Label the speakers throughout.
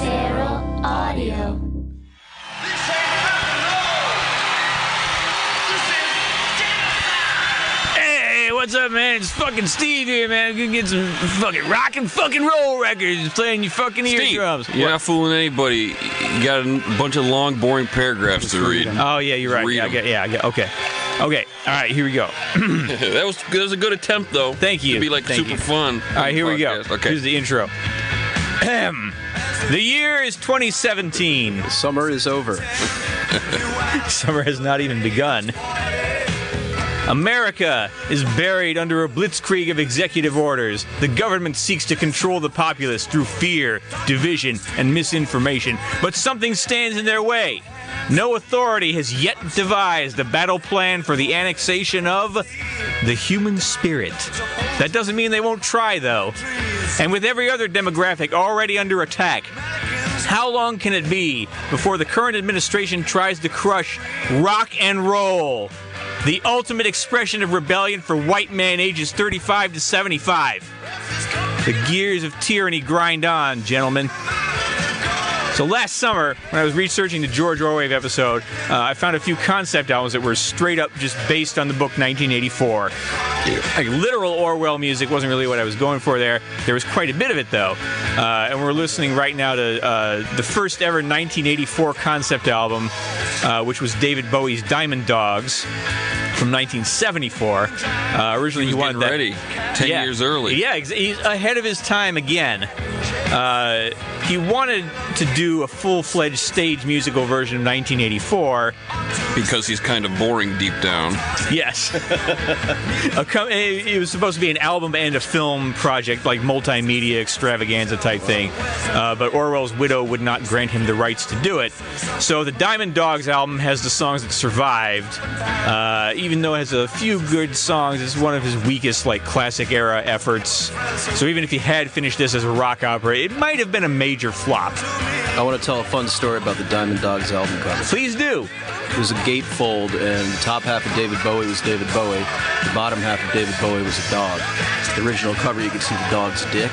Speaker 1: Feral Audio.
Speaker 2: This ain't rock and roll. This is jam.
Speaker 3: Hey, what's up, man? It's fucking Steve here, man. Go get some fucking rock and fucking roll records playing your fucking
Speaker 4: Steve,
Speaker 3: eardrums.
Speaker 4: You're
Speaker 3: What?
Speaker 4: not fooling anybody. You got a n- bunch of long, boring paragraphs to read.
Speaker 3: Oh yeah, you're right.
Speaker 4: Read
Speaker 3: Yeah, I
Speaker 4: 'em.
Speaker 3: get, yeah, I get, okay, okay. All right, here we go.
Speaker 4: that was that was a good attempt, though.
Speaker 3: Thank you.
Speaker 4: It'd be like
Speaker 3: Thank
Speaker 4: super
Speaker 3: you.
Speaker 4: fun.
Speaker 3: All right, here we go.
Speaker 4: podcast. Okay.
Speaker 3: Here's the intro. Ahem. the year is 2017.
Speaker 5: Summer is over.
Speaker 3: Summer has not even begun. America is buried under a blitzkrieg of executive orders. The government seeks to control the populace through fear, division, and misinformation. But something stands in their way. No authority has yet devised a battle plan for the annexation of the human spirit. That doesn't mean they won't try, though. And with every other demographic already under attack, how long can it be before the current administration tries to crush rock and roll, the ultimate expression of rebellion for white men ages 35 to 75? The gears of tyranny grind on, gentlemen. So last summer, when I was researching the George Orwell episode, uh, I found a few concept albums that were straight up just based on the book 1984. Like literal Orwell music wasn't really what I was going for there. There was quite a bit of it though, uh, and we're listening right now to uh, the first ever 1984 concept album, uh, which was David Bowie's Diamond Dogs from 1974. Uh, originally,
Speaker 4: He was
Speaker 3: he wanted
Speaker 4: getting
Speaker 3: that-
Speaker 4: ready. Ten
Speaker 3: yeah.
Speaker 4: years early.
Speaker 3: Yeah, ex- he's ahead of his time again. Uh, he wanted to do a full-fledged stage musical version of 1984.
Speaker 4: Because he's kind of boring deep down.
Speaker 3: Yes, a com- it it was supposed to be an album and a film project, like multimedia extravaganza type thing. Uh, but Orwell's widow would not grant him the rights to do it. So the Diamond Dogs album has the songs that survived, uh, even though it has a few good songs. It's one of his weakest, like classic era efforts. So even if he had finished this as a rock opera, it might have been a major flop.
Speaker 5: I want to tell a fun story about the Diamond Dogs album cover.
Speaker 3: Please do.
Speaker 5: It was a gatefold, and the top half of David Bowie was David Bowie. The bottom half of David Bowie was a dog. The original cover, you could see the dog's dick.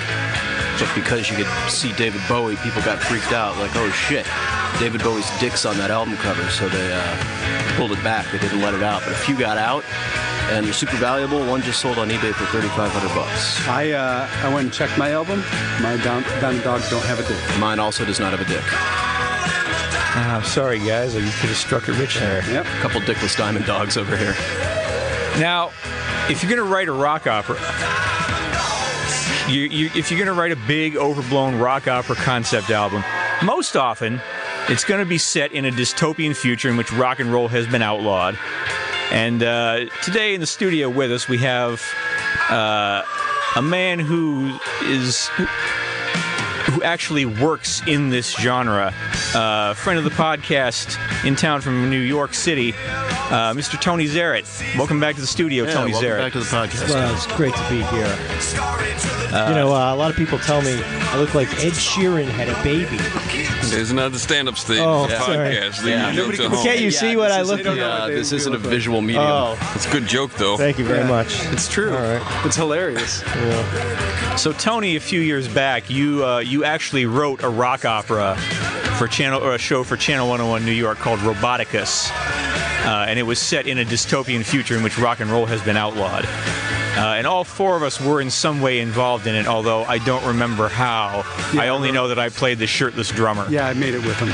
Speaker 5: But because you could see David Bowie, people got freaked out, like, oh shit, David Bowie's dick's on that album cover. So they uh, pulled it back. They didn't let it out. But a few got out, and they're super valuable. One just sold on eBay for 3,500 bucks.
Speaker 6: I uh, I went and checked my album. My down, down dogs don't have a dick.
Speaker 5: Mine also does not have a dick.
Speaker 3: Uh, I'm sorry, guys. You could have struck it rich there.
Speaker 6: Yep.
Speaker 5: A couple dickless diamond dogs over here.
Speaker 3: Now, if you're going to write a rock opera, you, you, if you're going to write a big, overblown rock opera concept album, most often it's going to be set in a dystopian future in which rock and roll has been outlawed. And uh, today in the studio with us, we have uh, a man who is. Who actually works in this genre? Uh, friend of the podcast in town from New York City, uh, Mr. Tony Zarrett. Welcome back to the studio,
Speaker 5: Yeah,
Speaker 3: Tony
Speaker 5: welcome
Speaker 3: Zarrett.
Speaker 5: back to the podcast.
Speaker 7: Well, it's great to be here. you know, uh, a lot of people tell me I look like Ed Sheeran had a baby.
Speaker 4: It's not the stand-up stage.
Speaker 7: Oh,
Speaker 4: it's a
Speaker 7: sorry.
Speaker 4: podcast. The
Speaker 5: Yeah.
Speaker 4: jokes
Speaker 6: Nobody
Speaker 4: at
Speaker 6: can
Speaker 4: home.
Speaker 7: Can't you see what I
Speaker 6: this is-
Speaker 7: look
Speaker 6: they don't
Speaker 7: like?
Speaker 6: know
Speaker 5: Yeah,
Speaker 6: what they
Speaker 5: this
Speaker 6: do
Speaker 5: isn't a
Speaker 6: with
Speaker 5: visual medium.
Speaker 7: Oh,
Speaker 4: It's a good joke though.
Speaker 7: thank you very
Speaker 6: Yeah.
Speaker 7: much.
Speaker 6: them. It's true.
Speaker 7: All right.
Speaker 6: It's hilarious.
Speaker 3: So Tony, a few years back, you uh, you actually wrote a rock opera for channel or a show for Channel 101 New York called Roboticus, uh, and it was set in a dystopian future in which rock and roll has been outlawed. Uh, and all four of us were in some way involved in it, although I don't remember how. I only know that I played the shirtless drummer.
Speaker 6: Yeah, I made it with him.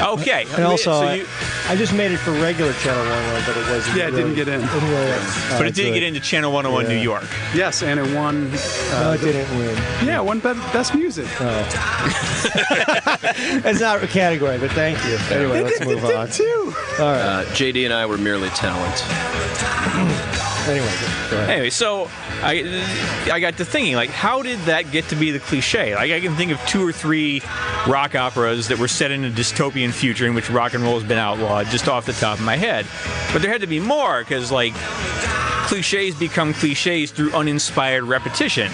Speaker 3: Okay.
Speaker 7: And also,
Speaker 3: So
Speaker 7: I,
Speaker 3: you-
Speaker 7: I just made it for regular Channel 101, but it wasn't.
Speaker 6: Yeah, it didn't
Speaker 7: really-
Speaker 6: get in.
Speaker 7: didn't really-
Speaker 3: but
Speaker 7: uh,
Speaker 3: it did
Speaker 7: good.
Speaker 3: get into Channel 101
Speaker 7: Yeah.
Speaker 3: New York.
Speaker 6: Yes, and it won. Uh,
Speaker 7: No, it didn't win.
Speaker 6: yeah, won be- best music.
Speaker 7: It's not a category, but thank you. Anyway, let's move on.
Speaker 6: Two.
Speaker 5: Uh, JD and I were merely talent.
Speaker 7: Anyway, go ahead.
Speaker 3: Anyway, so I I got to thinking like, how did that get to be the cliche? Like, I can think of two or three rock operas that were set in a dystopian future in which rock and roll has been outlawed, just off the top of my head. But there had to be more because like cliches become cliches through uninspired repetition.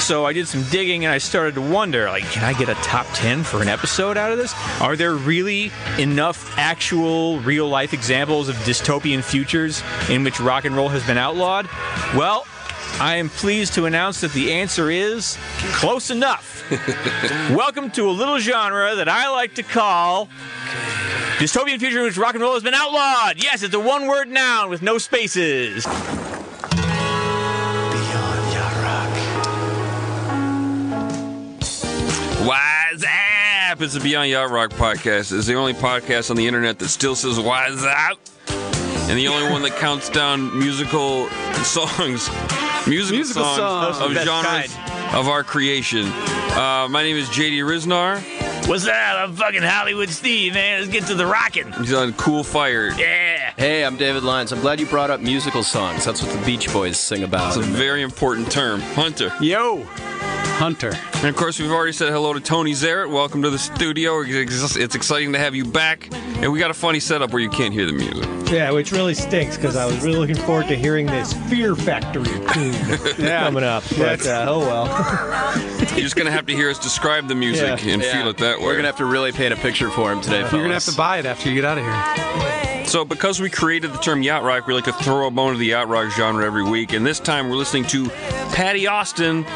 Speaker 3: So I did some digging and I started to wonder like, can I get a top 10 for an episode out of this? Are there really enough actual real life examples of dystopian futures in which rock and roll has been outlawed? Well, I am pleased to announce that the answer is close enough. Welcome to a little genre that I like to call dystopian future in which rock and roll has been outlawed. Yes, it's a one word noun with no spaces.
Speaker 4: Wise Up! It's the Beyond Yacht Rock podcast. It's the only podcast on the internet that still says Wise Up! And the only one that counts down musical songs, musical,
Speaker 6: Musical songs.
Speaker 4: songs, of
Speaker 3: Those are the best
Speaker 4: genres of our creation. Uh, my name is JD Riznar.
Speaker 3: What's up? I'm fucking Hollywood Steve, man. Let's get to the rockin'.
Speaker 4: He's on Cool Fire.
Speaker 3: Yeah.
Speaker 5: Hey, I'm David Lyons. I'm glad you brought up musical songs. That's what the Beach Boys sing about.
Speaker 4: It's a very important term, Hunter.
Speaker 3: Yo.
Speaker 6: Hunter.
Speaker 4: And of course, we've already said hello to Tony Zarrett. Welcome to the studio. It's it's exciting to have you back. And we got a funny setup where you can't hear the music.
Speaker 7: Yeah, which really stinks because I was really looking forward to hearing this Fear Factory tune coming up. But uh, oh well.
Speaker 4: You're just gonna have to hear us describe the music
Speaker 7: Yeah.
Speaker 4: and
Speaker 5: Yeah.
Speaker 4: feel it that way.
Speaker 5: We're gonna have to really paint a picture for him today.
Speaker 6: You're gonna have to buy it after you get out of here.
Speaker 4: So, because we created the term yacht rock, we like to throw a bone to the yacht rock genre every week, and this time we're listening to Patty Austin,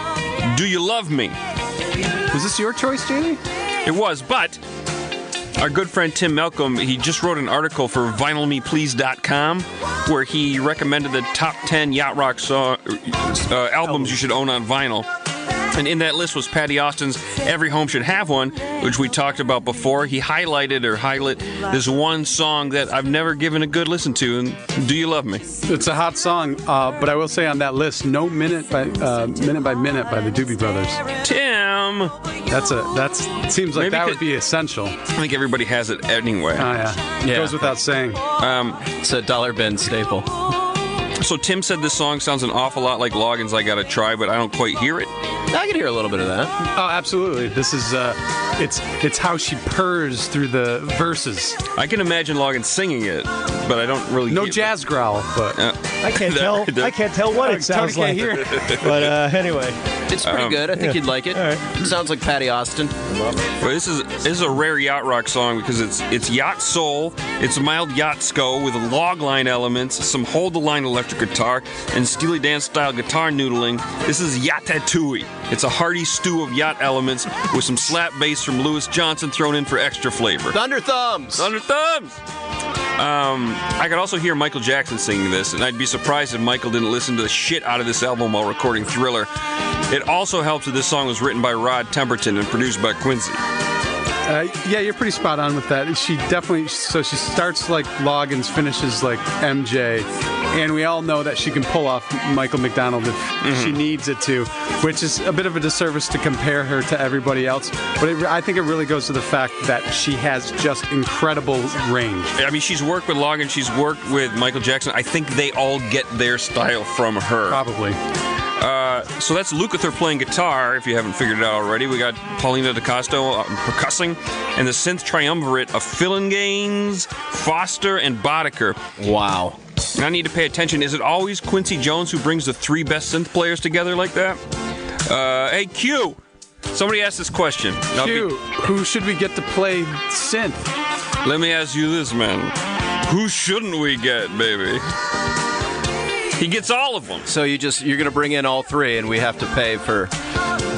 Speaker 4: Do You Love Me?
Speaker 6: Was this your choice, Jamie?
Speaker 4: It was, but our good friend Tim Malcolm, he just wrote an article for vinylmeplease.com where he recommended the top 10 yacht rock so- uh, albums you should own on vinyl. And in that list was Patty Austin's Every Home Should Have One, which we talked about before. He highlighted or highlight this one song that I've never given a good listen to, and Do You Love Me?
Speaker 6: It's a hot song, uh, but I will say on that list, "No Minute" by uh, "Minute by Minute" by the Doobie Brothers.
Speaker 4: Tim! I
Speaker 6: That's a that's it seems like
Speaker 4: Maybe
Speaker 6: that
Speaker 4: could-
Speaker 6: would be essential. Oh
Speaker 4: think everybody has it anyway. Um,
Speaker 6: yeah,
Speaker 5: Yeah.
Speaker 6: goes without saying.
Speaker 5: It's a dollar bin staple.
Speaker 4: So Tim said this song sounds an awful lot like Logan's I Gotta Try, but I don't quite hear it.
Speaker 5: I can hear a little bit of that.
Speaker 6: Oh, absolutely. This is uh, it's it's how she purrs through the verses.
Speaker 4: I can imagine Logan singing it, but I don't really.
Speaker 6: No
Speaker 4: get-
Speaker 6: jazz growl,
Speaker 4: Uh,
Speaker 6: but
Speaker 7: I can't
Speaker 4: That-
Speaker 7: tell.
Speaker 4: that-
Speaker 7: I can't tell what it sounds
Speaker 6: Tony
Speaker 7: like.
Speaker 6: can't
Speaker 7: But uh, anyway,
Speaker 5: It's pretty good. I think you'd like it. Sounds like Patty Austin.
Speaker 4: Well, this is this is a rare yacht rock song because it's it's yacht soul, it's mild yacht sco with log line elements, some hold the line electric guitar, and Steely Dan style guitar noodling. This is Yatatui. It's a hearty stew of yacht elements with some slap bass from Lewis Johnson thrown in for extra flavor.
Speaker 5: Thunder Thumbs.
Speaker 4: Thunder thumbs. Um, I could also hear Michael Jackson singing this, and I'd be surprised if Michael didn't listen to the shit out of this album while recording Thriller. It also helps that this song was written by Rod Temperton and produced by Quincy.
Speaker 6: uh, yeah, you're pretty spot on with that. She definitely so she starts like Loggins, finishes like MJ, and we all know that she can pull off Michael McDonald if she needs it to, which is a bit of a disservice to compare her to everybody else. But it, I think it really goes to the fact that she has just incredible range.
Speaker 4: I mean, she's worked with Logan, she's worked with Michael Jackson. I think they all get their style from her.
Speaker 6: Probably.
Speaker 4: So that's Lukather playing guitar, if you haven't figured it out already. We got Paulina DeCosto uh, percussing, and the synth triumvirate of Fillinganes, Foster, and Boddicker.
Speaker 5: Wow.
Speaker 4: And I need to pay attention. Is it always Quincy Jones who brings the three best synth players together like that? Uh, hey, Q! Somebody asked this question. Now, if
Speaker 6: Q,
Speaker 4: you-
Speaker 6: who should we get to play synth?
Speaker 4: let me ask you this, man. Who shouldn't we get, baby? He gets all of them.
Speaker 5: So you just you're gonna bring in all three, and we have to pay for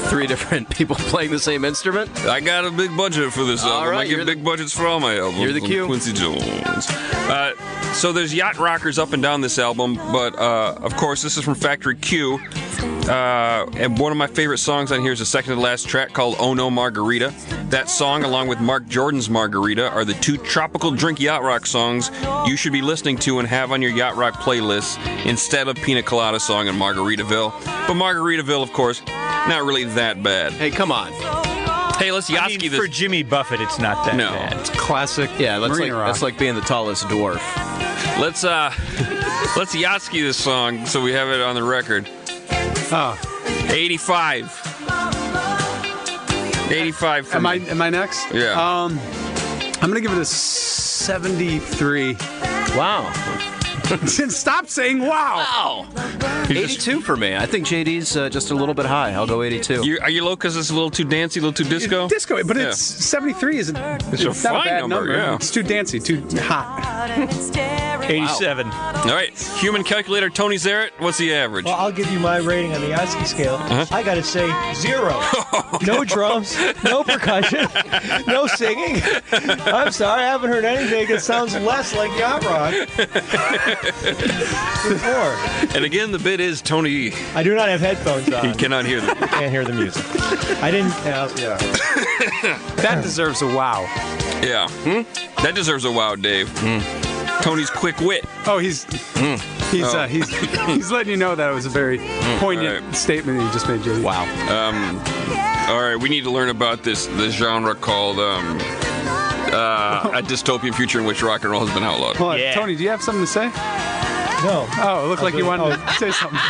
Speaker 5: three different people playing the same instrument.
Speaker 4: I got a big budget for this
Speaker 5: All
Speaker 4: album.
Speaker 5: right,
Speaker 4: I get
Speaker 5: you're the-
Speaker 4: big budgets for all my albums.
Speaker 5: You're the
Speaker 4: I'm
Speaker 5: Q.
Speaker 4: Quincy Jones. Uh, so there's yacht rockers up and down this album, but uh, of course this is from Factory Q. Uh, and one of my favorite songs on here is the second to last track called "Oh No Margarita." That song, along with Mark Jordan's "Margarita," are the two tropical drink yacht rock songs you should be listening to and have on your yacht rock playlist instead of Pina Colada song and Margaritaville. But Margaritaville, of course, not really that bad.
Speaker 5: Hey, come on.
Speaker 4: Hey, let's
Speaker 3: I
Speaker 4: Yatsky
Speaker 3: mean,
Speaker 4: this.
Speaker 3: for Jimmy Buffett, it's not that
Speaker 4: No.
Speaker 3: bad.
Speaker 6: Classic.
Speaker 5: Yeah, that's
Speaker 6: Marina
Speaker 5: like
Speaker 6: rock.
Speaker 5: that's like being the tallest dwarf.
Speaker 4: Let's uh let's Yatsky this song so we have it on the record.
Speaker 6: Oh,
Speaker 4: 85. 85 for
Speaker 6: am I
Speaker 4: me.
Speaker 6: am I next?
Speaker 4: Yeah.
Speaker 6: Um, I'm gonna give it a 73.
Speaker 5: Wow.
Speaker 6: Stop saying wow.
Speaker 5: Wow.
Speaker 4: You're, just,
Speaker 5: 82 for me. I think JD's uh, just a little bit high. I'll go 82.
Speaker 4: you are you low because it's a little too dancey, a little too disco?
Speaker 6: Disco, but
Speaker 4: Yeah.
Speaker 6: it's 73 isn't it's,
Speaker 4: a
Speaker 6: not
Speaker 4: fine
Speaker 6: a bad
Speaker 4: number, yeah.
Speaker 6: It's too dancey, too hot.
Speaker 3: 87.
Speaker 4: All right, human calculator Tony Zarrett, what's the average?
Speaker 7: Well, I'll give you my rating on the ASCII scale. I gotta say zero. no drums, no percussion, no singing. I'm sorry, I haven't heard anything that sounds less like yacht rock before.
Speaker 4: and again, the bid is Tony. He
Speaker 7: I do not have headphones on.
Speaker 4: cannot hear them.
Speaker 7: Can't hear the music. I didn't. Uh, yeah.
Speaker 6: That deserves a wow.
Speaker 4: Yeah, hmm? that deserves a wow, Dave. Hmm. Tony's quick wit.
Speaker 6: Oh, he's
Speaker 4: Hmm.
Speaker 6: he's
Speaker 4: Oh.
Speaker 6: uh, he's he's letting you know that it was a very
Speaker 4: Hmm.
Speaker 6: poignant
Speaker 4: alright.
Speaker 6: statement that you just made, JD. Wow.
Speaker 4: All right, we need to learn about this this genre called um, uh, a dystopian future in which rock and roll has been outlawed.
Speaker 6: Hold on,
Speaker 3: Yeah.
Speaker 6: Tony, do you have something to say?
Speaker 7: No.
Speaker 6: Oh, it looked like you
Speaker 7: doing-
Speaker 6: wanted to say something.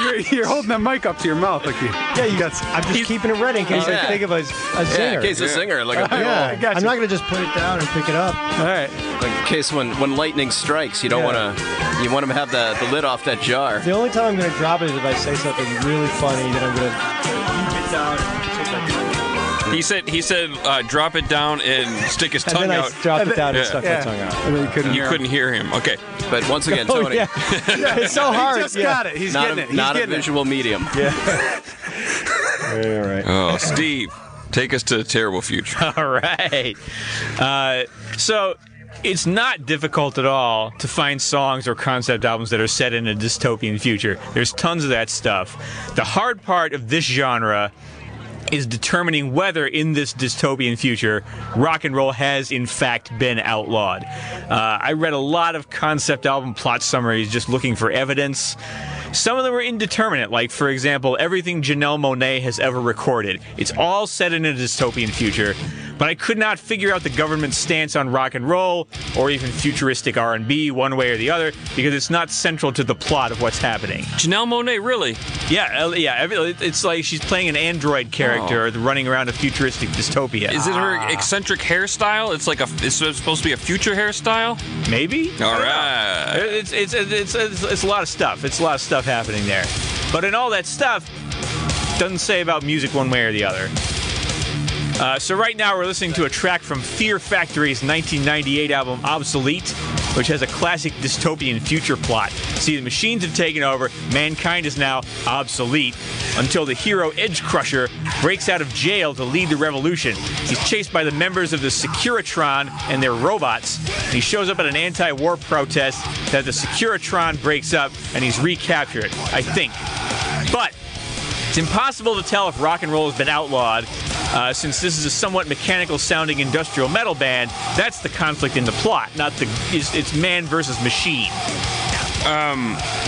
Speaker 6: You're, you're holding that mic up to your mouth like you.
Speaker 7: Yeah, you got. I'm just keeping it ready in case
Speaker 5: Yeah.
Speaker 7: I think of a, a
Speaker 5: Yeah,
Speaker 7: zinger.
Speaker 5: in case a
Speaker 4: Yeah.
Speaker 5: singer, like, a,
Speaker 7: Yeah,
Speaker 6: I got
Speaker 7: I'm
Speaker 6: you.
Speaker 7: not gonna just put it down and pick it up.
Speaker 6: All right.
Speaker 5: like in case when, when lightning strikes, you don't
Speaker 7: Yeah.
Speaker 5: want to you want to have the, the lid off that jar.
Speaker 7: The only time I'm gonna drop it is if I say something really funny that I'm gonna keep it down.
Speaker 4: He said he said uh, drop it down and stick his
Speaker 7: And
Speaker 4: tongue
Speaker 7: then
Speaker 4: out.
Speaker 7: I dropped it down
Speaker 4: Yeah.
Speaker 7: and stuck my tongue out.
Speaker 6: And then you couldn't.
Speaker 4: you
Speaker 6: hear
Speaker 4: couldn't hear him. Okay,
Speaker 5: But once again,
Speaker 7: Oh,
Speaker 5: Tony,
Speaker 7: yeah. it's so
Speaker 6: Him.
Speaker 7: hard.
Speaker 6: He just
Speaker 7: yeah.
Speaker 6: got it. He's
Speaker 5: not
Speaker 6: getting
Speaker 5: a,
Speaker 6: it. He's
Speaker 5: not a
Speaker 6: getting it.
Speaker 5: visual medium.
Speaker 7: All right.
Speaker 4: oh Steve, take us to a terrible future.
Speaker 3: All right. Uh, so it's not difficult at all to find songs or concept albums that are set in a dystopian future. There's tons of that stuff. The hard part of this genre is determining whether in this dystopian future rock and roll has in fact been outlawed. Uh, I read a lot of concept album plot summaries just looking for evidence. Some of them were indeterminate, like, for example, everything Janelle Monet has ever recorded. It's all set in a dystopian future, but I could not figure out the government's stance on rock and roll or even futuristic R&B one way or the other because it's not central to the plot of what's happening.
Speaker 4: Janelle Monet, really?
Speaker 3: Yeah, uh, yeah. every- It's like she's playing an android character running around a futuristic dystopia.
Speaker 4: Oh. Is it
Speaker 7: Ah.
Speaker 4: her eccentric hairstyle? It's like a it's supposed to be a future hairstyle.
Speaker 3: Maybe.
Speaker 4: All
Speaker 3: I don't know.
Speaker 4: right.
Speaker 3: It's it's, it's it's it's a lot of stuff. It's a lot of stuff happening there. But in all that stuff, doesn't say about music one way or the other. Uh, so right now we're listening to a track from Fear Factory's 1998 album Obsolete, which has a classic dystopian future plot. See, the machines have taken over, mankind is now obsolete, until the hero Edge Crusher breaks out of jail to lead the revolution. He's chased by the members of the Securitron and their robots. He shows up at an anti-war protest that the Securitron breaks up, and he's recaptured, I think. But it's impossible to tell if rock and roll has been outlawed, uh, since this is a somewhat mechanical sounding industrial metal band. That's the conflict in the plot, not the. It's, it's man versus machine.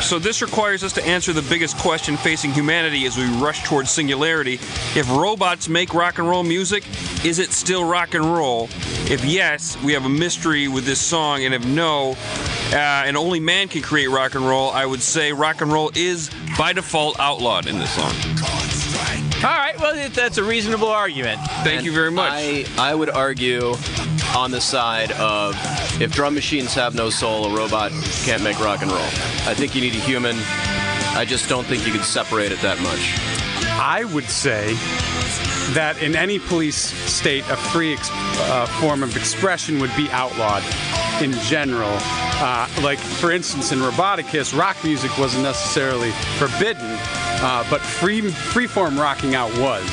Speaker 4: So this requires us to answer the biggest question facing humanity as we rush towards singularity. If robots make rock and roll music, is it still rock and roll? If yes, we have a mystery with this song, and if no, uh, and only man can create rock and roll, I would say rock and roll is by default outlawed in this song.
Speaker 3: All right, well, it- that's a reasonable argument.
Speaker 4: Thank you very much.
Speaker 5: I, I would argue on the side of if drum machines have no soul, a robot can't make rock and roll. I think you need a human. I just don't think you can separate it that much.
Speaker 6: I would say that in any police state, a free ex- uh, form of expression would be outlawed in general. Uh, like, for instance, in Roboticus, rock music wasn't necessarily forbidden, uh, but free freeform rocking out was.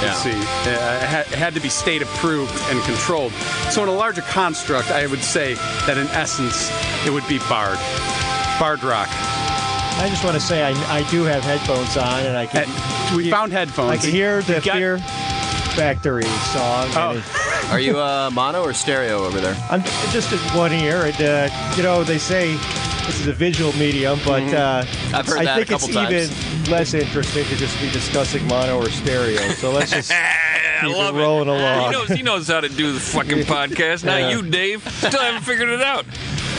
Speaker 6: you
Speaker 5: Yeah.
Speaker 6: see. Uh, it, had, it had to be state approved and controlled. So, in a larger construct, I would say that in essence, it would be barred. Barred rock.
Speaker 7: I just want to say I, I do have headphones on and I can
Speaker 6: Eh, we found headphones.
Speaker 7: I can hear the
Speaker 3: got-
Speaker 7: Fear Factory song. and it-
Speaker 5: Are you uh, mono or stereo over there?
Speaker 7: I'm just in one ear, and uh, you know they say this is a visual medium, but uh,
Speaker 5: I've heard
Speaker 7: I
Speaker 5: that a
Speaker 7: think
Speaker 5: couple
Speaker 7: it's
Speaker 5: times.
Speaker 7: even less interesting to just be discussing mono or stereo. So let's just keep
Speaker 4: Ah, I
Speaker 7: it
Speaker 4: love
Speaker 7: rolling
Speaker 4: it.
Speaker 7: along.
Speaker 4: He knows, he knows how to do the fucking podcast. Not
Speaker 7: Yeah.
Speaker 4: you, Dave. Still haven't figured it out.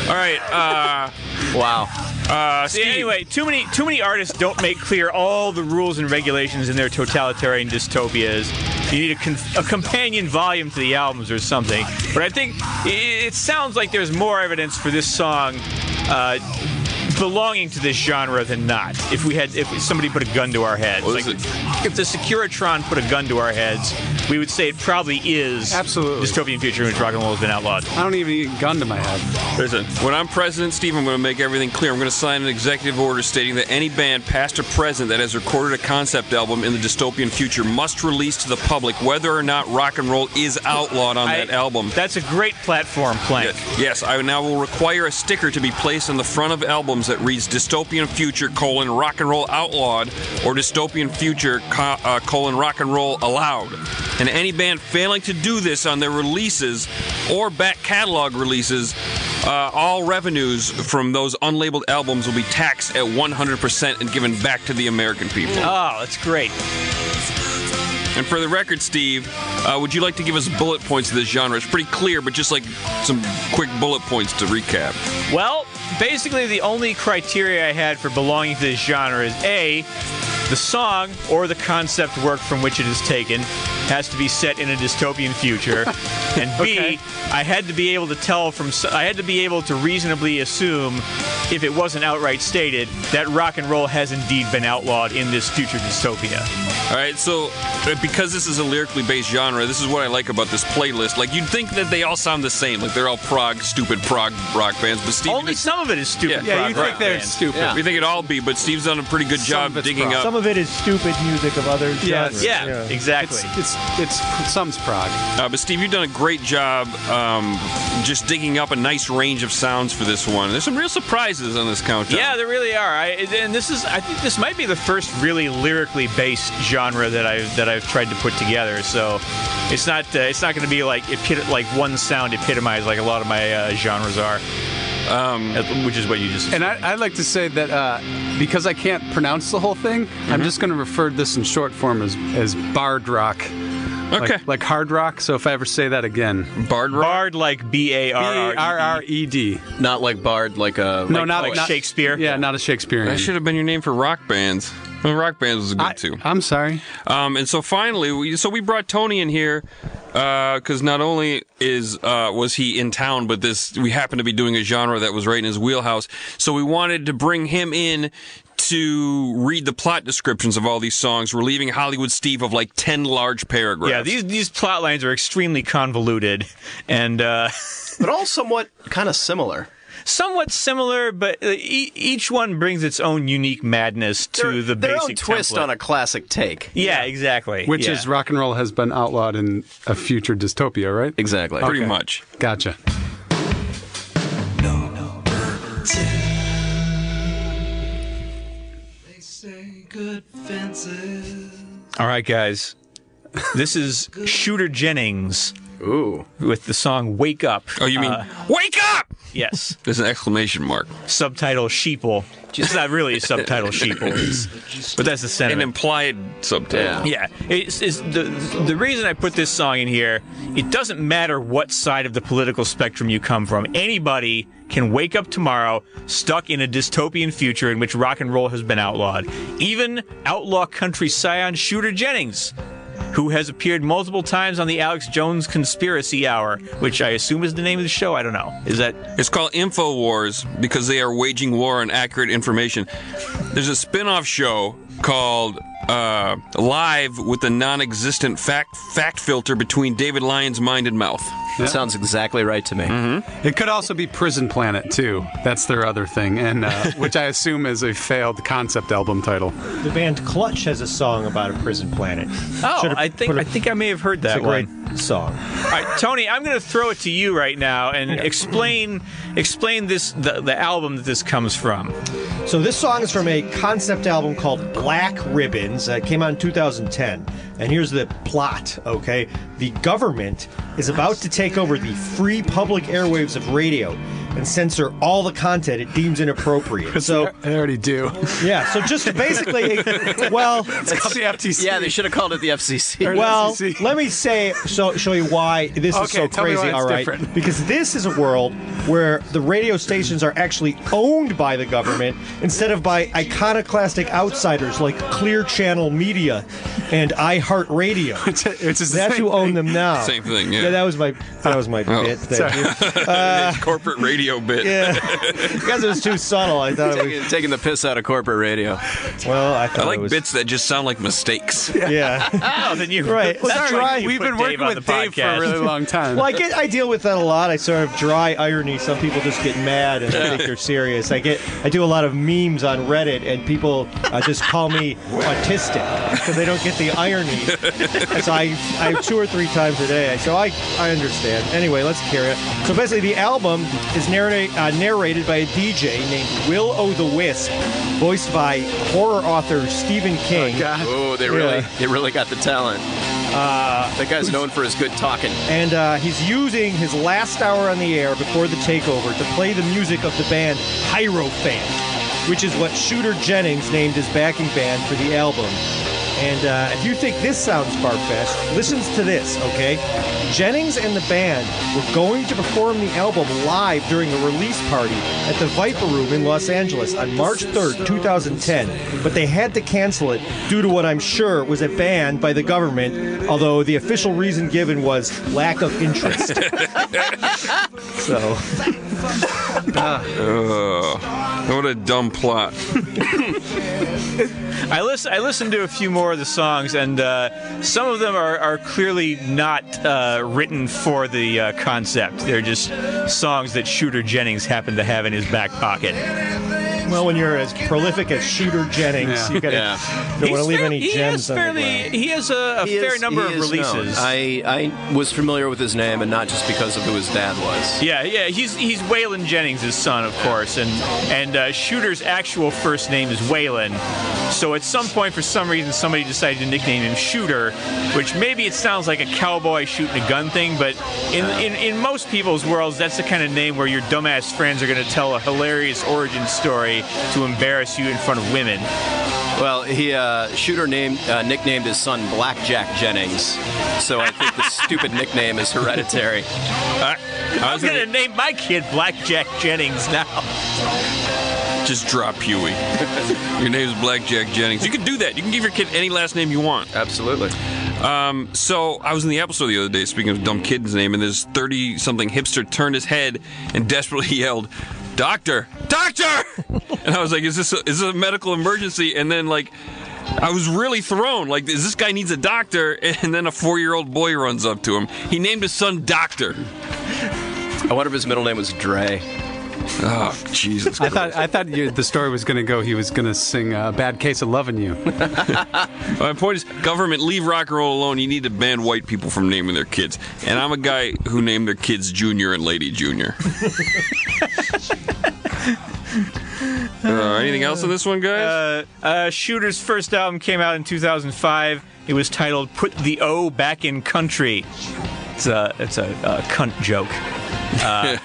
Speaker 4: All right. Uh,
Speaker 5: Wow.
Speaker 4: Uh,
Speaker 3: See,
Speaker 4: Steve,
Speaker 3: anyway, too many too many artists don't make clear all the rules and regulations in their totalitarian dystopias. You need a, con- a companion volume to the albums or something. But I think i- it sounds like there's more evidence for this song uh, belonging to this genre than not. If we had, if somebody put a gun to our heads,
Speaker 4: What is
Speaker 3: if the Securitron put a gun to our heads, we would say it probably is
Speaker 6: Absolutely.
Speaker 3: dystopian future in which rock and roll has been outlawed.
Speaker 6: I don't even need a gun to my head.
Speaker 4: listen, when I'm president, Steve, I'm going to make everything clear. I'm going to sign an executive order stating that any band, past or present, that has recorded a concept album in the dystopian future must release to the public whether or not rock and roll is outlawed on that
Speaker 3: I-
Speaker 4: album.
Speaker 3: That's a great platform plank.
Speaker 4: Yes, yes, I now will require a sticker to be placed on the front of albums that reads "Dystopian Future: colon, Rock and Roll Outlawed" or "Dystopian Future: co- uh, colon, Rock and Roll Allowed." And any band failing to do this on their releases or back catalog releases, uh, all revenues from those unlabeled albums will be taxed at 100% and given back to the American people.
Speaker 3: Oh, that's great.
Speaker 4: And for the record, Steve, uh, would you like to give us bullet points of this genre? It's pretty clear, but just like some quick bullet points to recap.
Speaker 3: Well, basically, the only criteria I had for belonging to this genre is A, the song or the concept work from which it is taken has to be set in a dystopian future. and B, I
Speaker 6: Okay.
Speaker 3: had to be able to tell from, s- I had to be able to reasonably assume, if it wasn't outright stated, that rock and roll has indeed been outlawed in this future dystopia.
Speaker 4: All right, so uh, because this is a lyrically based genre, this is what I like about this playlist. Like you'd think that they all sound the same, like they're all prog, stupid prog rock bands, but Steve,
Speaker 3: Only some of it is stupid.
Speaker 4: Yeah,
Speaker 6: Yeah,
Speaker 3: prog
Speaker 6: you
Speaker 3: rock
Speaker 6: think they're
Speaker 3: band.
Speaker 6: stupid.
Speaker 5: Yeah.
Speaker 4: we think it all be, but Steve's done a pretty good
Speaker 6: Some
Speaker 4: job
Speaker 6: of it's
Speaker 4: digging
Speaker 6: prog.
Speaker 4: up.
Speaker 7: Some of it is stupid music of other
Speaker 6: Yeah,
Speaker 7: genres.
Speaker 3: Yeah, exactly.
Speaker 6: It's, it's, it's, some's prog.
Speaker 4: Uh, but Steve, you've done a great job um, just digging up a nice range of sounds for this one. There's some real surprises on this countdown.
Speaker 3: Yeah, there really are. I, and this is, I think, this might be the first really lyrically based genre that I've that I've tried to put together. So it's not uh, it's not going to be like epit- like one sound epitomized like a lot of my uh, genres are, um, which is what you just.
Speaker 6: And I, I'd like to say that uh, because I can't pronounce the whole thing, I'm
Speaker 3: Mm-hmm.
Speaker 6: just going to refer to this in short form as, as bard rock. Like,
Speaker 4: Okay.
Speaker 6: like hard rock. So if I ever say that again,
Speaker 4: Bard rock.
Speaker 3: Bard like B A R R. E.
Speaker 6: B-A-R-R-E-D.
Speaker 5: Not like Bard, like a.
Speaker 6: E No,
Speaker 5: like-
Speaker 6: not,
Speaker 3: like
Speaker 6: not
Speaker 3: Shakespeare?
Speaker 6: Yeah, not a Shakespearean.
Speaker 4: That should have been your name for rock bands. Well, rock bands was good
Speaker 6: I,
Speaker 4: too.
Speaker 6: I'm sorry.
Speaker 4: Um, and so finally, we, so we brought Tony in here because not only is uh, was he in town, but this we happened to be doing a genre that was right in his wheelhouse. So we wanted to bring him in to read the plot descriptions of all these songs, relieving Hollywood Steve of like ten large paragraphs.
Speaker 3: Yeah, these these plot lines are extremely convoluted and uh,
Speaker 8: but all somewhat kind of similar.
Speaker 3: somewhat similar, but uh, e- each one brings its own unique madness to
Speaker 8: Their-
Speaker 3: the
Speaker 8: their
Speaker 3: basic
Speaker 8: own twist
Speaker 3: template.
Speaker 8: on a classic take.
Speaker 3: Yeah, exactly.
Speaker 6: Which
Speaker 3: Yeah.
Speaker 6: is rock and roll has been outlawed in a future dystopia, right?
Speaker 5: Exactly.
Speaker 4: pretty much.
Speaker 6: Gotcha.
Speaker 3: All right, guys. This is Shooter Jennings
Speaker 5: Ooh.
Speaker 3: with the song Wake Up. Uh,
Speaker 4: Oh, you mean wake up?
Speaker 3: Yes.
Speaker 4: There's an exclamation mark,
Speaker 3: subtitle Sheeple. It's not really a subtitle Sheeple, it's, but that's the
Speaker 4: an
Speaker 3: sentiment.
Speaker 4: implied subtitle.
Speaker 5: Yeah.
Speaker 3: Yeah, it's, it's the the reason I put this song in here. It doesn't matter what side of the political spectrum you come from. Anybody can wake up tomorrow stuck in a dystopian future in which rock and roll has been outlawed. Even outlaw country scion Shooter Jennings, who has appeared multiple times on the Alex Jones Conspiracy Hour, which I assume is the name of the show. I don't know. Is that
Speaker 4: It's called InfoWars because they are waging war on accurate information. There's a spin off show called uh, Live with the Non Existent fact, fact Filter Between David Lyon's Mind and Mouth.
Speaker 5: That sounds exactly right to me.
Speaker 6: It could also be Prison Planet too. That's their other thing, and uh, which I assume is a failed concept album title.
Speaker 7: The band Clutch has a song about a prison planet.
Speaker 3: Oh,
Speaker 7: Should've
Speaker 3: I think
Speaker 7: put a-
Speaker 3: I think I may have heard that
Speaker 7: It's a great
Speaker 3: one.
Speaker 7: song.
Speaker 3: All right, Tony, I'm going to throw it to you right now and explain explain this the, the album that this comes from.
Speaker 7: So this song is from a concept album called Black Ribbons. Uh, It came out in 2010. And here's the plot, okay? The government is about to take over the free public airwaves of radio and censor all the content it deems inappropriate. So,
Speaker 6: I already do.
Speaker 7: yeah, so just basically, well,
Speaker 6: It's the FTC.
Speaker 5: Yeah, they should have called it the FCC.
Speaker 6: Or-
Speaker 7: well,
Speaker 6: SEC.
Speaker 7: let me say so show you why this is
Speaker 6: Okay,
Speaker 7: so
Speaker 6: tell me
Speaker 7: crazy.
Speaker 6: why it's
Speaker 7: all right,
Speaker 6: different.
Speaker 7: because this is a world where the radio stations are actually owned by the government instead of by iconoclastic outsiders like Clear Channel Media and iHeartRadio.
Speaker 6: It's it's just the
Speaker 7: That's
Speaker 6: same
Speaker 7: who own
Speaker 6: thing.
Speaker 7: them now.
Speaker 4: Same thing, yeah.
Speaker 7: that was my that was my
Speaker 4: Oh.
Speaker 7: bit. Thank you.
Speaker 4: corporate radio bit.
Speaker 7: Because it was too subtle, I thought it was.
Speaker 5: Taking, taking the piss out of corporate radio.
Speaker 7: Well, I
Speaker 4: I
Speaker 7: thought it
Speaker 4: like
Speaker 7: was.
Speaker 4: bits that just sound like mistakes.
Speaker 7: Yeah.
Speaker 3: Oh, then you
Speaker 7: Right. Well,
Speaker 3: That's
Speaker 7: that's right.
Speaker 3: you
Speaker 6: We've
Speaker 3: put
Speaker 6: been working
Speaker 3: Dave on
Speaker 6: with
Speaker 3: the
Speaker 6: Dave for
Speaker 3: podcast.
Speaker 6: a really long time.
Speaker 7: Well, I get I deal with that a lot. I sort of dry irony. Some people just get mad and think they're serious. I get I do a lot of memes on Reddit, and people uh, just call me autistic because they don't get the irony. And so I I two or three times a day. So I I understand. Anyway, let's carry it. So basically, the album is narrated uh, narrated by a DJ named Will O the Wisp, voiced by horror author Stephen King.
Speaker 6: God.
Speaker 5: Oh, they really, they really got the talent. that guy's known for his good talking.
Speaker 7: and uh, he's using his last hour on the air before the takeover to play the music of the band Hierophant, which is what Shooter Jennings named his backing band for the album. And uh, if you think this sounds far-fetched, listen to this, okay? Jennings and the band were going to perform the album live during a release party at the Viper Room in Los Angeles on March 3rd, 2010, but they had to cancel it due to what I'm sure was a ban by the government, although the official reason given was lack of interest. so,
Speaker 4: What a dumb plot.
Speaker 3: I listen. I listened to a few more of the songs, and uh, some of them are, are clearly not uh, written for the uh, concept. They're just songs that Shooter Jennings happened to have in his back pocket.
Speaker 7: well, when you're as prolific as Shooter Jennings,
Speaker 6: Yeah.
Speaker 7: you gotta
Speaker 5: Yeah.
Speaker 7: don't want to
Speaker 3: He's
Speaker 7: leave
Speaker 3: fair-
Speaker 7: any
Speaker 3: he
Speaker 7: gems
Speaker 3: Has fairly,
Speaker 7: on the ground.
Speaker 3: he has a, a
Speaker 5: He
Speaker 3: fair
Speaker 5: is-
Speaker 3: number
Speaker 5: he
Speaker 3: of
Speaker 5: is known.
Speaker 3: releases.
Speaker 5: I, I was familiar with his name, and not just because of who his dad was.
Speaker 3: Yeah, yeah, he's he's Waylon Jennings' son, of course, and and uh, Shooter's actual first name is Waylon. So at some point, for some reason, somebody decided to nickname him Shooter, which maybe it sounds like a cowboy shooting a gun thing, but in in, in most people's worlds, that's the kind of name where your dumbass friends are going to tell a hilarious origin story to embarrass you in front of women.
Speaker 5: Well, he uh, shooter named uh, nicknamed his son Blackjack Jennings, so I think the stupid nickname is hereditary.
Speaker 4: I, I
Speaker 3: I'm
Speaker 4: was
Speaker 3: going to
Speaker 4: gonna
Speaker 3: name my kid Blackjack Jennings now.
Speaker 4: just drop Huey. Your name's Blackjack Jennings. You can do that. You can give your kid any last name you want.
Speaker 5: Absolutely.
Speaker 4: Um, so I was in the Apple Store the other day, speaking of dumb kid's name, and this thirty-something hipster turned his head and desperately yelled, "Doctor, doctor!" and I was like, "Is this a, is this a medical emergency?" And then like. I was really thrown. Like, is this guy needs a doctor? And then a four-year-old boy runs up to him. He named his son Doctor.
Speaker 5: I wonder if his middle name was Dre.
Speaker 4: Oh, Jesus!
Speaker 6: I thought I thought you, the story was going to go. He was going to sing uh, "Bad Case of Loving You."
Speaker 4: My point is, government, leave rock and roll alone. You need to ban white people from naming their kids. And I'm a guy who named their kids Junior and Lady Junior. Uh, anything else on this one, guys?
Speaker 3: Uh, uh, Shooter's first album came out in 2005. It was titled "Put the O Back in Country." It's a it's a, uh cunt joke. Uh,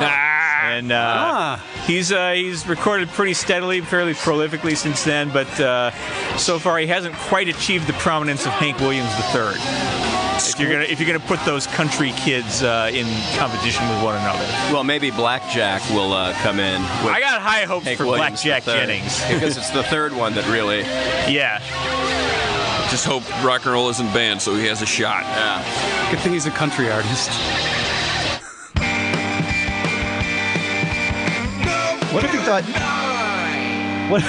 Speaker 3: and uh, he's uh, he's recorded pretty steadily, fairly prolifically since then. But uh, so far, he hasn't quite achieved the prominence of Hank Williams III. If you're gonna if you're gonna put those country kids uh, in competition with one another,
Speaker 5: Well, maybe Blackjack will uh, come in. With
Speaker 3: I got high hopes
Speaker 5: Hank
Speaker 3: for
Speaker 5: Williams
Speaker 3: Blackjack
Speaker 5: III,
Speaker 3: Jennings.
Speaker 5: because it's the third one that really.
Speaker 3: Yeah,
Speaker 4: Just hope rock and roll isn't banned, so he has a shot.
Speaker 6: Good thing he's a country artist.
Speaker 7: What if he thought? What?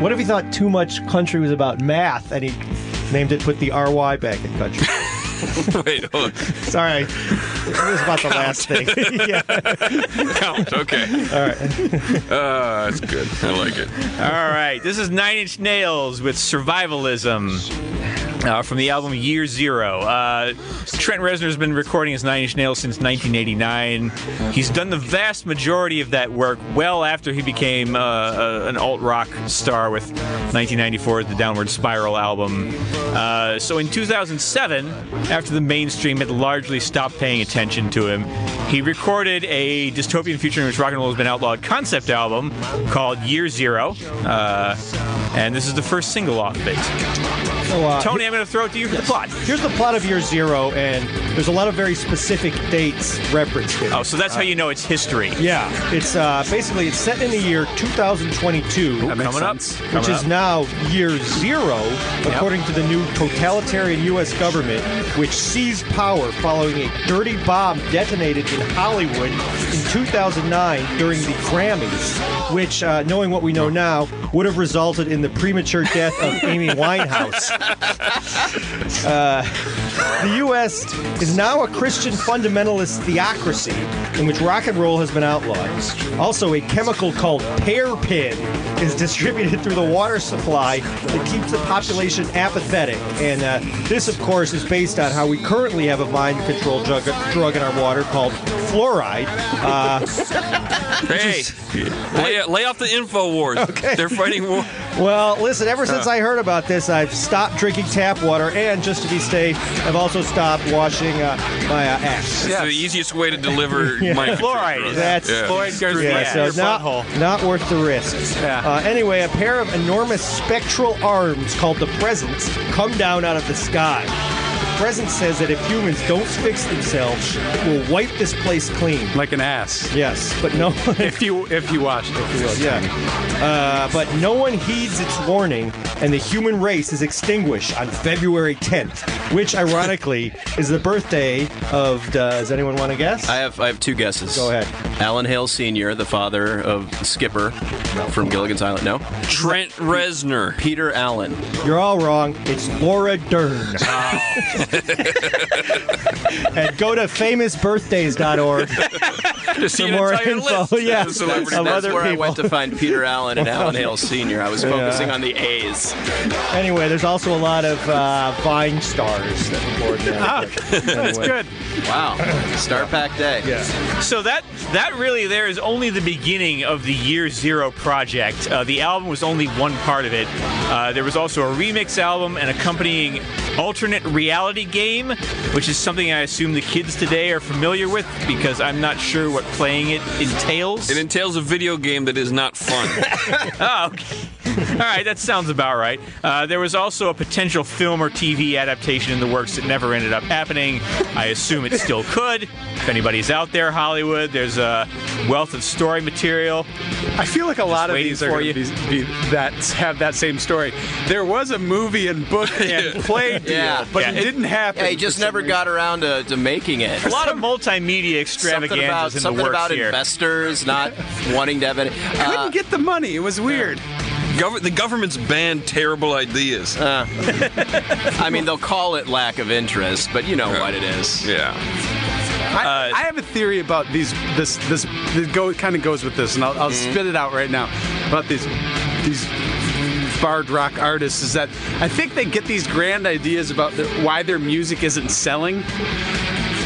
Speaker 7: What if he thought too much country was about math, and he named it "Put the RY Back in Country"?
Speaker 4: Wait, hold on.
Speaker 7: Sorry, it was about the last thing. yeah.
Speaker 4: count. Okay. All right. Uh, that's good. I like it.
Speaker 3: All right, this is Nine Inch Nails with Survivalism. uh, from the album Year Zero. Uh, Trent Reznor's been recording his Nine Inch Nails since 1989. He's done the vast majority of that work well after he became uh, a, an alt rock star with 1994's The Downward Spiral album. Uh, so in 2007, after the mainstream had largely stopped paying attention to him, he recorded a dystopian future in which rock and roll has been outlawed concept album called Year Zero. Uh, and this is the first single off of it.
Speaker 7: So, uh,
Speaker 3: Tony, I'm going to throw it to you for the plot.
Speaker 7: Here's the plot of Year Zero, and there's a lot of very specific dates referenced here.
Speaker 3: Oh, so that's how you know it's history.
Speaker 7: Yeah, it's uh, basically it's set in the year 2022,
Speaker 6: That makes
Speaker 3: Coming up,
Speaker 6: sense.
Speaker 3: coming
Speaker 7: which is
Speaker 3: up.
Speaker 7: now year zero, according to the new totalitarian U.S. government, which seized power following a dirty bomb detonated in Hollywood in 2009 during the Grammys, which, uh, knowing what we know now, would have resulted in the premature death of Amy Winehouse. The U.S. is now a Christian fundamentalist theocracy in which rock and roll has been outlawed. Also, a chemical called Pearpin is distributed through the water supply that keeps the population apathetic. And uh, this, of course, is based on how we currently have a mind control drug, drug in our water called fluoride. Uh,
Speaker 4: Hey, lay, lay off the info wars.
Speaker 7: Okay.
Speaker 4: They're fighting war.
Speaker 7: Well, listen, ever since I heard about this, I've stopped drinking tap water, and just to be safe, I've also stopped washing uh, my uh, ass.
Speaker 4: It's the easiest way to deliver my
Speaker 3: Fluoride.
Speaker 7: That's-
Speaker 3: Floyd Gertz-
Speaker 7: Yeah,
Speaker 3: yeah,
Speaker 7: so
Speaker 3: your
Speaker 7: not,
Speaker 3: butthole.
Speaker 7: not worth the risk.
Speaker 3: Yeah.
Speaker 7: Uh, anyway, a pair of enormous spectral arms called the Presence come down out of the sky. The Presence says that if humans don't fix themselves, we'll wipe this place clean.
Speaker 6: Like an ass.
Speaker 7: Yes, but no.
Speaker 6: If you if you watched it, if you will.
Speaker 7: yeah. Uh, but no one heeds its warning, and the human race is extinguished on February 10th, which ironically is the birthday of. Does anyone want to guess?
Speaker 5: I have I have two guesses.
Speaker 7: Go ahead.
Speaker 5: Alan Hale Sr., the father of Skipper from Gilligan's Island. No,
Speaker 4: Trent Reznor.
Speaker 5: Peter Allen.
Speaker 7: You're all wrong. It's Laura Dern. and go to famousbirthdays.org.
Speaker 4: To see
Speaker 7: For
Speaker 4: an
Speaker 7: more
Speaker 4: entire
Speaker 7: info,
Speaker 4: list
Speaker 7: yeah.
Speaker 4: of celebrities.
Speaker 7: Of
Speaker 5: That's
Speaker 7: other
Speaker 5: where I
Speaker 7: people.
Speaker 5: went to find Peter Allen and Alan Hale Sr. I was focusing on the A's.
Speaker 7: Anyway, there's also a lot of uh, Vine stars that record
Speaker 6: Ah,
Speaker 7: now.
Speaker 3: That's good.
Speaker 5: Wow, star pack day.
Speaker 3: So that that really there is only the beginning of the Year Zero project. Uh, the album was only one part of it. Uh, there was also a remix album and accompanying alternate reality game, which is something I assume the kids today are familiar with because I'm not sure what playing it entails.
Speaker 4: It entails a video game that is not fun.
Speaker 3: Oh, okay. All right, that sounds about right. Uh, there was also a potential film or TV adaptation in the works that never ended up happening. I assume it still could. If anybody's out there, Hollywood, there's a wealth of story material.
Speaker 6: I feel like a lot of
Speaker 3: waiting
Speaker 6: these are
Speaker 3: for
Speaker 6: going to be, be that have that same story. There was a movie and book and play deal,
Speaker 5: Yeah.
Speaker 6: but
Speaker 3: Yeah.
Speaker 6: it didn't happen.
Speaker 5: Yeah, he just
Speaker 6: for some
Speaker 5: never
Speaker 6: reason.
Speaker 5: got around to, to making it.
Speaker 3: A lot of multimedia
Speaker 5: Something about
Speaker 3: extravaganzas in the
Speaker 5: something
Speaker 3: works
Speaker 5: about
Speaker 3: here.
Speaker 5: investors not wanting to have any.
Speaker 6: Couldn't
Speaker 5: Uh,
Speaker 6: get the money. It was weird.
Speaker 4: Gover- the government's banned terrible ideas.
Speaker 7: Uh.
Speaker 5: I mean, they'll call it lack of interest, but you know what it is.
Speaker 4: yeah.
Speaker 6: I,
Speaker 3: Uh,
Speaker 6: I have a theory about these. This this, this go kind of goes with this, and I'll, I'll
Speaker 5: Mm-hmm.
Speaker 6: spit it out right now about these these bard rock artists. Is that I think they get these grand ideas about the, why their music isn't selling.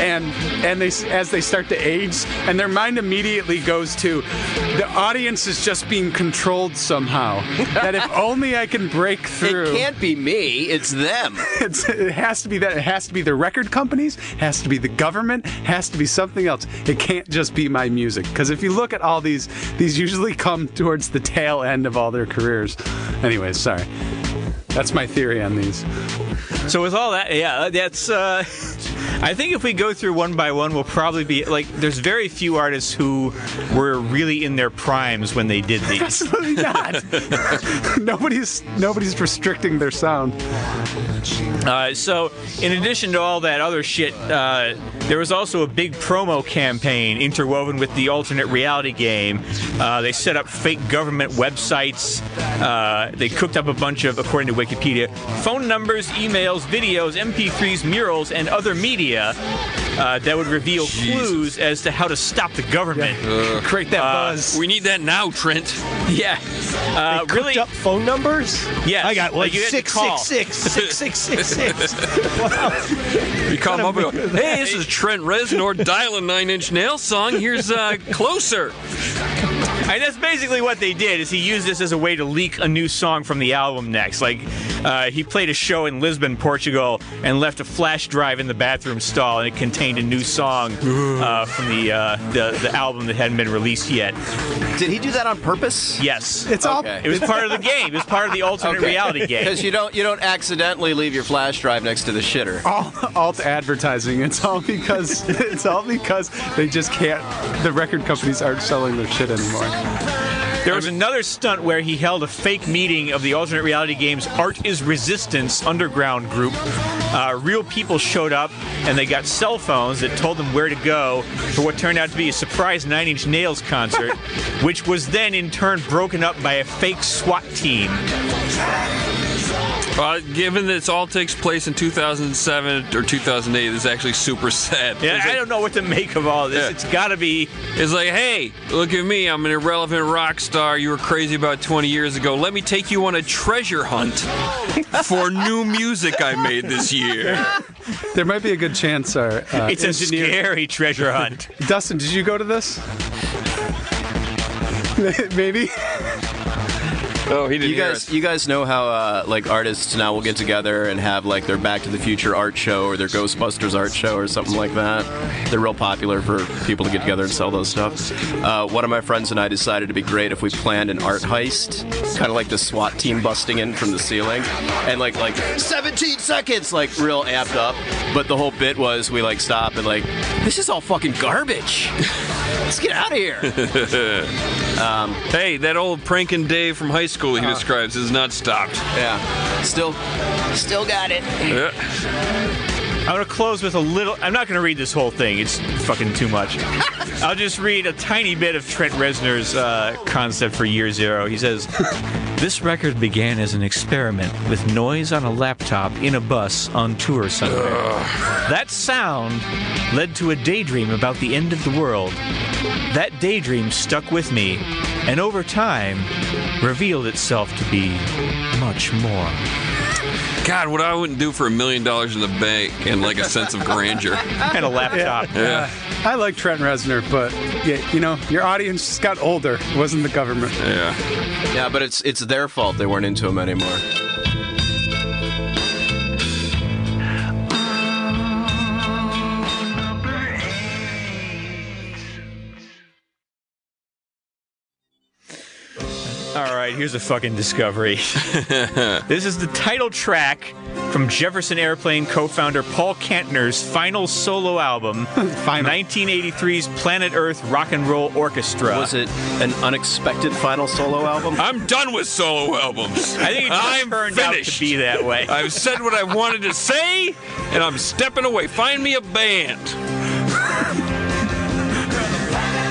Speaker 6: And and they s- as they start to age, and their mind immediately goes to the audience is just being controlled somehow. that if only I can break through,
Speaker 5: It can't be me, it's them.
Speaker 6: it's, it has to be that. It has to be the record companies. Has to be the government. Has to be something else. It can't just be my music. Because if you look at all these, these usually come towards the tail end of all their careers. Anyways, sorry. That's my theory on these.
Speaker 3: So with all that, yeah, that's. Uh, I think if we go through one by one, we'll probably be like. There's very few artists who were really in their primes when they did these.
Speaker 6: Absolutely not. nobody's nobody's restricting their sound.
Speaker 3: Uh, so, in addition to all that other shit, uh, there was also a big promo campaign interwoven with the alternate reality game. Uh, they set up fake government websites. Uh, they cooked up a bunch of, according to Wikipedia, phone numbers, emails, videos, MP3s, murals, and other media uh, that would reveal
Speaker 4: Jesus.
Speaker 3: clues as to how to stop the government.
Speaker 6: Create that
Speaker 3: Uh,
Speaker 6: buzz.
Speaker 4: We need that now, Trent.
Speaker 3: Yeah, uh,
Speaker 7: Cooked
Speaker 3: really.
Speaker 7: up phone numbers?
Speaker 3: Yes,
Speaker 7: I got
Speaker 3: like
Speaker 7: like,
Speaker 3: you had to
Speaker 7: six,
Speaker 3: call.
Speaker 7: six, six, six, six, six, six. Wow.
Speaker 4: You call him up and go, hey, this is Trent Reznor dialing Nine Inch Nail song. Here's uh, Closer.
Speaker 3: And that's basically what they did. Is he used this as a way to leak a new song from the album next? Like, uh, he played a show in Lisbon, Portugal, and left a flash drive in the bathroom stall, and it contained a new song uh, from the, uh, the the album that hadn't been released yet.
Speaker 8: Did he do that on purpose?
Speaker 3: Yes,
Speaker 6: It's all.
Speaker 8: Okay.
Speaker 3: it was part of the game. It was part of the alternate
Speaker 8: Okay.
Speaker 3: reality game.
Speaker 8: Because you don't you don't accidentally leave your flash drive next to the shitter.
Speaker 6: All alt advertising. It's all because it's all because they just can't. The record companies aren't selling their shit anymore.
Speaker 3: There was another stunt where he held a fake meeting of the alternate reality game's Art is Resistance underground group. Uh, real people showed up and they got cell phones that told them where to go for what turned out to be a surprise Nine Inch Nails concert, which was then in turn broken up by a fake SWAT team.
Speaker 4: Uh, given that this all takes place in 2007 or 2008, this is actually super sad.
Speaker 3: Yeah,
Speaker 4: It's
Speaker 3: I
Speaker 4: like-
Speaker 3: don't know what to make of all this.
Speaker 4: Yeah.
Speaker 3: It's got to be
Speaker 4: It's like, hey, look at me. I'm an irrelevant rock star you were crazy about 20 years ago. Let me take you on a treasure hunt for new music I made this year.
Speaker 6: There might be a good chance. Our uh,
Speaker 3: it's a
Speaker 6: engineer-
Speaker 3: scary treasure hunt.
Speaker 6: Dustin, did you go to this? Maybe.
Speaker 4: Oh, he didn't
Speaker 8: You guys, you guys know how uh, like artists now will get together and have like their Back to the Future art show or their Ghostbusters art show or something like that. They're real popular for people to get together and sell those stuff. Uh, one of my friends and I decided it'd be great if we planned an art heist, kind of like the SWAT team busting in from the ceiling, and like like 17 seconds, like real amped up. But the whole bit was we like stop and like this is all fucking garbage. Let's get out of here.
Speaker 4: Hey, that old pranking Dave from high school
Speaker 3: Uh-huh.
Speaker 4: he describes is not stopped.
Speaker 8: yeah, still, still got it.
Speaker 4: Yeah.
Speaker 3: I'm gonna close with a little. I'm not gonna read this whole thing. It's fucking too much. I'll just read a tiny bit of Trent Reznor's uh, concept for Year Zero. He says, "This record began as an experiment with noise on a laptop in a bus on tour somewhere. That sound led to a daydream about the end of the world. That daydream stuck with me, and over time, revealed itself to be much more."
Speaker 4: God, what I wouldn't do for a million dollars in the bank and like a sense of grandeur.
Speaker 3: And a laptop.
Speaker 4: Yeah.
Speaker 6: I like Trent Reznor, but yeah, you know, your audience just got older. It wasn't the government.
Speaker 4: Yeah.
Speaker 8: Yeah, but it's it's their fault they weren't into him anymore.
Speaker 3: All right, here's a fucking discovery. this is the title track from Jefferson Airplane co founder Paul Kantner's final solo album,
Speaker 6: Final.
Speaker 3: 1983's Planet Earth Rock and Roll Orchestra.
Speaker 8: Was it an unexpected final solo album?
Speaker 4: I'm done with solo albums.
Speaker 3: I think it just
Speaker 4: I'm
Speaker 3: turned out
Speaker 4: finished. Uh,
Speaker 3: to be that way.
Speaker 4: I've said what I wanted to say, and I'm stepping away. Find me a band.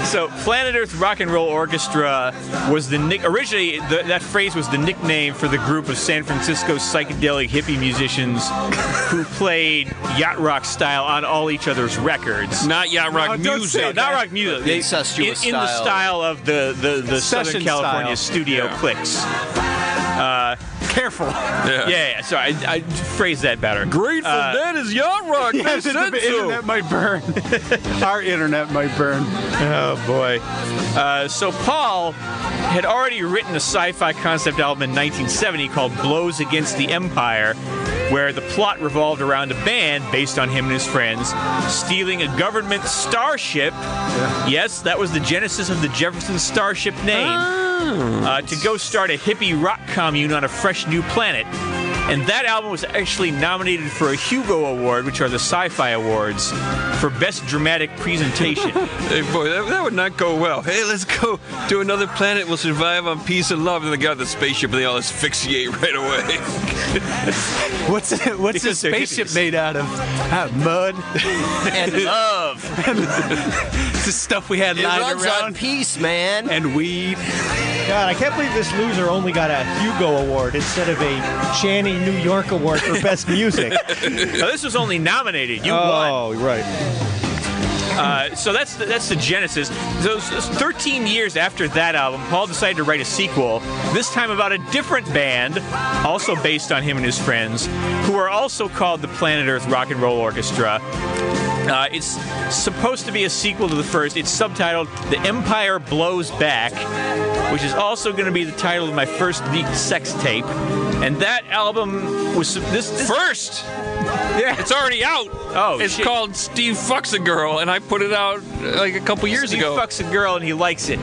Speaker 3: So, Planet Earth Rock and Roll Orchestra was the nick. Originally, the, that phrase was the nickname for the group of San Francisco psychedelic hippie musicians who played yacht rock style on all each other's records.
Speaker 4: Not yacht
Speaker 3: Oh,
Speaker 4: rock
Speaker 3: Uh,
Speaker 6: don't
Speaker 4: music.
Speaker 6: say
Speaker 3: not rock music.
Speaker 8: The incestuous
Speaker 3: in, in the
Speaker 8: style.
Speaker 3: style of the the, the Southern
Speaker 6: Session
Speaker 3: California
Speaker 6: style.
Speaker 3: studio
Speaker 4: Yeah.
Speaker 3: clicks.
Speaker 6: Careful.
Speaker 4: Yeah.
Speaker 3: Yeah, yeah. So I, I phrase that better.
Speaker 4: Grateful
Speaker 3: Uh,
Speaker 4: Dead is yacht rock.
Speaker 6: Yeah,
Speaker 4: they
Speaker 6: the,
Speaker 4: said
Speaker 6: the
Speaker 4: so.
Speaker 6: internet might burn. Our internet might burn.
Speaker 3: Oh boy. Uh, so Paul had already written a sci-fi concept album in 1970 called Blows Against the Empire, where the plot revolved around a band based on him and his friends stealing a government starship. Yes, that was the genesis of the Jefferson Starship name. uh, to go start a hippie rock commune on a fresh new planet. And that album was actually nominated for a Hugo Award, which are the Sci Fi Awards, for Best Dramatic Presentation.
Speaker 4: Hey, boy, that, that would not go well. Hey, let's go to another planet. We'll survive on peace and love. And they got the spaceship, and they all asphyxiate right away.
Speaker 6: What's it, what's
Speaker 3: Because
Speaker 6: this
Speaker 3: they're
Speaker 6: spaceship
Speaker 3: hippies.
Speaker 6: made out of? Out of mud.
Speaker 8: and love.
Speaker 6: It's the stuff we had
Speaker 8: It
Speaker 6: lying
Speaker 8: runs on
Speaker 6: around.
Speaker 8: peace, man.
Speaker 6: and weed.
Speaker 7: God, I can't believe this loser only got a Hugo Award instead of a Channing New York Award for Best Music. Oh,
Speaker 3: now, this was only nominated. You won.
Speaker 7: right.
Speaker 3: Uh, so that's the, that's the genesis. So, s- s- 13 years after that album, Paul decided to write a sequel. This time about a different band, also based on him and his friends, who are also called the Planet Earth Rock and Roll Orchestra. Uh, it's supposed to be a sequel to the first. It's subtitled "The Empire Blows Back," which is also going to be the title of my first deep sex tape. And that album was this. this
Speaker 4: First,
Speaker 3: yeah.
Speaker 4: it's already out.
Speaker 3: Oh,
Speaker 4: it's
Speaker 3: shit.
Speaker 4: called Steve Fucks a Girl, and I put it out uh, like a couple years
Speaker 3: Steve
Speaker 4: ago.
Speaker 3: fucks a girl and he likes it.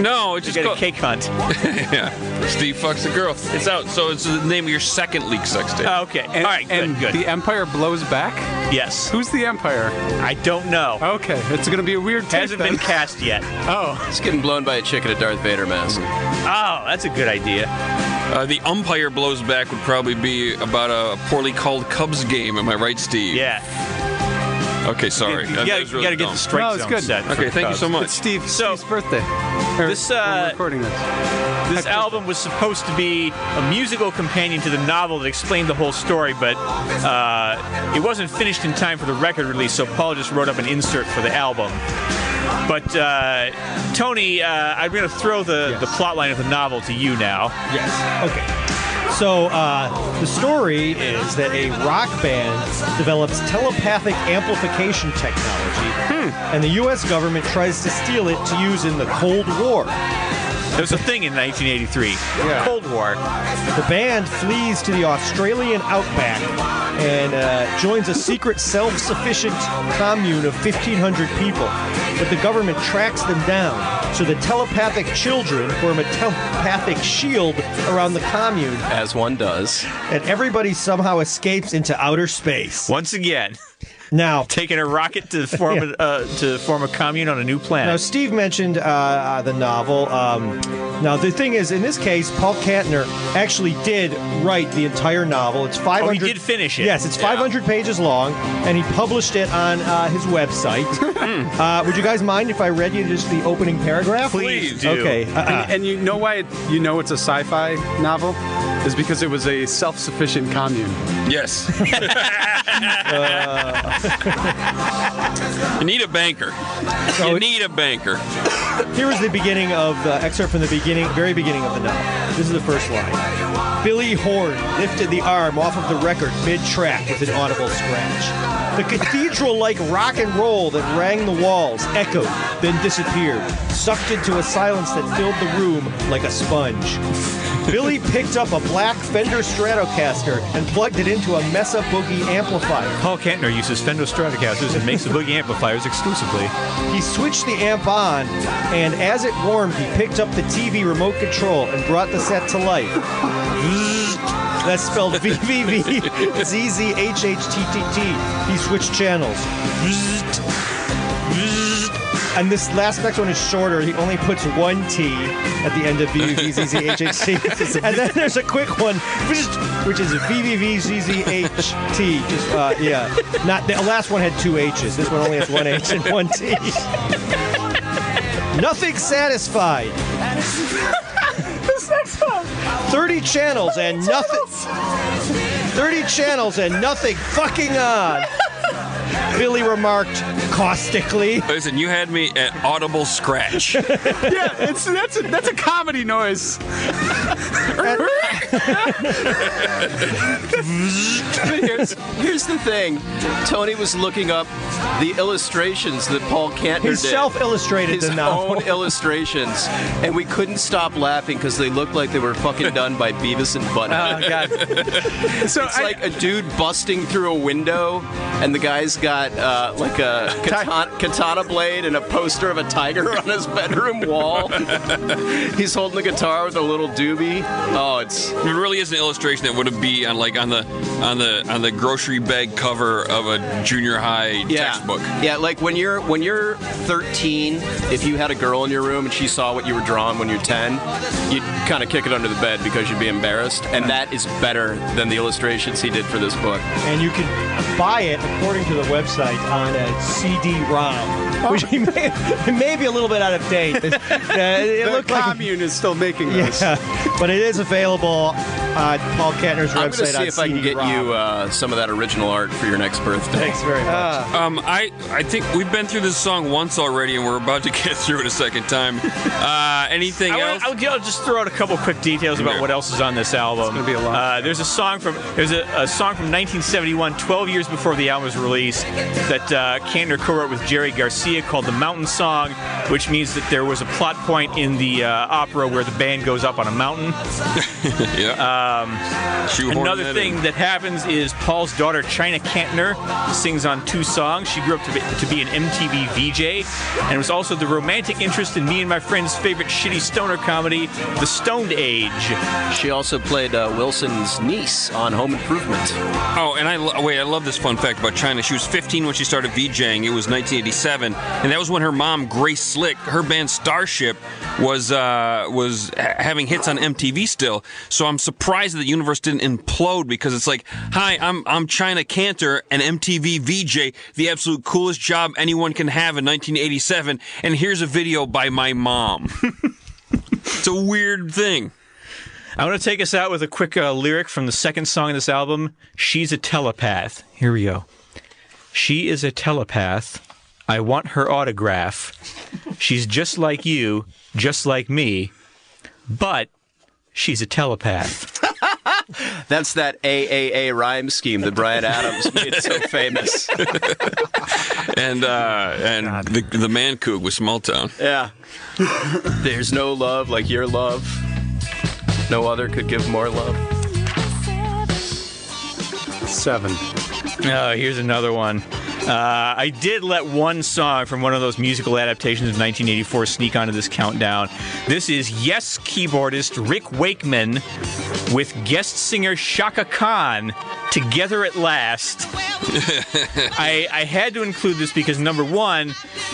Speaker 4: no, it's
Speaker 3: You
Speaker 4: just
Speaker 3: get a
Speaker 4: called-
Speaker 3: cake hunt.
Speaker 4: yeah. Steve Fucks a Girl. It's out. So it's the name of your second leak sex tape.
Speaker 3: Okay. All right. Good.
Speaker 6: Oh, and
Speaker 3: good.
Speaker 6: the Empire blows back.
Speaker 3: yes.
Speaker 6: Who's the Empire?
Speaker 3: I don't know.
Speaker 6: Okay, it's gonna be a weird. tape
Speaker 3: Hasn't
Speaker 6: then.
Speaker 3: been cast yet.
Speaker 6: Oh,
Speaker 8: It's getting blown by a chick in a Darth Vader mask.
Speaker 3: Oh, that's a good idea.
Speaker 4: Uh, the umpire blows back would probably be about a poorly called Cubs game. Am I right, Steve?
Speaker 3: Yeah.
Speaker 4: Okay, sorry.
Speaker 3: You
Speaker 4: That- that
Speaker 3: gotta,
Speaker 4: was
Speaker 3: you
Speaker 4: really
Speaker 3: gotta get
Speaker 4: dumb.
Speaker 3: the strike
Speaker 6: No, it's
Speaker 3: zone
Speaker 6: good.
Speaker 3: set. for
Speaker 4: Okay,
Speaker 3: the
Speaker 4: thank you
Speaker 3: Cubs.
Speaker 4: so much.
Speaker 6: it's Steve.
Speaker 3: So-
Speaker 6: Steve's birthday. Or
Speaker 3: This,
Speaker 6: when
Speaker 3: uh,
Speaker 6: we're recording this.
Speaker 3: This album was supposed to be a musical companion to the novel that explained the whole story, but uh, it wasn't finished in time for the record release, so Paul just wrote up an insert for the album. But uh, Tony, uh, I'm going to throw the, the plot line of the novel to you now.
Speaker 7: Yes. Okay. So uh, the story is that a rock band develops telepathic amplification technology, and the U.S. government tries to steal it to use in the Cold War.
Speaker 3: There was a thing in 1983, Cold War.
Speaker 7: The band flees to the Australian outback and uh, joins a secret self sufficient commune of 1,500 people. But the government tracks them down, so the telepathic children form a telepathic shield around the commune,
Speaker 8: As one does.
Speaker 7: and everybody somehow escapes into outer space.
Speaker 3: Once again,
Speaker 7: Now,
Speaker 3: taking a rocket to form a, uh, to form a commune on a new
Speaker 7: Now,
Speaker 3: planet.
Speaker 7: Steve mentioned uh, uh, the novel. Um, now, the thing is, in this case, Paul Kantner actually did write the entire novel. It's 500.
Speaker 3: Oh, did finish it.
Speaker 7: Yes, it's 500 pages long, and he published it on uh, his website.
Speaker 3: Hmm.
Speaker 7: uh, would you guys mind if I read you just the opening paragraph?
Speaker 3: Please do.
Speaker 7: Okay. Uh, uh,
Speaker 6: And, and you know why it, you know it's a sci-fi novel is because it was a self-sufficient commune.
Speaker 4: Yes. you need a banker.
Speaker 3: Oh,
Speaker 4: You need a banker.
Speaker 7: Here is the beginning of the excerpt from the beginning, very beginning of the novel. This is the first line. Billy Horn lifted the arm off of the record mid-track with an audible scratch. The cathedral-like rock and roll that rang the walls echoed, then disappeared, sucked into a silence that filled the room like a sponge. Billy picked up a black Fender Stratocaster and plugged it into a Mesa Boogie amplifier.
Speaker 3: Paul Kantner uses Fender Stratocasters and makes the boogie amplifiers exclusively.
Speaker 7: He switched the amp on, and as it warmed, he picked up the TV remote control and brought the set to life. That's spelled V V V Z Z H H T T T. He switched channels. And this last next one is shorter. He only puts one T at the end of V V V Z Z H H T. And then there's a quick one, which is V V V Z Z H T. Just uh, yeah, not the last one had two H's. This one only has one H and one T. Nothing satisfied. Thirty channels and nothing. Thirty channels and nothing fucking on. Billy remarked caustically.
Speaker 4: Listen, you had me at audible scratch.
Speaker 6: yeah, it's that's a, that's a comedy noise.
Speaker 8: here's, here's the thing. Tony was looking up the illustrations that Paul Kantner
Speaker 7: He
Speaker 8: did.
Speaker 7: self-illustrated
Speaker 8: his
Speaker 7: the novel.
Speaker 8: own illustrations, and we couldn't stop laughing because they looked like they were fucking done by Beavis and Butthead.
Speaker 6: So
Speaker 8: it's
Speaker 6: I,
Speaker 8: like a dude busting through a window, and the guy's got uh, like a katana, katana blade and a poster of a tiger on his bedroom wall. He's holding the guitar with a little doobie. Oh, it's
Speaker 4: It really is an illustration that would be on like on the on the on the grocery bag cover of a junior high textbook.
Speaker 8: Yeah, like when you're when you're 13, if you had a girl in your room and she saw what you were drawing when you're 10, you'd kind of kick it under the bed because you'd be embarrassed, and that is better than the illustrations he did for this book.
Speaker 7: and you can buy it according to the website on uh, a
Speaker 8: Oh.
Speaker 7: CD-ROM, which it may, it may be a little bit out of date. Uh, it
Speaker 6: the
Speaker 7: looked like
Speaker 6: commune is still making those.
Speaker 7: yeah, but it is available uh, Paul Kettner's
Speaker 8: I'm gonna
Speaker 7: website
Speaker 8: see
Speaker 7: on
Speaker 8: if I can
Speaker 7: CD
Speaker 8: get
Speaker 7: ROM.
Speaker 8: you uh, some of that original art for your next birthday.
Speaker 7: Thanks very much.
Speaker 8: Ah.
Speaker 4: Um, I, I think we've been through this song once already, and we're about to get through it a second time. Uh, anything
Speaker 3: I wanna-
Speaker 4: else?
Speaker 3: I'll, I'll just throw out a couple quick details about
Speaker 4: Okay.
Speaker 3: what else is on this album.
Speaker 6: gonna be a lot.
Speaker 3: Uh, there's a song from there's a, a song from 1971, 12 years before the album was released, that uh, Kander co-wrote with Jerry Garcia called "The Mountain Song," which means that there was a plot point in the uh, opera where the band goes up on a mountain.
Speaker 4: yeah. Um,
Speaker 3: Another thing that happens is Paul's daughter China Kantner sings on two songs. She grew up to be, to be an MTV VJ and was also the romantic interest in me and my friend's favorite shitty stoner comedy, The Stoned Age.
Speaker 5: She also played uh, Wilson's niece on Home Improvement.
Speaker 4: Oh, and I lo- wait. I love this fun fact about China. She was 15 when she started VJing. It was 1987, and that was when her mom, Grace Slick, her band Starship, was uh, was ha- having hits on MTV still. So I'm surprised that the universe didn't implode because it's like, hi, I'm I'm China Cantor, an MTV VJ, the absolute coolest job anyone can have in 1987, and here's a video by my mom. it's a weird thing.
Speaker 3: I want to take us out with a quick uh, lyric from the second song in this album. She's a telepath. Here we go. She is a telepath. I want her autograph. She's just like you, just like me, but she's a telepath.
Speaker 8: That's that AAA rhyme scheme that Brian Adams made so famous.
Speaker 4: And uh, and the the man coog with Smalltown.
Speaker 8: Yeah. There's no love like your love. No other could give more love.
Speaker 6: Seven.
Speaker 3: Oh, here's another one. Uh, I did let one song from one of those musical adaptations of 1984 sneak onto this countdown. This is Yes keyboardist Rick Wakeman with guest singer Shaka Khan together at last. I, I had to include this because number one,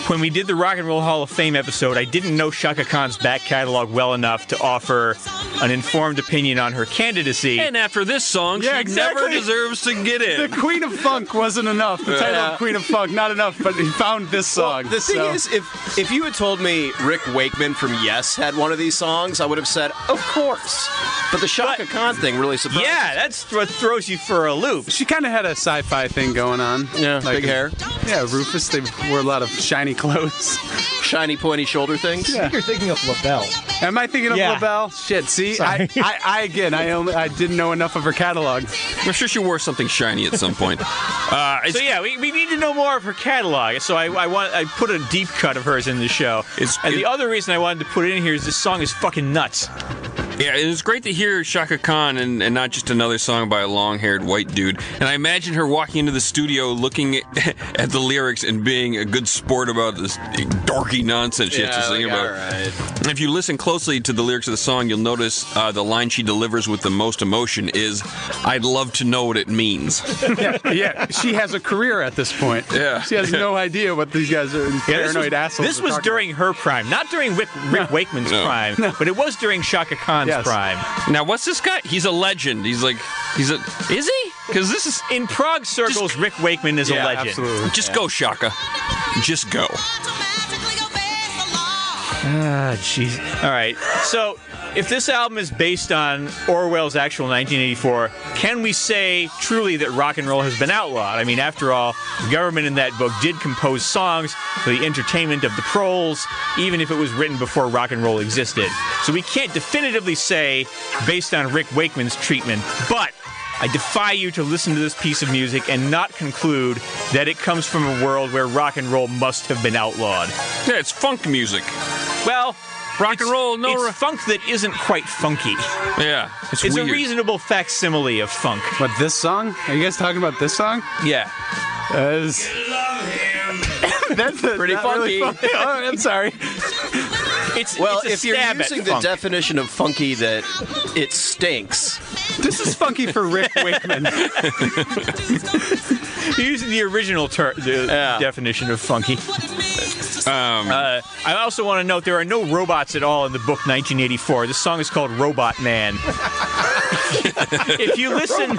Speaker 3: when we did the Rock and Roll Hall of Fame episode, I didn't know Shaka Khan's back catalog well enough to offer an informed opinion on her candidacy.
Speaker 4: And after this song,
Speaker 6: Yeah,
Speaker 4: she
Speaker 6: exactly.
Speaker 4: never deserves to get
Speaker 6: The
Speaker 4: in.
Speaker 6: Queen of Funk wasn't enough. The title
Speaker 8: Yeah.
Speaker 6: of Queen of Funk, not enough, but he found this song.
Speaker 8: The thing
Speaker 6: so-
Speaker 8: is, if if you had told me Rick Wakeman from Yes had one of these songs, I would have said, "Of course." But the Shaka
Speaker 3: But-
Speaker 8: Khan thing really surprised.
Speaker 3: yeah, that's what throws you for a loop.
Speaker 6: she kind of had a sci-fi thing going on.
Speaker 8: Yeah, big hair.
Speaker 6: Yeah, Rufus. They wore a lot of shiny clothes.
Speaker 8: Shiny, pointy shoulder things.
Speaker 7: I think you're thinking of LaBelle.
Speaker 6: Am I thinking of
Speaker 7: Yeah.
Speaker 6: LaBelle? Shit. See, I,
Speaker 7: Sorry.
Speaker 6: I, I again, I only, I didn't know enough of her catalog.
Speaker 4: I'm sure she wore something shiny at some point. Uh, it's,
Speaker 3: So yeah, we, we need to know more of her catalog. So I, I want I put a deep cut of hers in the show.
Speaker 4: It's-
Speaker 3: and
Speaker 4: it-
Speaker 3: the other reason I wanted to put it in here is this song is fucking nuts.
Speaker 4: yeah, it was great to hear Shaka Khan and, and not just another song by a long-haired white dude. And I imagine her walking into the studio, looking at the lyrics and being a good sport about this dorky nonsense she has to
Speaker 8: like,
Speaker 4: sing about.
Speaker 8: all right.
Speaker 4: If you listen closely to the lyrics of the song, you'll notice uh, the line she delivers with the most emotion is, "I'd love to know what it means."
Speaker 6: yeah, she has a career at this point.
Speaker 4: Yeah.
Speaker 6: she has no idea what these guys are
Speaker 3: this
Speaker 6: paranoid
Speaker 3: was,
Speaker 6: assholes.
Speaker 3: this
Speaker 6: are
Speaker 3: was
Speaker 6: talking
Speaker 3: during her prime, not during Rick, Rick Wakeman's prime, but it was during Shaka Khan's
Speaker 6: Yes.
Speaker 3: prime.
Speaker 4: Now, what's this guy? He's a legend. He's like, he's a, is he? Because this is,
Speaker 3: In Prague circles, Rick Wakeman is
Speaker 6: about.
Speaker 3: a
Speaker 6: Yeah,
Speaker 3: legend.
Speaker 6: absolutely.
Speaker 4: just go, Shaka. Just go.
Speaker 3: Ah, jeez. All right. So, if this album is based on Orwell's actual 1984, can we say truly that rock and roll has been outlawed? I mean, after all, the government in that book did compose songs for the entertainment of the proles, even if it was written before rock and roll existed. So, we can't definitively say based on Rick Wakeman's treatment, but. I defy you to listen to this piece of music and not conclude that it comes from a world where rock and roll must have been outlawed.
Speaker 4: Yeah, it's funk music.
Speaker 3: Well,
Speaker 4: Rock
Speaker 3: it's-
Speaker 4: and roll, no
Speaker 3: it's
Speaker 4: ro-
Speaker 3: funk that isn't quite funky.
Speaker 4: Yeah, it's,
Speaker 3: It's
Speaker 4: weird.
Speaker 3: a reasonable facsimile of funk.
Speaker 6: But this song? Are you guys talking about this song?
Speaker 3: Yeah.
Speaker 6: Uh, is- that's a,
Speaker 8: Pretty
Speaker 6: not
Speaker 8: funky.
Speaker 6: really funky. Oh, I'm sorry.
Speaker 3: It's
Speaker 8: Well,
Speaker 3: it's a
Speaker 8: if you're
Speaker 3: stab
Speaker 8: using
Speaker 3: at
Speaker 8: the
Speaker 3: funk.
Speaker 8: definition of funky that it stinks,
Speaker 6: This is funky for Rick Wakeman.
Speaker 3: you're using the original ter- the definition of funky.
Speaker 4: Um,
Speaker 3: Uh, I also want to note there are no robots at all in the book 1984. This song is called Robot Man. if you listen,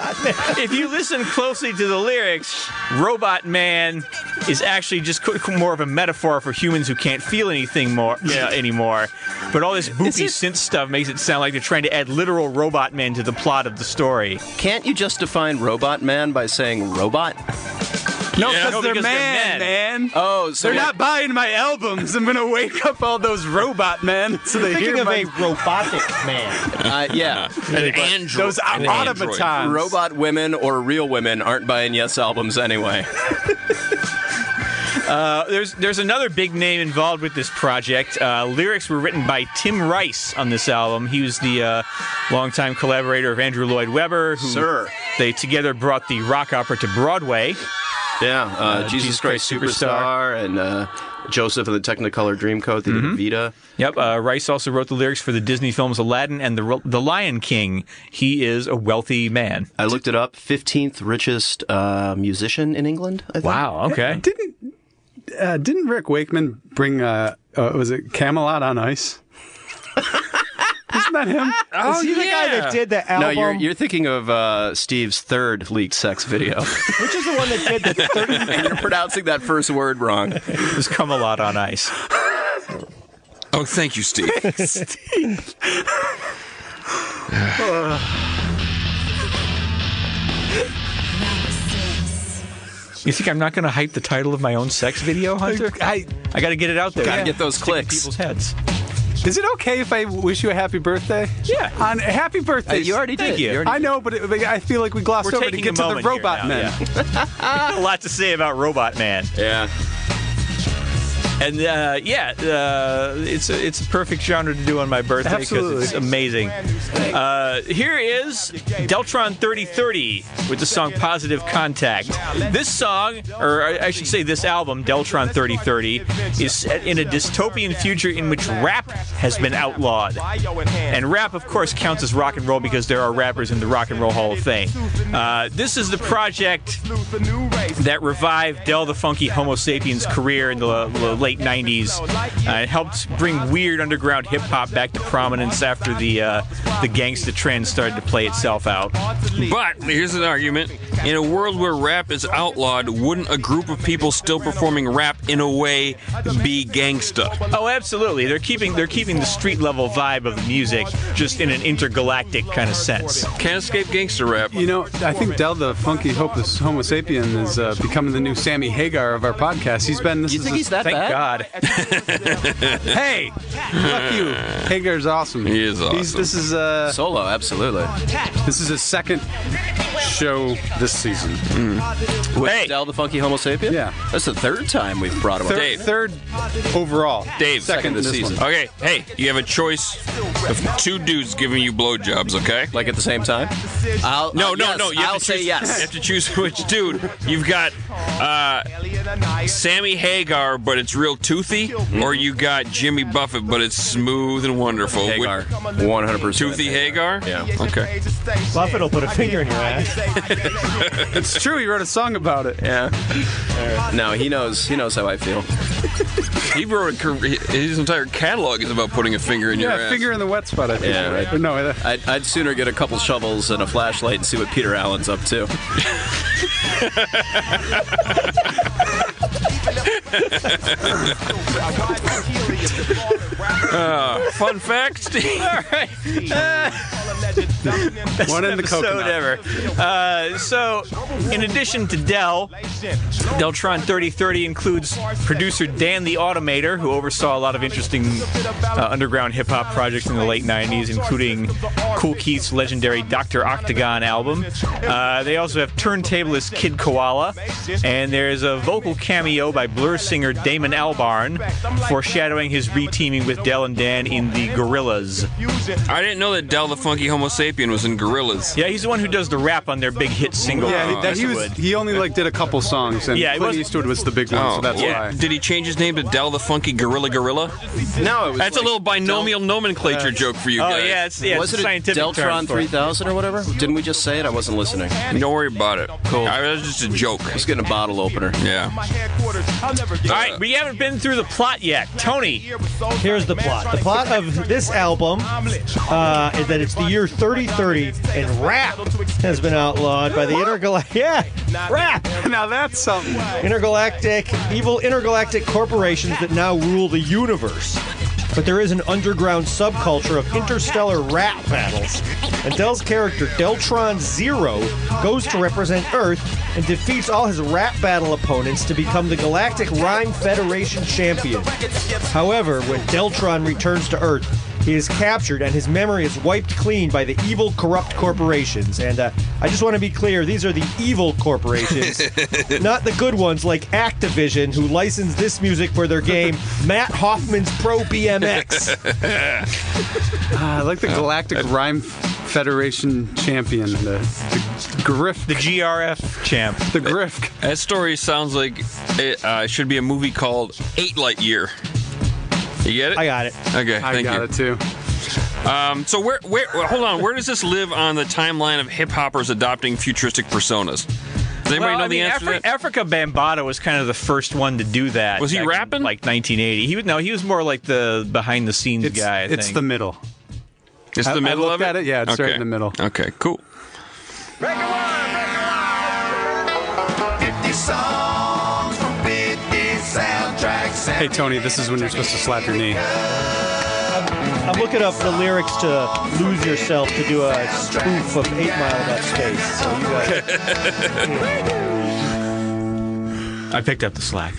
Speaker 3: if you listen closely to the lyrics, Robot Man is actually just qu- qu- more of a metaphor for humans who can't feel anything more yeah, anymore. But all this boopy synth stuff makes it sound like they're trying to add literal Robot Man to the plot of the story.
Speaker 8: Can't you just define Robot Man by saying robot?
Speaker 6: No,
Speaker 4: Yeah.
Speaker 6: because
Speaker 4: No,
Speaker 6: they're
Speaker 3: because they're
Speaker 6: man, man.
Speaker 8: Oh, so
Speaker 6: They're not buying my albums. I'm gonna wake up all those robot men so they
Speaker 7: Thinking
Speaker 6: hear
Speaker 7: of
Speaker 6: my
Speaker 7: a robotic man.
Speaker 8: Uh, yeah,
Speaker 4: An android.
Speaker 6: those
Speaker 4: An android.
Speaker 6: automatons.
Speaker 8: robot women or real women aren't buying Yes albums anyway.
Speaker 3: there's there's another big name involved with this project. Uh, lyrics were written by Tim Rice on this album. He was the uh, longtime collaborator of Andrew Lloyd Webber, who
Speaker 8: Sir.
Speaker 3: they together brought the rock opera to Broadway.
Speaker 8: Yeah, uh, Jesus,
Speaker 3: Jesus
Speaker 8: Christ,
Speaker 3: Christ
Speaker 8: Superstar, and uh, Joseph and the Technicolor Dreamcoat, the Vita.
Speaker 3: Yep, uh, Rice also wrote the lyrics for the Disney films Aladdin and the Ro- the Lion King. He is a wealthy man.
Speaker 8: I looked it up. Fifteenth richest uh, musician in England. I think.
Speaker 3: Okay.
Speaker 6: Didn't uh, didn't Rick Wakeman bring uh, uh was it Camelot on Ice? Isn't that him?
Speaker 4: Oh,
Speaker 7: Is he the guy
Speaker 4: yeah.
Speaker 7: that did the album?
Speaker 8: No, you're you're thinking of uh, Steve's third leaked sex video.
Speaker 7: Which is the one that did the 30
Speaker 8: you're pronouncing that first word wrong.
Speaker 3: It was Come a Lot on Ice.
Speaker 4: Oh, thank you, Steve.
Speaker 3: You think I'm not going to hype the title of my own sex video, Hunter? I I got to get it out there.
Speaker 8: Gotta get those
Speaker 3: Stick in
Speaker 8: clicks.
Speaker 3: people's heads.
Speaker 6: Is it okay if I wish you a happy birthday?
Speaker 3: Yeah.
Speaker 6: On happy birthday.
Speaker 8: you already
Speaker 3: Thank
Speaker 8: did.
Speaker 3: you.
Speaker 8: You already
Speaker 6: I know, but, it, but I feel like we glossed
Speaker 3: We're
Speaker 6: over to
Speaker 3: taking
Speaker 6: get
Speaker 3: a
Speaker 6: to the
Speaker 3: moment here now,
Speaker 6: robot men.
Speaker 3: a lot to say about Robot Man.
Speaker 8: Yeah.
Speaker 3: And uh, yeah, uh, it's a, it's a perfect genre to do on my birthday because
Speaker 6: Absolutely.
Speaker 3: it's amazing. Uh, here is Deltron 3030 with the song Positive Contact. This song, or I I should say this album, Deltron 3030, is set in a dystopian future in which rap has been outlawed. And rap, of course, counts as rock and roll because there are rappers in the Rock and Roll Hall of Fame. Uh, this is the project that revived Del the Funky Homo Sapiens' career in the l- l- late 90s. Uh, it helped bring weird underground hip hop back to prominence after the uh, the gangsta trend started to play itself out.
Speaker 4: But here's an argument: in a world where rap is outlawed, wouldn't a group of people still performing rap in a way be gangsta?
Speaker 3: Oh, absolutely! They're keeping they're keeping the street level vibe of the music, just in an intergalactic kind of sense.
Speaker 4: Can't escape gangster rap.
Speaker 6: You know, I think Del the Funky Hopeless Homo Sapien is uh, becoming the new Sammy Hagar of our podcast. He's been this
Speaker 8: You
Speaker 6: is
Speaker 8: think
Speaker 6: his-
Speaker 8: he's that
Speaker 3: Thank
Speaker 8: bad?
Speaker 3: God. hey,
Speaker 6: Fuck you. Hagar's awesome.
Speaker 4: He is
Speaker 6: He's,
Speaker 4: awesome.
Speaker 6: this is uh,
Speaker 8: Solo, absolutely.
Speaker 6: this is his second show this season.
Speaker 3: hey,
Speaker 8: Del the Funky Homo Sapien.
Speaker 6: Yeah.
Speaker 8: that's the third time we've brought him. up.
Speaker 6: Third,
Speaker 4: Dave.
Speaker 6: third overall.
Speaker 4: Dave,
Speaker 8: second this
Speaker 6: this
Speaker 8: season.
Speaker 4: Okay, hey, you have a choice of two dudes giving you blowjobs. Okay.
Speaker 8: Like at the same time? I'll,
Speaker 4: No,
Speaker 8: I'll-
Speaker 4: no,
Speaker 8: Uh, yes,
Speaker 4: no. You have
Speaker 8: I'll
Speaker 4: to
Speaker 8: say
Speaker 4: choose- You
Speaker 8: yes.
Speaker 4: have to choose which dude. You've got uh, Sammy Hagar, but it's real toothy, or you got Jimmy Buffett, but it's smooth and wonderful. Which-
Speaker 8: Hagar, 100%.
Speaker 4: Toothy Hagar?
Speaker 8: Yeah.
Speaker 4: Okay.
Speaker 7: Buffett will put a finger in your ass.
Speaker 6: It's true. He wrote a song about it.
Speaker 8: Yeah. No, he knows. He knows how I feel.
Speaker 4: He wrote a, car- his entire catalog is about putting a finger in your
Speaker 6: Yeah,
Speaker 4: ass.
Speaker 6: finger in the wet spot. I think.
Speaker 8: Yeah, right.
Speaker 6: Or No, I-
Speaker 8: I'd, I'd sooner get a couple shovels and a flashlight and see what Peter Allen's up to.
Speaker 4: Uh, Fun fact, Steve. All right.
Speaker 6: one in the
Speaker 3: episode
Speaker 6: coconut.
Speaker 3: ever. Uh, so, in addition to Dell, Deltron 3030 includes producer Dan the Automator, who oversaw a lot of interesting uh, underground hip hop projects in the late 90s, including Cool Keith's legendary Dr. Octagon album. Uh, they also have turntablist Kid Koala, and there's a vocal cameo by Blur singer Damon Albarn, foreshadowing his reteaming with Dell and Dan in the Gorillas.
Speaker 4: I didn't know that Del the Funky Homo Sapien was in Gorillas.
Speaker 3: Yeah, he's the one who does the rap on their big hit single.
Speaker 6: Yeah,
Speaker 4: Oh,
Speaker 6: that he was.
Speaker 3: Eastwood.
Speaker 6: He only like did a couple songs, and
Speaker 3: Yeah, it
Speaker 6: Clint
Speaker 3: wasn't-
Speaker 6: Eastwood was the big one, so Oh, that's
Speaker 4: Oh, yeah.
Speaker 6: why.
Speaker 4: Did he change his name to Del the Funky Gorilla Gorilla?
Speaker 8: No, it was.
Speaker 4: That's a little binomial nomenclature joke for you
Speaker 3: Oh
Speaker 4: guys.
Speaker 3: yeah, it's yeah,
Speaker 8: was it
Speaker 3: it's a scientific
Speaker 8: Deltron
Speaker 3: term for it.
Speaker 8: 3000 or whatever? Didn't we just say it? I wasn't listening. I
Speaker 4: Don't worry about it. Cool. I, that was just a joke.
Speaker 8: was getting a bottle opener.
Speaker 4: Yeah.
Speaker 3: All right, we haven't been through the plot yet, Tony.
Speaker 7: Here's the plot. The plot of this album uh, is that it's the year 3030, and rap has been outlawed by the intergalactic. Yeah, rap.
Speaker 6: Now that's something.
Speaker 7: Intergalactic, evil intergalactic corporations that now rule the universe. But there is an underground subculture of interstellar rap battles. And Dell's character, Deltron Zero, goes to represent Earth and defeats all his rap battle opponents to become the Galactic Rhyme Federation champion. However, when Deltron returns to Earth, he is captured and his memory is wiped clean by the evil, corrupt corporations. And uh, I just want to be clear these are the evil corporations, not the good ones like Activision, who licensed this music for their game, Matt Hoffman's Pro BMX.
Speaker 6: I like the Galactic Rhyme Federation champion, the, the Griff,
Speaker 3: The GRF champ.
Speaker 6: the Griff.
Speaker 4: That story sounds like it uh, should be a movie called Eight Light Year. You get it?
Speaker 7: I got it.
Speaker 4: Okay,
Speaker 6: I
Speaker 4: thank
Speaker 6: got
Speaker 4: you.
Speaker 6: it too.
Speaker 4: Um, so where, where, well, hold on, where does this live on the timeline of hip hoppers adopting futuristic personas? Does anybody
Speaker 3: Well,
Speaker 4: know
Speaker 3: I
Speaker 4: the
Speaker 3: mean,
Speaker 4: answer
Speaker 3: Afri-
Speaker 4: to that?
Speaker 3: Africa Bambaataa was kind of the first one to do that.
Speaker 4: Was he
Speaker 3: back in,
Speaker 4: rapping?
Speaker 3: Like 1980. He was no, he was more like the behind the scenes
Speaker 6: It's,
Speaker 3: guy. I
Speaker 6: it's
Speaker 3: think.
Speaker 6: the middle.
Speaker 4: It's
Speaker 6: I-
Speaker 4: the
Speaker 6: I
Speaker 4: middle
Speaker 6: looked
Speaker 4: of it?
Speaker 6: at it, yeah, it's
Speaker 4: okay.
Speaker 6: right in the middle.
Speaker 4: Okay, cool.
Speaker 6: Hey Tony, this is when you're supposed to slap your knee.
Speaker 7: I'm looking up the lyrics to Lose Yourself to do a spoof of 8 Mile About Space. So you guys,
Speaker 3: I picked up the slack.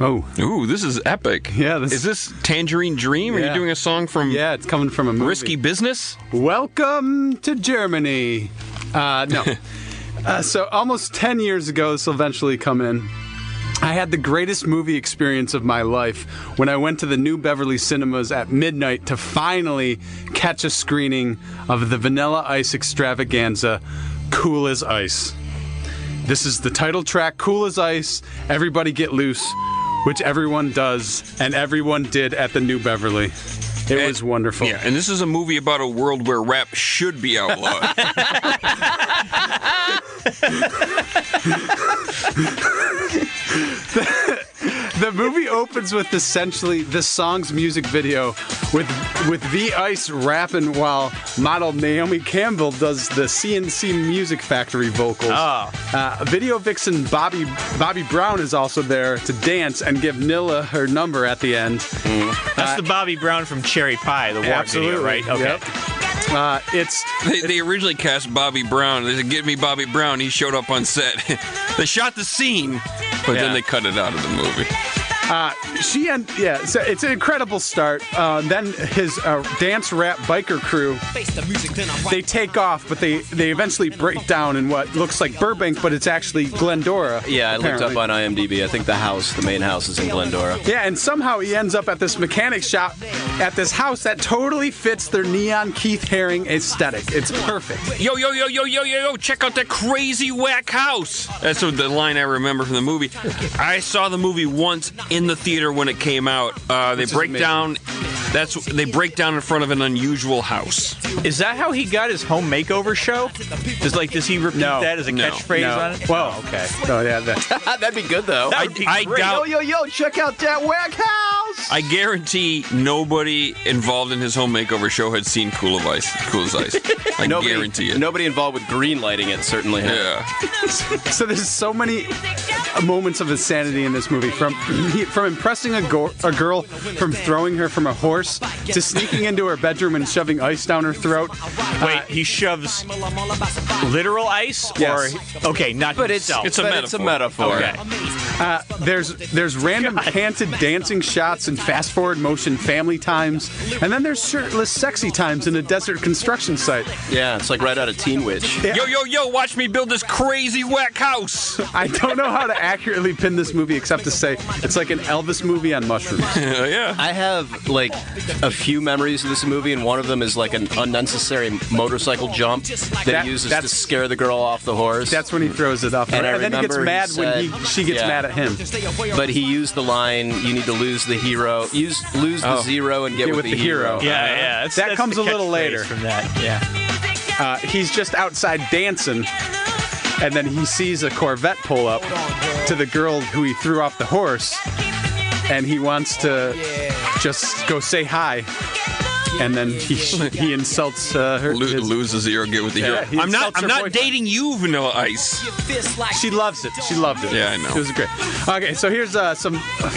Speaker 6: Oh,
Speaker 4: Ooh, this is epic.
Speaker 6: Yeah, this-
Speaker 4: is this Tangerine Dream? Are you
Speaker 6: Yeah.
Speaker 4: doing a song from
Speaker 6: yeah, it's coming from a movie.
Speaker 4: Risky Business?
Speaker 6: Welcome to Germany. Uh, no. uh, so, almost 10 years ago, this will eventually come in. I had the greatest movie experience of my life when I went to the New Beverly Cinemas at midnight to finally catch a screening of the Vanilla Ice extravaganza, Cool as Ice. This is the title track, Cool as Ice, Everybody Get Loose, which everyone does, and everyone did at the New Beverly. It
Speaker 4: And-
Speaker 6: was wonderful.
Speaker 4: Yeah, and this is a movie about a world where rap should be outlawed.
Speaker 6: The movie opens with essentially the song's music video with with V Ice rapping while model Naomi Campbell does the CNC Music Factory vocals.
Speaker 3: Ah.
Speaker 6: Uh, video vixen Bobby Bobby Brown is also there to dance and give Nilla her number at the end.
Speaker 3: That's the Bobby Brown from Cherry Pie, the war video, right? Okay.
Speaker 6: Yep. Uh, it's
Speaker 4: they, they originally cast Bobby Brown. They said, "Give me Bobby Brown." He showed up on set. they shot the scene, but
Speaker 3: Yeah.
Speaker 4: then they cut it out of the movie.
Speaker 6: she and yeah, so it's an incredible start. Uh, then his uh, dance rap biker crew they take off, but they they eventually break down in what looks like Burbank, but it's actually Glendora.
Speaker 8: Yeah, I looked up
Speaker 6: apparently.
Speaker 8: on IMDb. I think the house, the main house, is in Glendora.
Speaker 6: Yeah, and somehow he ends up at this mechanic shop at this house that totally fits their neon Keith Haring aesthetic. It's perfect.
Speaker 4: Yo, yo, yo, yo, yo, yo, yo, check out that crazy whack house. That's what the line I remember from the movie. I saw the movie once in the theater when it came out. Uh, they
Speaker 6: Which is
Speaker 4: break
Speaker 6: amazing.
Speaker 4: down. That's they break down in front of an unusual house.
Speaker 3: Is that how he got his home makeover show? Does like does he repeat
Speaker 6: No.
Speaker 3: that as a
Speaker 4: No.
Speaker 3: catchphrase
Speaker 6: No.
Speaker 3: on it?
Speaker 6: Well-
Speaker 3: Oh, okay.
Speaker 6: Oh yeah, that,
Speaker 8: That'd be good though.
Speaker 3: I, I
Speaker 4: great.
Speaker 3: doubt.
Speaker 8: yo yo! Check out that whack house.
Speaker 4: I guarantee nobody involved in his home makeover show had seen Cool of Ice. Cool as Ice. I
Speaker 8: Nobody,
Speaker 4: guarantee it.
Speaker 8: Nobody involved with green lighting it certainly. has.
Speaker 4: Yeah.
Speaker 6: so there's so many moments of insanity in this movie. From he, from impressing a, go- a girl, from throwing her from a horse, to sneaking into her bedroom and shoving ice down her throat.
Speaker 3: Wait, he shoves literal ice,
Speaker 6: Yes.
Speaker 3: or okay, not
Speaker 8: But it's
Speaker 3: himself.
Speaker 4: It's a
Speaker 8: but It's a
Speaker 4: metaphor.
Speaker 8: metaphor.
Speaker 3: okay.
Speaker 6: Uh, there's there's random panted dancing shots and fast forward motion family times, and then there's shirtless sexy times in a desert construction site.
Speaker 8: Yeah, it's like right out of Teen Witch.
Speaker 4: Yo, yo, yo, watch me build this crazy whack house.
Speaker 6: I don't know how to accurately pin this movie except to say it's like an Elvis movie on mushrooms.
Speaker 4: yeah.
Speaker 8: I have like a few memories of this movie, and one of them is like an unnecessary motorcycle jump that,
Speaker 6: That-
Speaker 8: he uses to
Speaker 6: that's-
Speaker 8: scare the girl off the horse.
Speaker 6: That's when he throws it off,
Speaker 8: And I
Speaker 6: then he gets
Speaker 8: remember he
Speaker 6: mad when he,
Speaker 8: said-
Speaker 6: she gets
Speaker 8: yeah.
Speaker 6: mad at him.
Speaker 8: but he used the line, "You need to lose the hero, use lose the
Speaker 6: Oh.
Speaker 8: zero, and get,
Speaker 6: Get with the hero.
Speaker 3: Yeah, yeah. that's-
Speaker 6: that
Speaker 3: that's
Speaker 6: comes
Speaker 3: the
Speaker 6: a little
Speaker 3: catchphrase
Speaker 6: later.
Speaker 3: from that. Yeah.
Speaker 6: Uh, he's just outside dancing, and then he sees a Corvette pull up to the girl who he threw off the horse, and he wants to just go say hi. and then he he insults uh, her.
Speaker 4: Lo-
Speaker 6: his-
Speaker 4: lose a zero, get with the hero.
Speaker 6: Yeah, he
Speaker 4: I'm not.
Speaker 6: insults
Speaker 4: I'm
Speaker 6: her
Speaker 4: not
Speaker 6: boyfriend.
Speaker 4: dating you, Vanilla Ice.
Speaker 6: She loves it. She loved it.
Speaker 4: Yeah, I know.
Speaker 6: It was great. Okay, so here's uh, some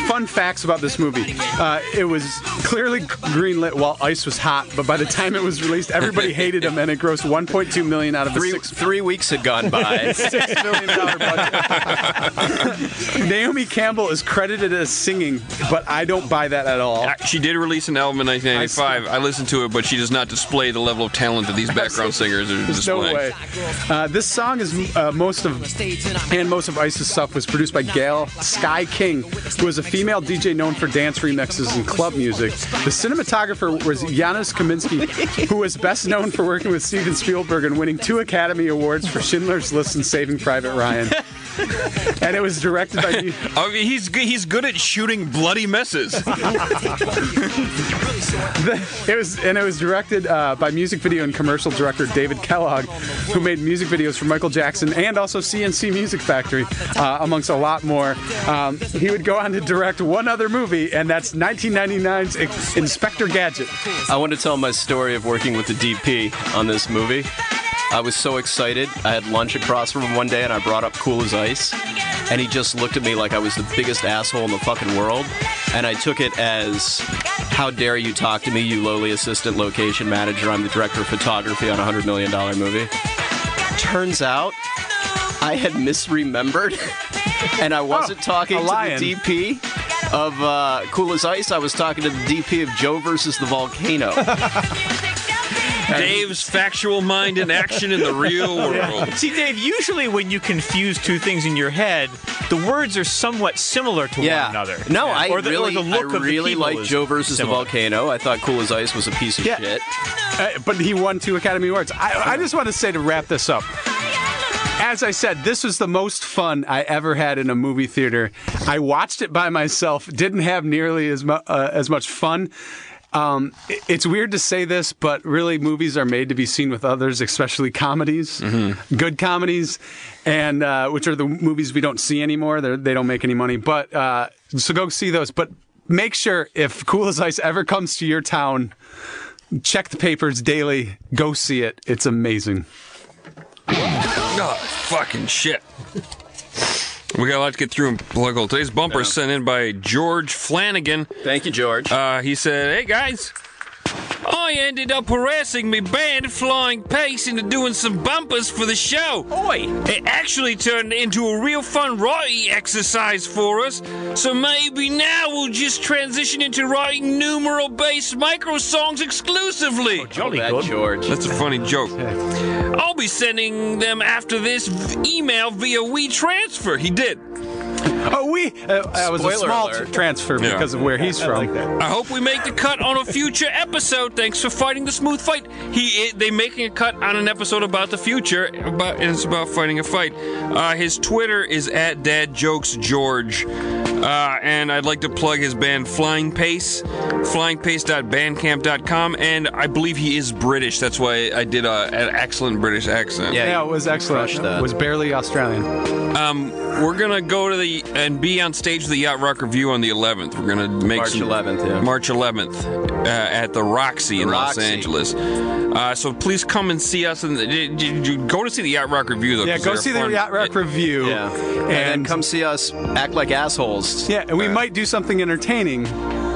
Speaker 6: fun facts about this movie. Uh, it was clearly greenlit while Ice was hot, but by the time it was released, everybody hated him, and it grossed 1.2 million out of a
Speaker 8: Three,
Speaker 6: six
Speaker 8: three weeks had gone by.
Speaker 6: six million dollar budget. Naomi Campbell is credited as singing, but I don't buy that at all.
Speaker 4: Uh, She did release an album in 1995. I, listened to it, but she does not display the level of talent that these background singers are
Speaker 6: There's no
Speaker 4: displaying.
Speaker 6: way. Uh, this song is uh, most of and most of Ice's stuff was produced by Gail Sky King, who is a female DJ known for dance remixes and club music. The cinematographer was Janusz Kaminski, who is best known for working with Steven Spielberg and winning two Academy Awards for Schindler's List and Saving Private Ryan. and it was directed by.
Speaker 4: Oh, he's g- he's good at shooting bloody messes.
Speaker 6: It was and it was directed uh, by music video and commercial director David Kellogg, who made music videos for Michael Jackson and also CNC Music Factory, uh, amongst a lot more. Um, he would go on to direct one other movie, and that's 1999's Ex- Inspector Gadget.
Speaker 8: I want to tell my story of working with the DP on this movie. I was so excited. I had lunch across from him one day and I brought up Cool as Ice. And he just looked at me like I was the biggest asshole in the fucking world. And I took it as, how dare you talk to me, you lowly assistant location manager. I'm the director of photography on a $100 million movie. Turns out I had misremembered and I wasn't
Speaker 6: Oh,
Speaker 8: talking
Speaker 6: a
Speaker 8: to
Speaker 6: lion.
Speaker 8: the DP of uh, Cool as Ice. I was talking to the DP of Joe versus the Volcano.
Speaker 4: Dave's factual mind in action in the real world.
Speaker 3: See, Dave, usually when you confuse two things in your head, the words are somewhat similar to
Speaker 8: yeah.
Speaker 3: one another.
Speaker 8: No,
Speaker 3: Yeah.
Speaker 8: I
Speaker 3: or the, or
Speaker 8: really,
Speaker 3: the look
Speaker 8: I
Speaker 3: of the
Speaker 8: really
Speaker 3: people
Speaker 8: like
Speaker 3: is
Speaker 8: Joe versus
Speaker 3: similar.
Speaker 8: the Volcano. I thought Cool as Ice was a piece of
Speaker 6: Yeah.
Speaker 8: shit.
Speaker 6: Uh, but he won two Academy Awards. I, I just want to say to wrap this up. As I said, this was the most fun I ever had in a movie theater. I watched it by myself. Didn't have nearly as mu- uh, as much fun. Um, i- it's weird to say this, but really, movies are made to be seen with others, especially comedies, good comedies, and uh, which are the movies we don't see anymore. They're, they don't make any money, but uh, so go see those. But make sure if Cool as Ice ever comes to your town, check the papers daily. Go see it. It's amazing.
Speaker 4: God, fucking shit. We got a lot to get through in plug hole. Today's bumper is sent in by George Flanagan.
Speaker 8: Thank you, George.
Speaker 4: Uh, he said, "Hey guys, I ended up harassing me band Flying Pace into doing some bumpers for the show. Oi! It actually turned into a real fun writing exercise for us. So maybe now we'll just transition into writing numeral-based micro songs exclusively."
Speaker 3: Jolly
Speaker 8: That
Speaker 3: good.
Speaker 8: George.
Speaker 4: That's a funny joke. I'll be sending them after this v- email via WeTransfer. He did.
Speaker 6: Oh, we uh, that was a
Speaker 8: Spoiler
Speaker 6: small
Speaker 8: alert.
Speaker 6: transfer
Speaker 4: Yeah.
Speaker 6: because of where he's from.
Speaker 4: I hope we make the cut on a future episode. Thanks for fighting the smooth fight. He i- they making a cut on an episode about the future, about and it's about fighting a fight. Uh, his Twitter is at Dad Jokes George, uh, and I'd like to plug his band Flying Pace, flyingpace.bandcamp.com, and I believe he is British. That's why I did a, an excellent British accent.
Speaker 8: Yeah,
Speaker 6: Yeah,
Speaker 8: you
Speaker 6: it was excellent.
Speaker 8: crushed that.
Speaker 6: It was barely Australian.
Speaker 4: Um, we're gonna go to the and be on stage with the Yacht Rock Review on the 11th. We're gonna make
Speaker 8: March
Speaker 4: some-
Speaker 8: 11th, yeah.
Speaker 4: March 11th uh, at the Roxy in
Speaker 8: Roxy.
Speaker 4: Los Angeles. Uh, so please come and see us and uh, d- d- d- go to see the Yacht Rock Review though.
Speaker 6: Yeah,
Speaker 4: 'cause
Speaker 6: go
Speaker 4: they're
Speaker 6: see
Speaker 4: fun.
Speaker 6: the Yacht Rock
Speaker 4: It-
Speaker 6: review.
Speaker 8: yeah. And,
Speaker 6: and,
Speaker 8: then come see us act like assholes.
Speaker 6: Yeah, and we might do something entertaining.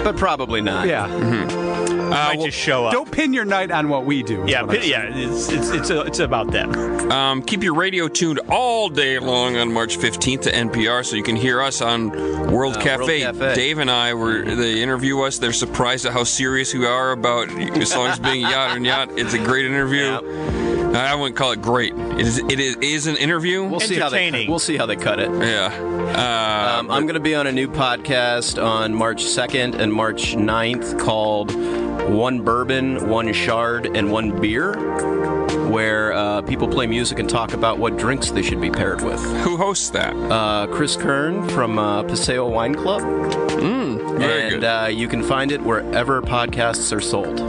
Speaker 8: But probably not.
Speaker 6: Yeah,
Speaker 4: Uh,
Speaker 3: Might just show up.
Speaker 6: don't pin your night on what we do. is
Speaker 3: yeah,
Speaker 6: what I'm
Speaker 3: pi- yeah. It's it's it's, uh it's about that.
Speaker 4: Um, keep your radio tuned all day long on March 15th to NPR so you can hear us on World,
Speaker 8: Uh,
Speaker 4: Cafe.
Speaker 8: World Cafe.
Speaker 4: Dave and I were, they interview us. They're surprised at how serious we are about songs being yacht and yacht. It's a great interview.
Speaker 8: Yeah.
Speaker 4: Uh, I wouldn't call it great. It is, it is, it is an interview.
Speaker 8: We'll see how they
Speaker 3: Entertaining.
Speaker 8: we'll see how they cut it.
Speaker 4: yeah. Uh,
Speaker 8: Um, I'm going to be on a new podcast on March 2nd and March 9th called One Bourbon, One Shard, and One Beer, where uh, people play music and talk about what drinks they should be paired with.
Speaker 4: who hosts that?
Speaker 8: Uh, Chris Kern from uh, Paseo Wine Club.
Speaker 4: Mm, Very
Speaker 8: and
Speaker 4: good.
Speaker 8: Uh, you can find it wherever podcasts are sold.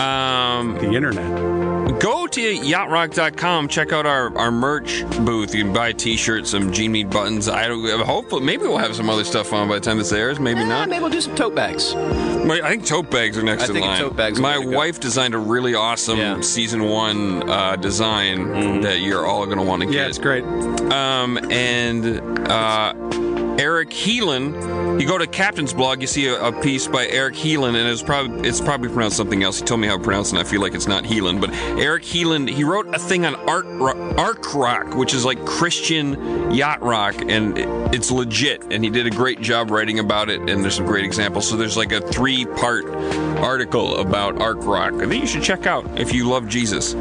Speaker 4: um,
Speaker 6: saying. The internet.
Speaker 4: go to yachtrock.com, check out our, our merch booth. You can buy t shirts, some Gene Mead buttons. I don't, hopefully, maybe we'll have some other stuff on by the time this airs, maybe
Speaker 8: Eh,
Speaker 4: not.
Speaker 8: maybe we'll do some tote bags.
Speaker 4: Wait, I think tote bags are next
Speaker 8: I
Speaker 4: in
Speaker 8: think
Speaker 4: line.
Speaker 8: tote bags are
Speaker 4: My
Speaker 8: the way to go.
Speaker 4: wife designed a really awesome
Speaker 8: Yeah. Mm-hmm.
Speaker 4: season one uh, design that you're all going to want to get.
Speaker 6: Yeah, it's great.
Speaker 4: Um, and uh, Eric Heelan, you go to Captain's blog, you see a, a piece by Eric Heelan, and it's probably it's probably pronounced something else. He told me how to pronounce it, and I feel like it's not Heelan, but Eric Heelan, he wrote a thing on art ro- arc rock, which is like Christian yacht rock, and it- it's legit. And he did a great job writing about it, and there's some great examples. So there's like a three part article about arc rock that you should check out if you love Jesus.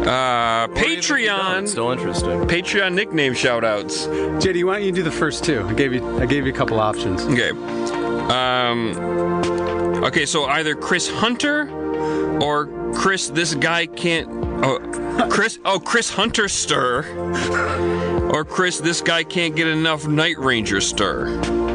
Speaker 4: Uh, Patreon.
Speaker 8: It's still interesting.
Speaker 4: Patreon nickname shoutouts.
Speaker 6: JD, why don't you do the first two? I gave you I gave you a couple options.
Speaker 4: Okay. Um, okay, so either Chris Hunter or Chris, this guy can't. Oh, Chris, oh, Chris Hunter stir. Or Chris, this guy can't get enough Night Ranger stir.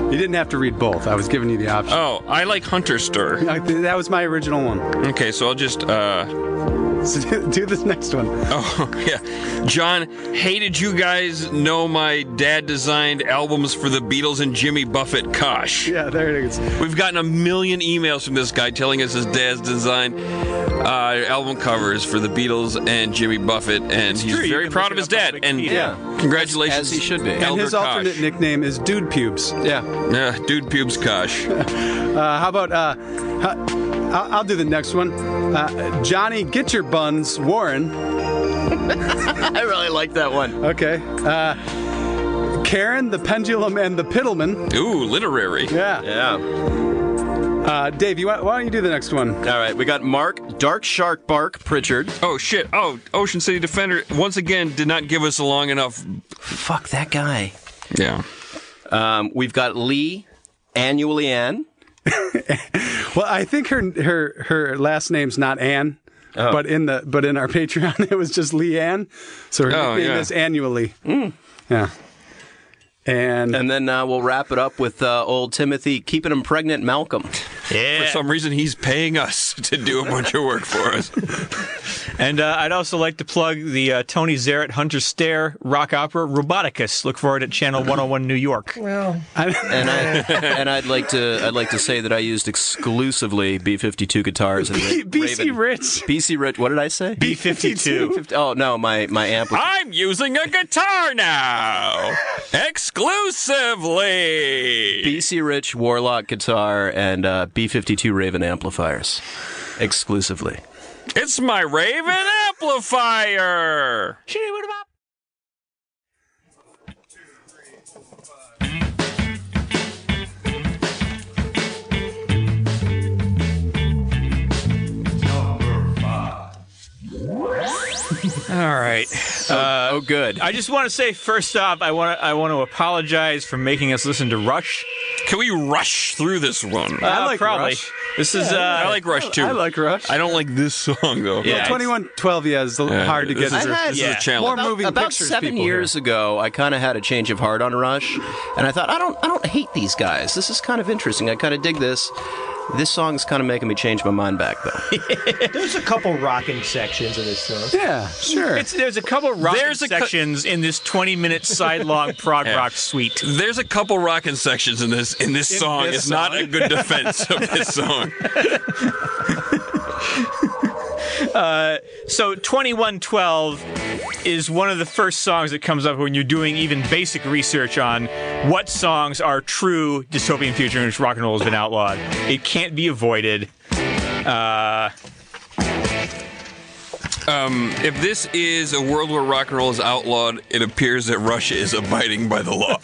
Speaker 6: You didn't have to read both. I was giving you the option.
Speaker 4: Oh, I like Hunter stir.
Speaker 6: Like, th- That was my original one.
Speaker 4: Okay, so I'll just, uh,
Speaker 6: So do- do this next one.
Speaker 4: oh, yeah. John, hey, did you guys know my dad designed albums for the Beatles and Jimmy Buffett? Kosh.
Speaker 6: Yeah, there it is.
Speaker 4: We've gotten a million emails from this guy telling us his dad's design uh, album covers for the Beatles and Jimmy Buffett, and he's
Speaker 3: true, you
Speaker 4: very
Speaker 3: can
Speaker 4: proud
Speaker 3: look
Speaker 4: of
Speaker 3: it
Speaker 4: his
Speaker 3: up on
Speaker 4: dad. And
Speaker 3: Wikipedia.
Speaker 8: Yeah.
Speaker 4: congratulations,
Speaker 8: As he should be. And
Speaker 6: And
Speaker 4: Elder
Speaker 6: his alternate nickname is Dude Pubes.
Speaker 8: Yeah.
Speaker 4: Kosh. Yeah, dude, pubes, Kosh.
Speaker 6: Uh, how about uh, huh, I'll, I'll do the next one. Uh, Johnny, get your buns, Warren.
Speaker 8: I really like that one.
Speaker 6: Okay. Uh, Karen, the pendulum, and the piddleman.
Speaker 4: Ooh, literary.
Speaker 6: Yeah.
Speaker 8: Yeah.
Speaker 6: Uh, Dave, you, why, why don't you do the next one?
Speaker 8: All right, we got Mark Dark Shark Bark Pritchard.
Speaker 4: Oh shit! Oh, Ocean City Defender once again did not give us a long enough.
Speaker 8: Fuck that guy.
Speaker 4: Yeah.
Speaker 8: Um, we've got Lee Annually Ann.
Speaker 6: Well, I think her her her last name's not Ann, but in the but in our Patreon it was just Lee Ann, so her
Speaker 4: Oh,
Speaker 6: nickname
Speaker 4: yeah.
Speaker 6: is annually. Yeah, and,
Speaker 8: And then uh, we'll wrap it up with uh, old Timothy keeping him pregnant, Malcolm.
Speaker 4: For some reason, he's paying us to do a bunch of work for us.
Speaker 3: And uh, I'd also like to plug the uh, Tony Zarrett Hunter Stare rock opera Roboticus. Look for it at Channel 101 New York.
Speaker 7: Well,
Speaker 8: And I and I'd like to I'd like to say that I used exclusively B52 guitars. And Ra-
Speaker 6: BC
Speaker 8: Raven-
Speaker 6: Rich.
Speaker 8: BC Rich. What did I say?
Speaker 3: B52.
Speaker 8: B52. Oh no, my my amp. Was-
Speaker 4: I'm using a guitar now, exclusively.
Speaker 8: BC Rich Warlock guitar and uh, B52 Raven amplifiers, exclusively.
Speaker 4: It's my Raven amplifier.
Speaker 3: All right.
Speaker 6: Uh,
Speaker 8: oh, good.
Speaker 3: I just want to say first off, I want to I want to apologize for making us listen to Rush.
Speaker 4: Can we rush through this one?
Speaker 3: I
Speaker 6: like
Speaker 3: probably.
Speaker 6: Rush.
Speaker 3: This is uh,
Speaker 4: I like Rush too.
Speaker 6: I like Rush.
Speaker 4: I don't like this song though.
Speaker 8: Yeah.
Speaker 6: Twenty one twelve. Yeah, is
Speaker 4: Yeah,
Speaker 6: hard to
Speaker 4: this
Speaker 6: get
Speaker 8: I
Speaker 4: is
Speaker 6: through.
Speaker 8: had-
Speaker 4: This is
Speaker 8: Yeah.
Speaker 4: a challenge.
Speaker 6: More moving
Speaker 8: about
Speaker 6: pictures.
Speaker 8: seven
Speaker 6: people here.
Speaker 8: years ago, I kind of had a change of heart on Rush, and I thought, I don't, I don't hate these guys. This is kind of interesting. I kind of dig this. This song's kind of making me change my mind back, though.
Speaker 7: there's a couple rocking sections of this song.
Speaker 6: Yeah, sure.
Speaker 3: It's, there's a couple rock
Speaker 4: There's a cou-
Speaker 3: sections in this 20 minute side long prog rock suite.
Speaker 4: There's a couple rocking sections in this in this song.
Speaker 6: this
Speaker 4: it's not
Speaker 6: song.
Speaker 4: a good defense of this song.
Speaker 3: So 2112 is one of the first songs that comes up when you're doing even basic research on what songs are true dystopian future in which rock and roll has been outlawed. It can't be avoided.
Speaker 4: If this is a world where rock and roll is outlawed, it appears that Russia is abiding by the law.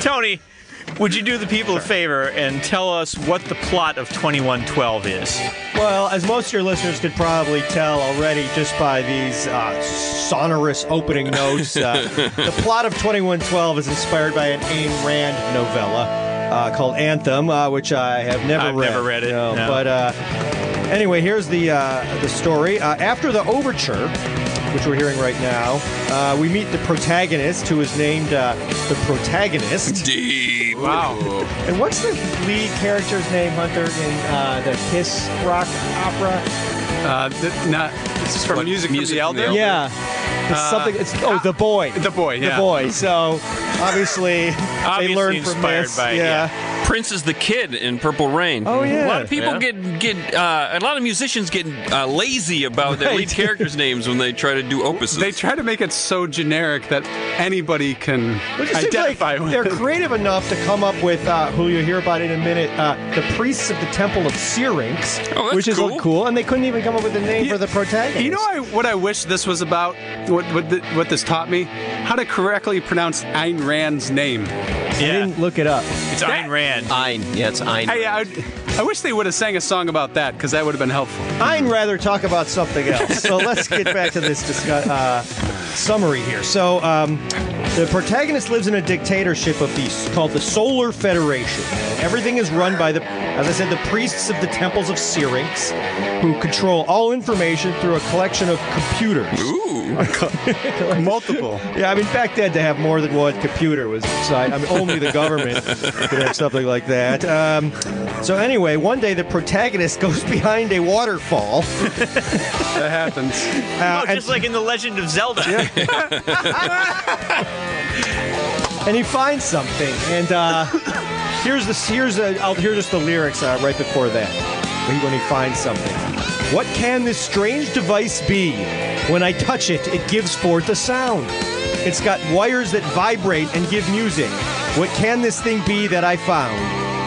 Speaker 3: Tony, would you do the people a favor and tell us what the plot of 2112 is?
Speaker 7: Well, as most of your listeners could probably tell already just by these uh, sonorous opening notes, uh, the plot of 2112 is inspired by an Ayn Rand novella uh, called Anthem, uh, which I have never
Speaker 3: I've
Speaker 7: read.
Speaker 3: never read it, no.
Speaker 7: But uh, anyway, here's the, uh, the story. Uh, after the overture, which we're hearing right now, uh, we meet the protagonist, who is named uh, the protagonist.
Speaker 4: Deep.
Speaker 6: Wow.
Speaker 7: And what's the lead character's name, Hunter, in uh, the Kiss rock opera?
Speaker 6: Uh, th- not, this is from
Speaker 8: What,
Speaker 6: music,
Speaker 8: Music
Speaker 6: from the
Speaker 8: from the
Speaker 6: Elder?
Speaker 8: Elder?
Speaker 7: Yeah. It's something. It's oh, the boy.
Speaker 6: Uh, The boy, yeah.
Speaker 7: The boy. So obviously,
Speaker 3: Obviously
Speaker 7: they learned from
Speaker 3: inspired
Speaker 7: this.
Speaker 3: by it,
Speaker 7: yeah.
Speaker 4: Prince is the kid in Purple Rain.
Speaker 7: Oh, yeah.
Speaker 4: A lot of people
Speaker 8: Yeah.
Speaker 4: get get uh, a lot of musicians get uh, lazy about their lead
Speaker 7: Right.
Speaker 4: characters' names when they try to do opuses.
Speaker 6: They try to make it so generic that anybody can
Speaker 7: But it seems
Speaker 6: identify
Speaker 7: like
Speaker 6: with
Speaker 7: they're
Speaker 6: it.
Speaker 7: creative enough to come up with uh, who you'll hear about in a minute. Uh, the priests of the Temple of Syrinx,
Speaker 4: Oh, that's
Speaker 7: which is
Speaker 4: cool.
Speaker 7: cool, and they couldn't even come up with a name for the protagonist.
Speaker 6: You know I, what I wish this was about? What what, th what this taught me? How to correctly pronounce Ayn Rand's name.
Speaker 7: I didn't look it up.
Speaker 3: It's Ayn Rand.
Speaker 8: Ein. Yeah, it's Ein.
Speaker 6: I, I, I wish they would have sang a song about that because that would have been helpful.
Speaker 7: I'd rather talk about something else. So let's get back to this discuss, uh, summary here. So um, the protagonist lives in a dictatorship of the called the Solar Federation. Everything is run by the, as I said, the priests of the temples of Syrinx, who control all information through a collection of computers.
Speaker 4: Ooh.
Speaker 6: Multiple.
Speaker 7: Yeah, I mean, back then to have more than one computer was exciting. I mean, only the government could have something like that. Um, so anyway, one day the protagonist goes behind a waterfall.
Speaker 6: That happens.
Speaker 7: uh,
Speaker 3: Oh,
Speaker 7: and
Speaker 3: just like in The Legend of Zelda.
Speaker 7: and he finds something. And uh, here's the here's i I'll hear just the lyrics uh, right before that when when he finds something. What can this strange device be? When I touch it, it gives forth a sound. It's got wires that vibrate and give music. What can this thing be that I found?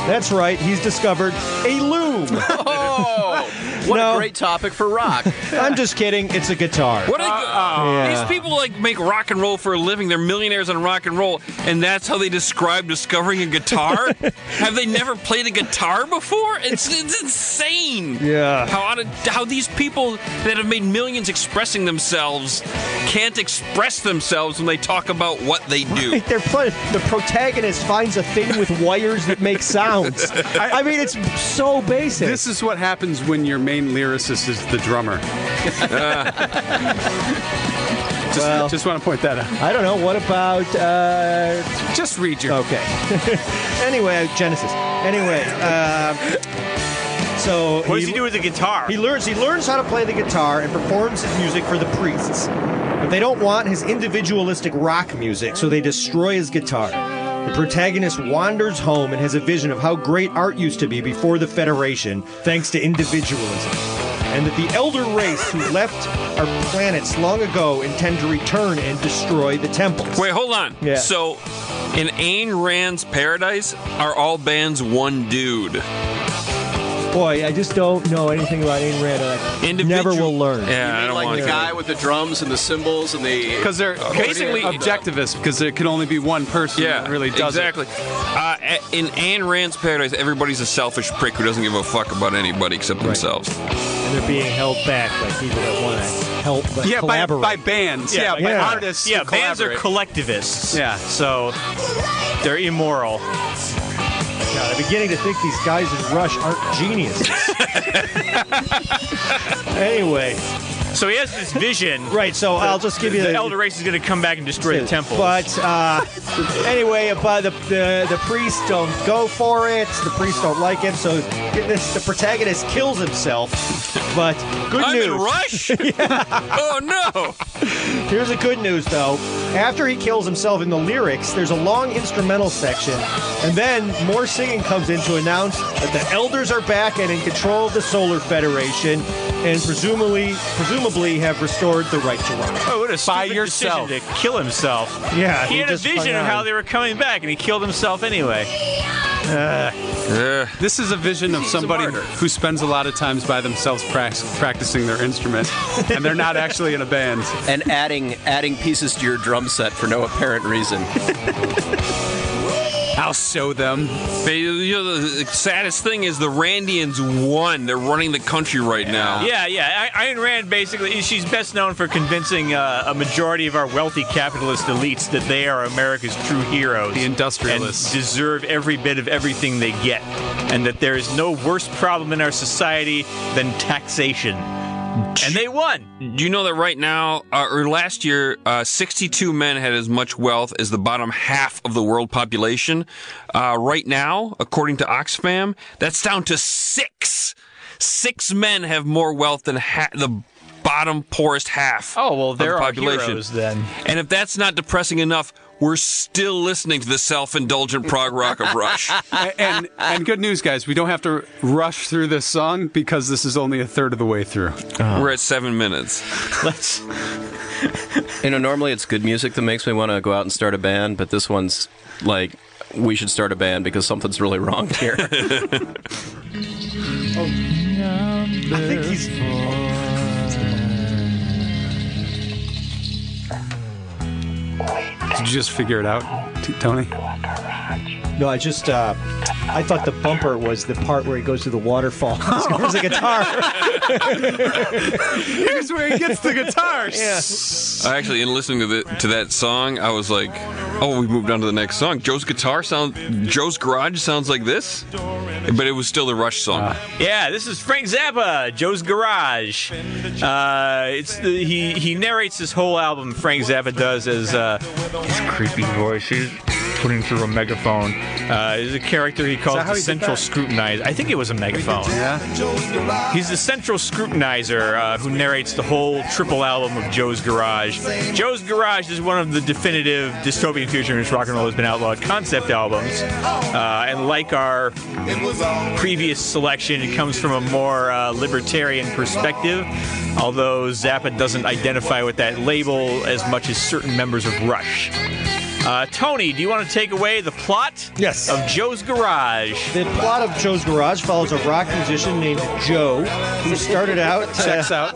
Speaker 7: That's right, he's discovered a loom.
Speaker 8: oh, what
Speaker 7: No.
Speaker 8: a great topic for rock.
Speaker 7: I'm just kidding, it's a guitar.
Speaker 4: What a, Oh.
Speaker 7: Yeah.
Speaker 4: These people like make rock and roll for a living. They're millionaires on rock and roll, and that's how they describe discovering a guitar. Have they never played a guitar before? It's, it's insane.
Speaker 7: Yeah.
Speaker 4: How out of, how these people that have made millions expressing themselves can't express themselves when they talk about what they do.
Speaker 7: They're pl- the protagonist finds a thing with wires that make sounds. I, mean, it's so basic.
Speaker 6: This is what happens when your main lyricist is the drummer. just,
Speaker 7: Well.
Speaker 6: just want to point that out.
Speaker 7: I don't know. What about? Uh,
Speaker 6: Just read your.
Speaker 7: okay. anyway, Genesis. Anyway, um, so
Speaker 3: What does he do with the guitar?
Speaker 7: He learns. He learns how to play the guitar and performs his music for the priests. But they don't want his individualistic rock music, so they destroy his guitar. The protagonist wanders home and has a vision of how great art used to be before the Federation, thanks to individualism. And that the elder race who left our planets long ago intend to return and destroy the temples.
Speaker 4: Wait, hold on.
Speaker 7: Yeah.
Speaker 4: So, in Ayn Rand's Paradise, are all bands one dude?
Speaker 7: Boy, I just don't know anything about Ayn Rand. and I
Speaker 4: Individual.
Speaker 7: Never will learn.
Speaker 4: Yeah, I don't
Speaker 8: like
Speaker 4: want
Speaker 8: the
Speaker 4: to.
Speaker 8: guy with the drums and the cymbals and the.
Speaker 6: Because Uh, they're
Speaker 4: Basically-
Speaker 6: objectivist. Because there can only be one person
Speaker 4: Yeah,
Speaker 6: that really does it.
Speaker 4: exactly. Uh, a- in Anne Rand's Paradise, everybody's a selfish prick who doesn't give a fuck about anybody except themselves.
Speaker 7: And they're being held back by people that want to help but
Speaker 6: Yeah, by,
Speaker 7: collaborate.
Speaker 6: by bands.
Speaker 3: Yeah,
Speaker 6: Yeah, by
Speaker 7: yeah.
Speaker 6: artists. who
Speaker 3: yeah, bands are
Speaker 6: collaborate.
Speaker 3: collectivists.
Speaker 6: Yeah.
Speaker 3: So they're immoral.
Speaker 7: God, I'm beginning to think these guys in Rush aren't geniuses. anyway,
Speaker 3: So he has this vision.
Speaker 7: right. So I'll just give you
Speaker 3: the elder race is going to come back and destroy the temple.
Speaker 7: But uh, anyway, uh, but the, the the priests don't go for it. The priests don't like him. So this, the protagonist kills himself. But good
Speaker 4: I'm
Speaker 7: news.
Speaker 4: in Rush. Oh no!
Speaker 7: Here's the good news, though. After he kills himself in the lyrics, there's a long instrumental section, and then more singing comes in to announce that the elders are back and in control of the Solar Federation, and presumably, presumably have restored the right to rock.
Speaker 3: oh, what a
Speaker 6: by
Speaker 3: stupid
Speaker 6: yourself.
Speaker 3: decision to kill himself.
Speaker 7: Yeah,
Speaker 3: He, had a vision of how they were coming back, and he killed himself anyway.
Speaker 4: Ugh.
Speaker 6: This is a vision of somebody
Speaker 8: martyr.
Speaker 6: who spends a lot of times by themselves prac- practicing their instrument, and they're not actually in a band.
Speaker 8: and adding adding pieces to your drum set for no apparent reason.
Speaker 6: I'll show them.
Speaker 4: They- you know, the saddest thing is the Randians won. They're running the country right now.
Speaker 3: Yeah, yeah. I- Ayn Rand basically, she's best known for convincing uh, a majority of our wealthy capitalist elites that they are America's true heroes.
Speaker 6: The industrialists.
Speaker 3: And deserve every bit of everything they get. And that there is no worse problem in our society than taxation. and they won.
Speaker 4: Do you know that right now, uh, or last year, uh, 62 men had as much wealth as the bottom half of the world population? Uh, right now, according to Oxfam, that's down to six. Six men have more wealth than ha- the bottom poorest half.
Speaker 3: Oh well,
Speaker 4: of the
Speaker 3: there are
Speaker 4: population.
Speaker 3: heroes then.
Speaker 4: And if that's not depressing enough, we're still listening to the self-indulgent prog rock of Rush.
Speaker 6: and and good news, guys. We don't have to rush through this song because this is only a third of the way through.
Speaker 4: we're at seven minutes.
Speaker 3: Let's.
Speaker 8: You know, normally it's good music that makes me want to go out and start a band, but this one's like, we should start a band because something's really wrong here.
Speaker 7: I think he's.
Speaker 6: Did you just figure it out, T- Tony?
Speaker 7: No, I just. Uh, I thought the bumper was the part where he goes to the waterfall. he scores the guitar.
Speaker 6: Here's where he gets the guitar.
Speaker 4: I actually, in listening to the, to that song, I was like, "Oh, we moved on to the next song." Joe's guitar sound, Joe's garage sounds like this, but it was still the Rush song.
Speaker 3: Yeah, this is Frank Zappa, Joe's Garage. Uh, it's the, he he narrates this whole album. Frank Zappa does as uh, his creepy voice. He's putting through a megaphone. Uh, is a character he calls
Speaker 6: that how
Speaker 3: the
Speaker 6: he did
Speaker 3: central
Speaker 6: that?
Speaker 3: scrutinizer. I think it was a megaphone.
Speaker 6: Yeah.
Speaker 3: He's the central scrutinizer uh, who narrates the whole triple album of Joe's Garage. Joe's Garage is one of the definitive dystopian future in which rock and roll has been outlawed concept albums. Uh, and like our previous selection, it comes from a more uh, libertarian perspective, although Zappa doesn't identify with that label as much as certain members of Rush. Uh, Tony, do you want to take away the plot
Speaker 7: Yes.
Speaker 3: of Joe's Garage?
Speaker 7: the plot of Joe's Garage follows a rock musician named Joe who started out. uh,
Speaker 6: Checks out.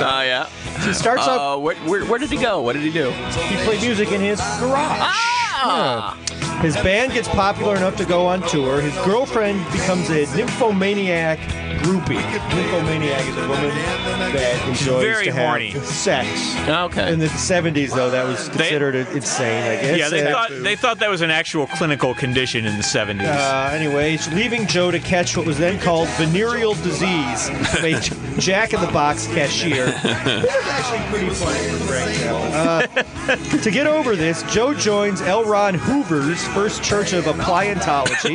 Speaker 6: out.
Speaker 8: Ah, yeah.
Speaker 7: He starts out
Speaker 8: Uh, where, where, where did he go? What did he do?
Speaker 7: He played music in his garage.
Speaker 8: Ah,
Speaker 7: Yeah. His band gets popular enough to go on tour. His girlfriend becomes a nymphomaniac groupie. Nymphomaniac is a woman that enjoys
Speaker 3: very
Speaker 7: to have
Speaker 3: horny.
Speaker 7: sex.
Speaker 8: Okay.
Speaker 7: In the 70s, though, that was considered insane, I guess.
Speaker 3: yeah, they
Speaker 7: Uh,
Speaker 3: thought they thought that was an actual clinical condition in the 70s.
Speaker 7: uh, anyways, leaving Joe to catch what was then called venereal disease by J- Jack in the Box cashier. That was actually pretty funny for Frank Zappa. Uh, to get over this, Joe joins L. Ron Hoover's First Church of Appliantology,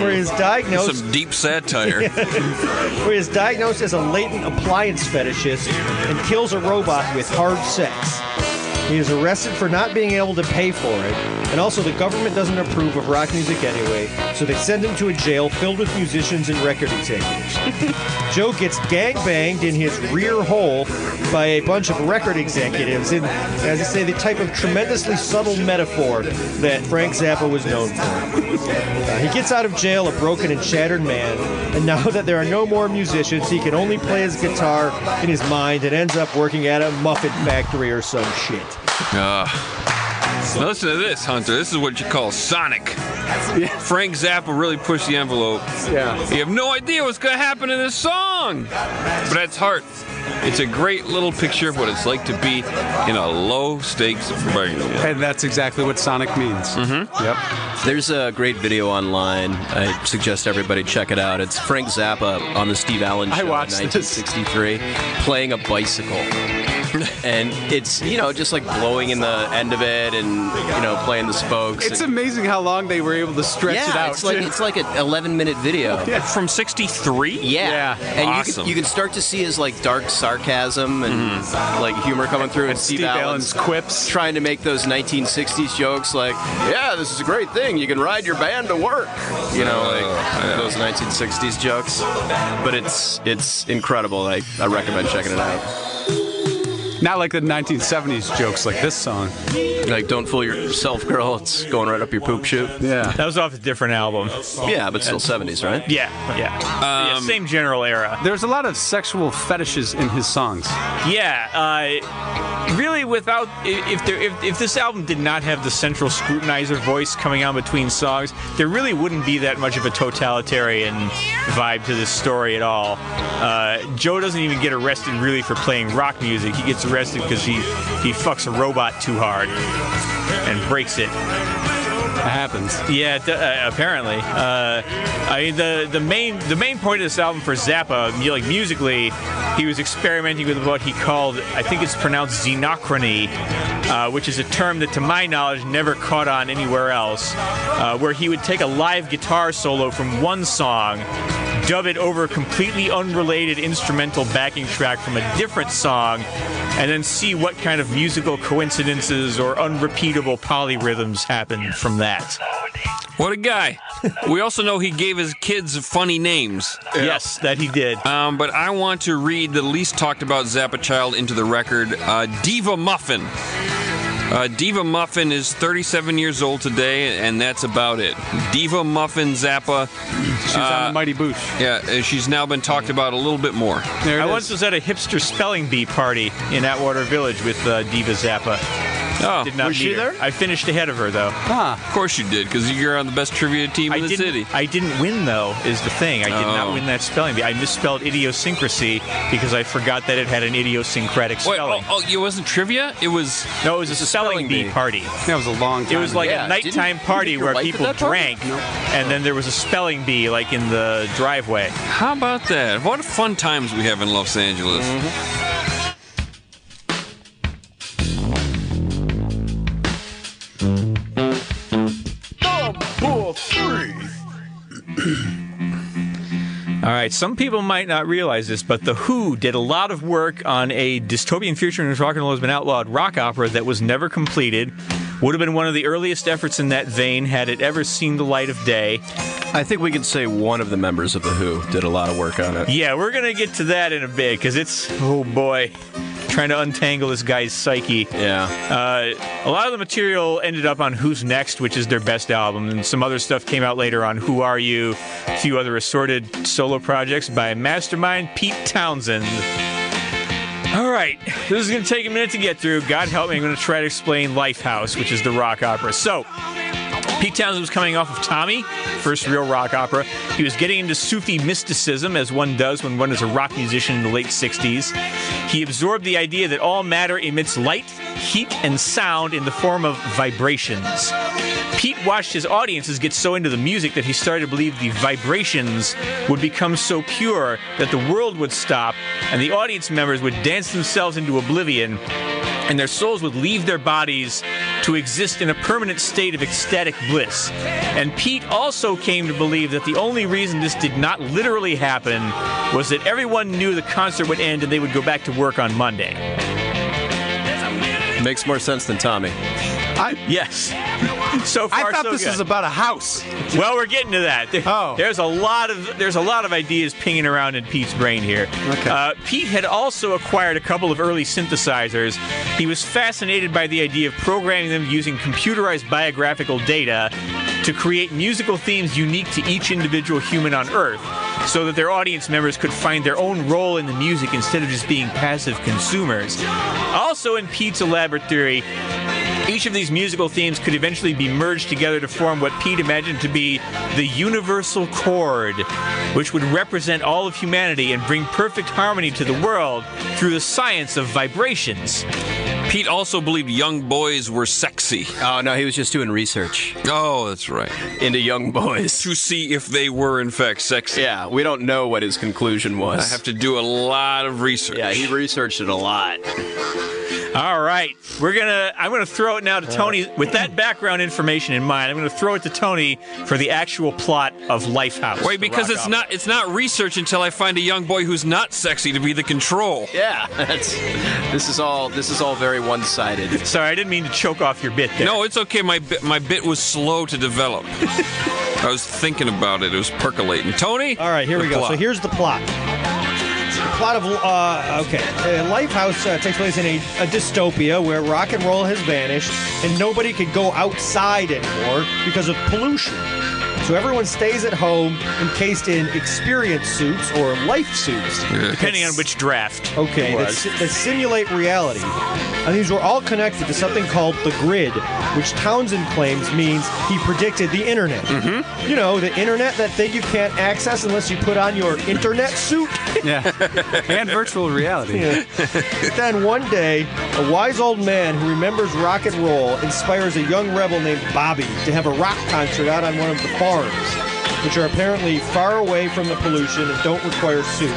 Speaker 7: where he is diagnosed
Speaker 4: Some deep satire.
Speaker 7: where he is diagnosed as a latent appliance fetishist and kills a robot with hard sex. He is arrested for not being able to pay for it, and also the government doesn't approve of rock music anyway, so they send him to a jail filled with musicians and record executives. Joe gets gangbanged in his rear hole by a bunch of record executives in, as I say, the type of tremendously subtle metaphor that Frank Zappa was known for. Uh, he gets out of jail a broken and shattered man, and now that there are no more musicians, he can only play his guitar in his mind and ends up working at a muffin factory or some shit.
Speaker 4: Now listen to this, Hunter. This is what you call Sonic. Frank Zappa really pushed the envelope.
Speaker 6: Yeah.
Speaker 4: You have no idea what's going to happen in this song, but that's heart. It's a great little picture of what it's like to be in a low-stakes band.
Speaker 6: And that's exactly what Sonic means. Mm-hmm. Yep.
Speaker 8: There's a great video online. I suggest everybody check it out. It's Frank Zappa on the Steve Allen show
Speaker 6: I watched
Speaker 8: in
Speaker 6: this.
Speaker 8: 1963 playing a bicycle. and it's, you know, just like blowing in the end of it and, you know, playing the spokes.
Speaker 6: It's
Speaker 8: and,
Speaker 6: amazing how long they were able to stretch
Speaker 8: yeah,
Speaker 6: it out.
Speaker 8: It's like,
Speaker 6: too.
Speaker 8: it's like an 11 minute video.
Speaker 4: From '63.
Speaker 8: Yeah.
Speaker 6: Yeah.
Speaker 8: And you,
Speaker 4: Awesome.
Speaker 8: can, you can start to see his like dark sarcasm and like humor coming through. And Steve,
Speaker 6: Mm-hmm. Steve
Speaker 8: Allen's
Speaker 6: Allen's quips.
Speaker 8: trying to make those 1960s jokes like, yeah, this is a great thing. You can ride your band to work. You know, like those 1960s jokes. But it's it's incredible. I, I recommend checking it out.
Speaker 6: Not like the 1970s jokes, like this song.
Speaker 8: Like, don't fool yourself, girl. It's going right up your poop chute.
Speaker 6: Yeah.
Speaker 3: that was off a different album.
Speaker 8: Yeah, but still 70s, right?
Speaker 3: Yeah, yeah. yeah same general era.
Speaker 6: There's a lot of sexual fetishes in his songs.
Speaker 3: Yeah, uh, really. Without i- if there if, if this album did not have the central scrutinizer voice coming on between songs, there really wouldn't be that much of a totalitarian vibe to this story at all. Uh, Joe doesn't even get arrested really for playing rock music. He gets arrested because he he fucks a robot too hard and breaks it.
Speaker 6: happens.
Speaker 3: Yeah, d- uh, apparently. Uh, I mean, the the main the main point of this album for Zappa, mu- like musically, he was experimenting with what he called, I think it's pronounced xenochrony, uh, which is a term that, to my knowledge, never caught on anywhere else, uh, where he would take a live guitar solo from one song. Dub it over a completely unrelated instrumental backing track from a different song, and then see what kind of musical coincidences or unrepeatable polyrhythms happen from that.
Speaker 4: What a guy. we also know he gave his kids funny names.
Speaker 3: Yes, that he did.
Speaker 4: Um, but I want to read the least talked about Zappa child into the record uh, Diva Muffin. Uh, Diva Muffin is 37 years old today, and that's about it. Diva Muffin Zappa,
Speaker 6: She's on the Mighty Boosh.
Speaker 4: yeah, uh, she's now been talked about a little bit more.
Speaker 6: There it
Speaker 3: I
Speaker 6: is.
Speaker 3: once was at a hipster spelling bee party in Atwater Village with uh, Diva Zappa.
Speaker 4: Oh,
Speaker 3: Did not
Speaker 4: was
Speaker 3: meet
Speaker 4: she
Speaker 3: her.
Speaker 4: there?
Speaker 3: I finished ahead of her though.
Speaker 4: Of course you did, because you're on the best trivia team
Speaker 3: I
Speaker 4: in the
Speaker 3: didn't.
Speaker 4: city.
Speaker 3: I didn't win though. Is the thing. I did
Speaker 4: Oh.
Speaker 3: not win that spelling bee. I misspelled idiosyncrasy because I forgot that it had an idiosyncratic
Speaker 4: Wait,
Speaker 3: spelling.
Speaker 4: oh, oh, it wasn't trivia? It was.
Speaker 3: No, it was a spelling, bee, party.
Speaker 6: That was a long time.
Speaker 3: It was like
Speaker 8: Yeah,
Speaker 3: a
Speaker 8: didn't-
Speaker 3: nighttime
Speaker 8: didn't
Speaker 3: party
Speaker 8: your
Speaker 3: where
Speaker 8: wife at
Speaker 3: people
Speaker 8: that party?
Speaker 3: drank, and then there was a spelling bee like in the driveway.
Speaker 4: How about that? What fun times we have in Los Angeles.
Speaker 3: Mm-hmm. All right, some people might not realize this, but The Who did a lot of work on a dystopian future in which rock and roll has been outlawed rock opera that was never completed. Would have been one of the earliest efforts in that vein had it ever seen the light of day.
Speaker 8: I think we could say one of the members of The Who did a lot of work on it.
Speaker 3: Yeah, we're going to get to that in a bit because it's, oh boy, trying to untangle this guy's psyche.
Speaker 8: Yeah.
Speaker 3: Uh, a lot of the material ended up on Who's Next, which is their best album, and some other stuff came out later on Who Are You, a few other assorted solo projects by mastermind Pete Townsend. All right, this is going to take a minute to get through. God help me, I'm going to try to explain Lifehouse, which is the rock opera. So, Pete Townsend was coming off of Tommy, first real rock opera. He was getting into Sufi mysticism, as one does when one is a rock musician in the late 60s. He absorbed the idea that all matter emits light, heat, and sound in the form of vibrations. Pete watched his audiences get so into the music that he started to believe the vibrations would become so pure that the world would stop and the audience members would dance themselves into oblivion and their souls would leave their bodies to exist in a permanent state of ecstatic bliss. And Pete also came to believe that the only reason this did not literally happen was that everyone knew the concert would end and they would go back to work on Monday.
Speaker 8: Makes more sense than Tommy.
Speaker 3: Yes. So far,
Speaker 6: I thought
Speaker 3: so
Speaker 6: this
Speaker 3: good.
Speaker 6: was about a house.
Speaker 3: Well, we're getting to that. There-
Speaker 6: Oh.
Speaker 3: There's a lot of there's a lot of ideas pinging around in Pete's brain here.
Speaker 6: Okay.
Speaker 3: Uh, Pete had also acquired a couple of early synthesizers. He was fascinated by the idea of programming them using computerized biographical data to create musical themes unique to each individual human on Earth, so that their audience members could find their own role in the music instead of just being passive consumers. Also, in Pete's elaborate theory, each of these musical themes could eventually be merged together to form what Pete imagined to be the universal chord, which would represent all of humanity and bring perfect harmony to the world through the science of vibrations.
Speaker 4: Pete also believed young boys were sexy.
Speaker 8: Oh, no, he was just doing research
Speaker 4: Oh, that's right.
Speaker 8: into young boys.
Speaker 4: To see if they were, in fact, sexy.
Speaker 8: Yeah, we don't know what his conclusion was.
Speaker 4: I have to do a lot of research.
Speaker 8: Yeah, he researched it a lot.
Speaker 3: All right, we're gonna. I'm gonna throw it now to Tony. With that background information in mind, I'm gonna throw it to Tony for the actual plot of Lifehouse. the
Speaker 4: Wait, because
Speaker 3: rock
Speaker 4: it's
Speaker 3: opera.
Speaker 4: not it's not research until I find a young boy who's not sexy to be the control.
Speaker 8: Yeah, that's this is all this is all very one-sided.
Speaker 3: Sorry, I didn't mean to choke off your bit there.
Speaker 4: No, it's okay. My bit, my bit was slow to develop. I was thinking about it. It was percolating. Tony.
Speaker 7: All right, here
Speaker 4: the
Speaker 7: we go. So
Speaker 4: plot.
Speaker 7: here's the plot. The plot of uh, okay, uh, Lifehouse uh, takes place in a, a dystopia where rock and roll has vanished and nobody can go outside anymore because of pollution. So everyone stays at home, encased in experience suits or life suits.
Speaker 3: Depending on which draft.
Speaker 7: Okay, that, si- that simulate reality. And these were all connected to something called the grid, which Townsend claims means he predicted the internet. You know, the internet, that thing you can't access unless you put on your internet suit.
Speaker 6: Yeah. and virtual reality.
Speaker 7: Then one day, a wise old man who remembers rock and roll inspires a young rebel named Bobby to have a rock concert out on one of the farms, which are apparently far away from the pollution and don't require suits,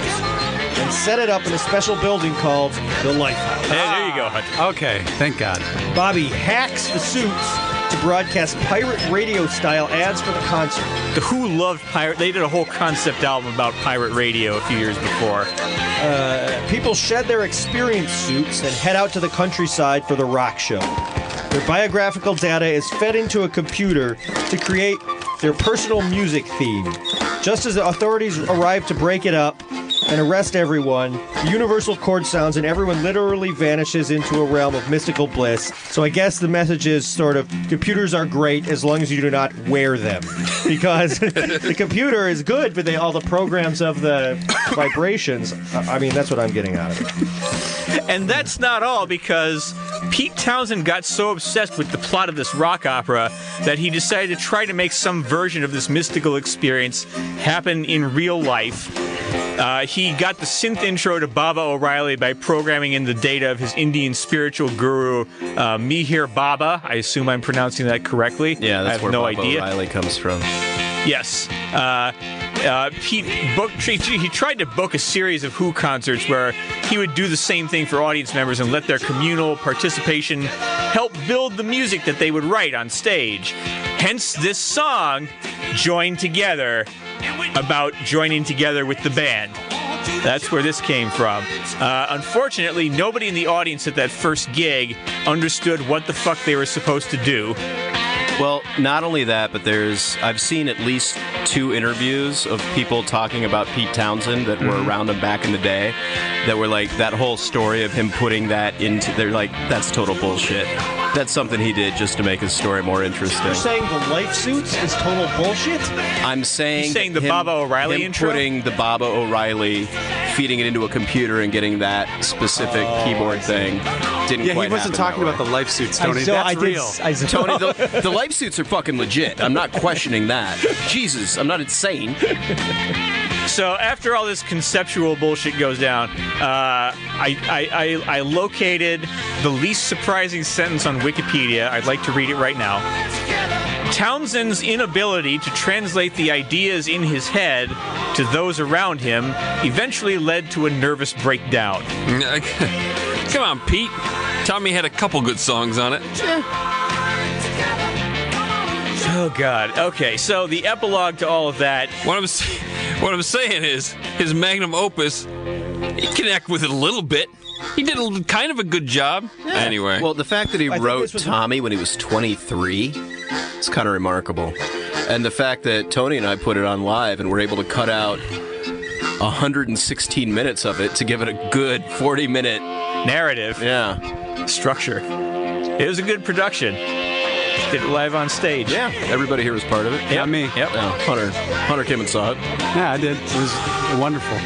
Speaker 7: and set it up in a special building called the Lifehouse.
Speaker 3: Hey, there you go, Hunter.
Speaker 6: Okay, thank God.
Speaker 7: Bobby hacks the suits to broadcast pirate radio style ads for the concert.
Speaker 3: The Who loved pirate. They did a whole concept album about pirate radio a few years before.
Speaker 7: People shed their experience suits and head out to the countryside for the rock show. Their biographical data is fed into a computer to create their personal music theme. Just as the authorities arrive to break it up and arrest everyone, the universal chord sounds and everyone literally vanishes into a realm of mystical bliss. So I guess the message is sort of computers are great as long as you do not wear them. Because the computer is good, but they all the programs of the vibrations, I I mean, that's what I'm getting out of it.
Speaker 3: And that's not all because Pete Townsend got so obsessed with the plot of this rock opera that he decided to try to make some version of this mystical experience happen in real life. Uh, he got the synth intro to Baba O'Reilly by programming in the data of his Indian spiritual guru, uh, Mihir Baba. I assume I'm pronouncing that correctly.
Speaker 8: Yeah, that's
Speaker 3: I have
Speaker 8: where
Speaker 3: no
Speaker 8: Bob
Speaker 3: idea.
Speaker 8: O'Reilly comes from.
Speaker 3: Yes. Uh, uh, Pete booked, he, he tried to book a series of Who concerts where he would do the same thing for audience members and let their communal participation help build the music that they would write on stage. Hence this song, Join Together, about joining together with the band. That's where this came from. Uh, unfortunately, nobody in the audience at that first gig understood what the fuck they were supposed to do.
Speaker 8: Well, not only that, but there's I've seen at least two interviews of people talking about Pete Townsend that were around him back in the day that were like that whole story of him putting that into they're like that's total bullshit. That's something he did just to make his story more interesting.
Speaker 7: You're saying the life suits is total bullshit?
Speaker 8: I'm saying
Speaker 3: You're saying the
Speaker 8: him-
Speaker 3: Baba O'Reilly
Speaker 8: him
Speaker 3: intro?
Speaker 8: putting the Baba O'Reilly feeding it into a computer and getting that specific keyboard thing didn't
Speaker 6: Yeah,
Speaker 8: quite
Speaker 6: he wasn't
Speaker 8: happen
Speaker 6: talking
Speaker 8: that way.
Speaker 6: about the life suits, Tony.
Speaker 7: I still,
Speaker 6: That's
Speaker 7: I did,
Speaker 6: real.
Speaker 7: I still,
Speaker 8: Tony, the, the life suits are fucking legit. I'm not questioning that. Jesus, I'm not insane.
Speaker 3: So after all this conceptual bullshit goes down, uh, I, I, I, I located the least surprising sentence on Wikipedia. I'd like to read it right now. Townsend's inability to translate the ideas in his head to those around him eventually led to a nervous breakdown.
Speaker 4: Come on, Pete. Tommy had a couple good songs on it.
Speaker 3: Oh God. Okay. So the epilogue to all of that.
Speaker 4: What I'm s- what I'm saying is his magnum opus. You connect with it a little bit. He did a l- kind of a good job. Anyway,
Speaker 8: Well, the fact that he
Speaker 7: think
Speaker 8: wrote
Speaker 7: this was-
Speaker 8: Tommy when he was 23 is kind of remarkable. And the fact that Tony and I put it on live and were able to cut out 116 minutes of it to give it a good 40 minute.
Speaker 3: Narrative.
Speaker 8: Yeah.
Speaker 3: Structure. It was a good production. Did it live on stage.
Speaker 8: Yeah. Everybody here was part of it.
Speaker 3: Yep.
Speaker 6: Not me.
Speaker 3: Yep.
Speaker 8: Yeah. Hunter. Hunter came and saw it.
Speaker 6: Yeah, I did. It was wonderful.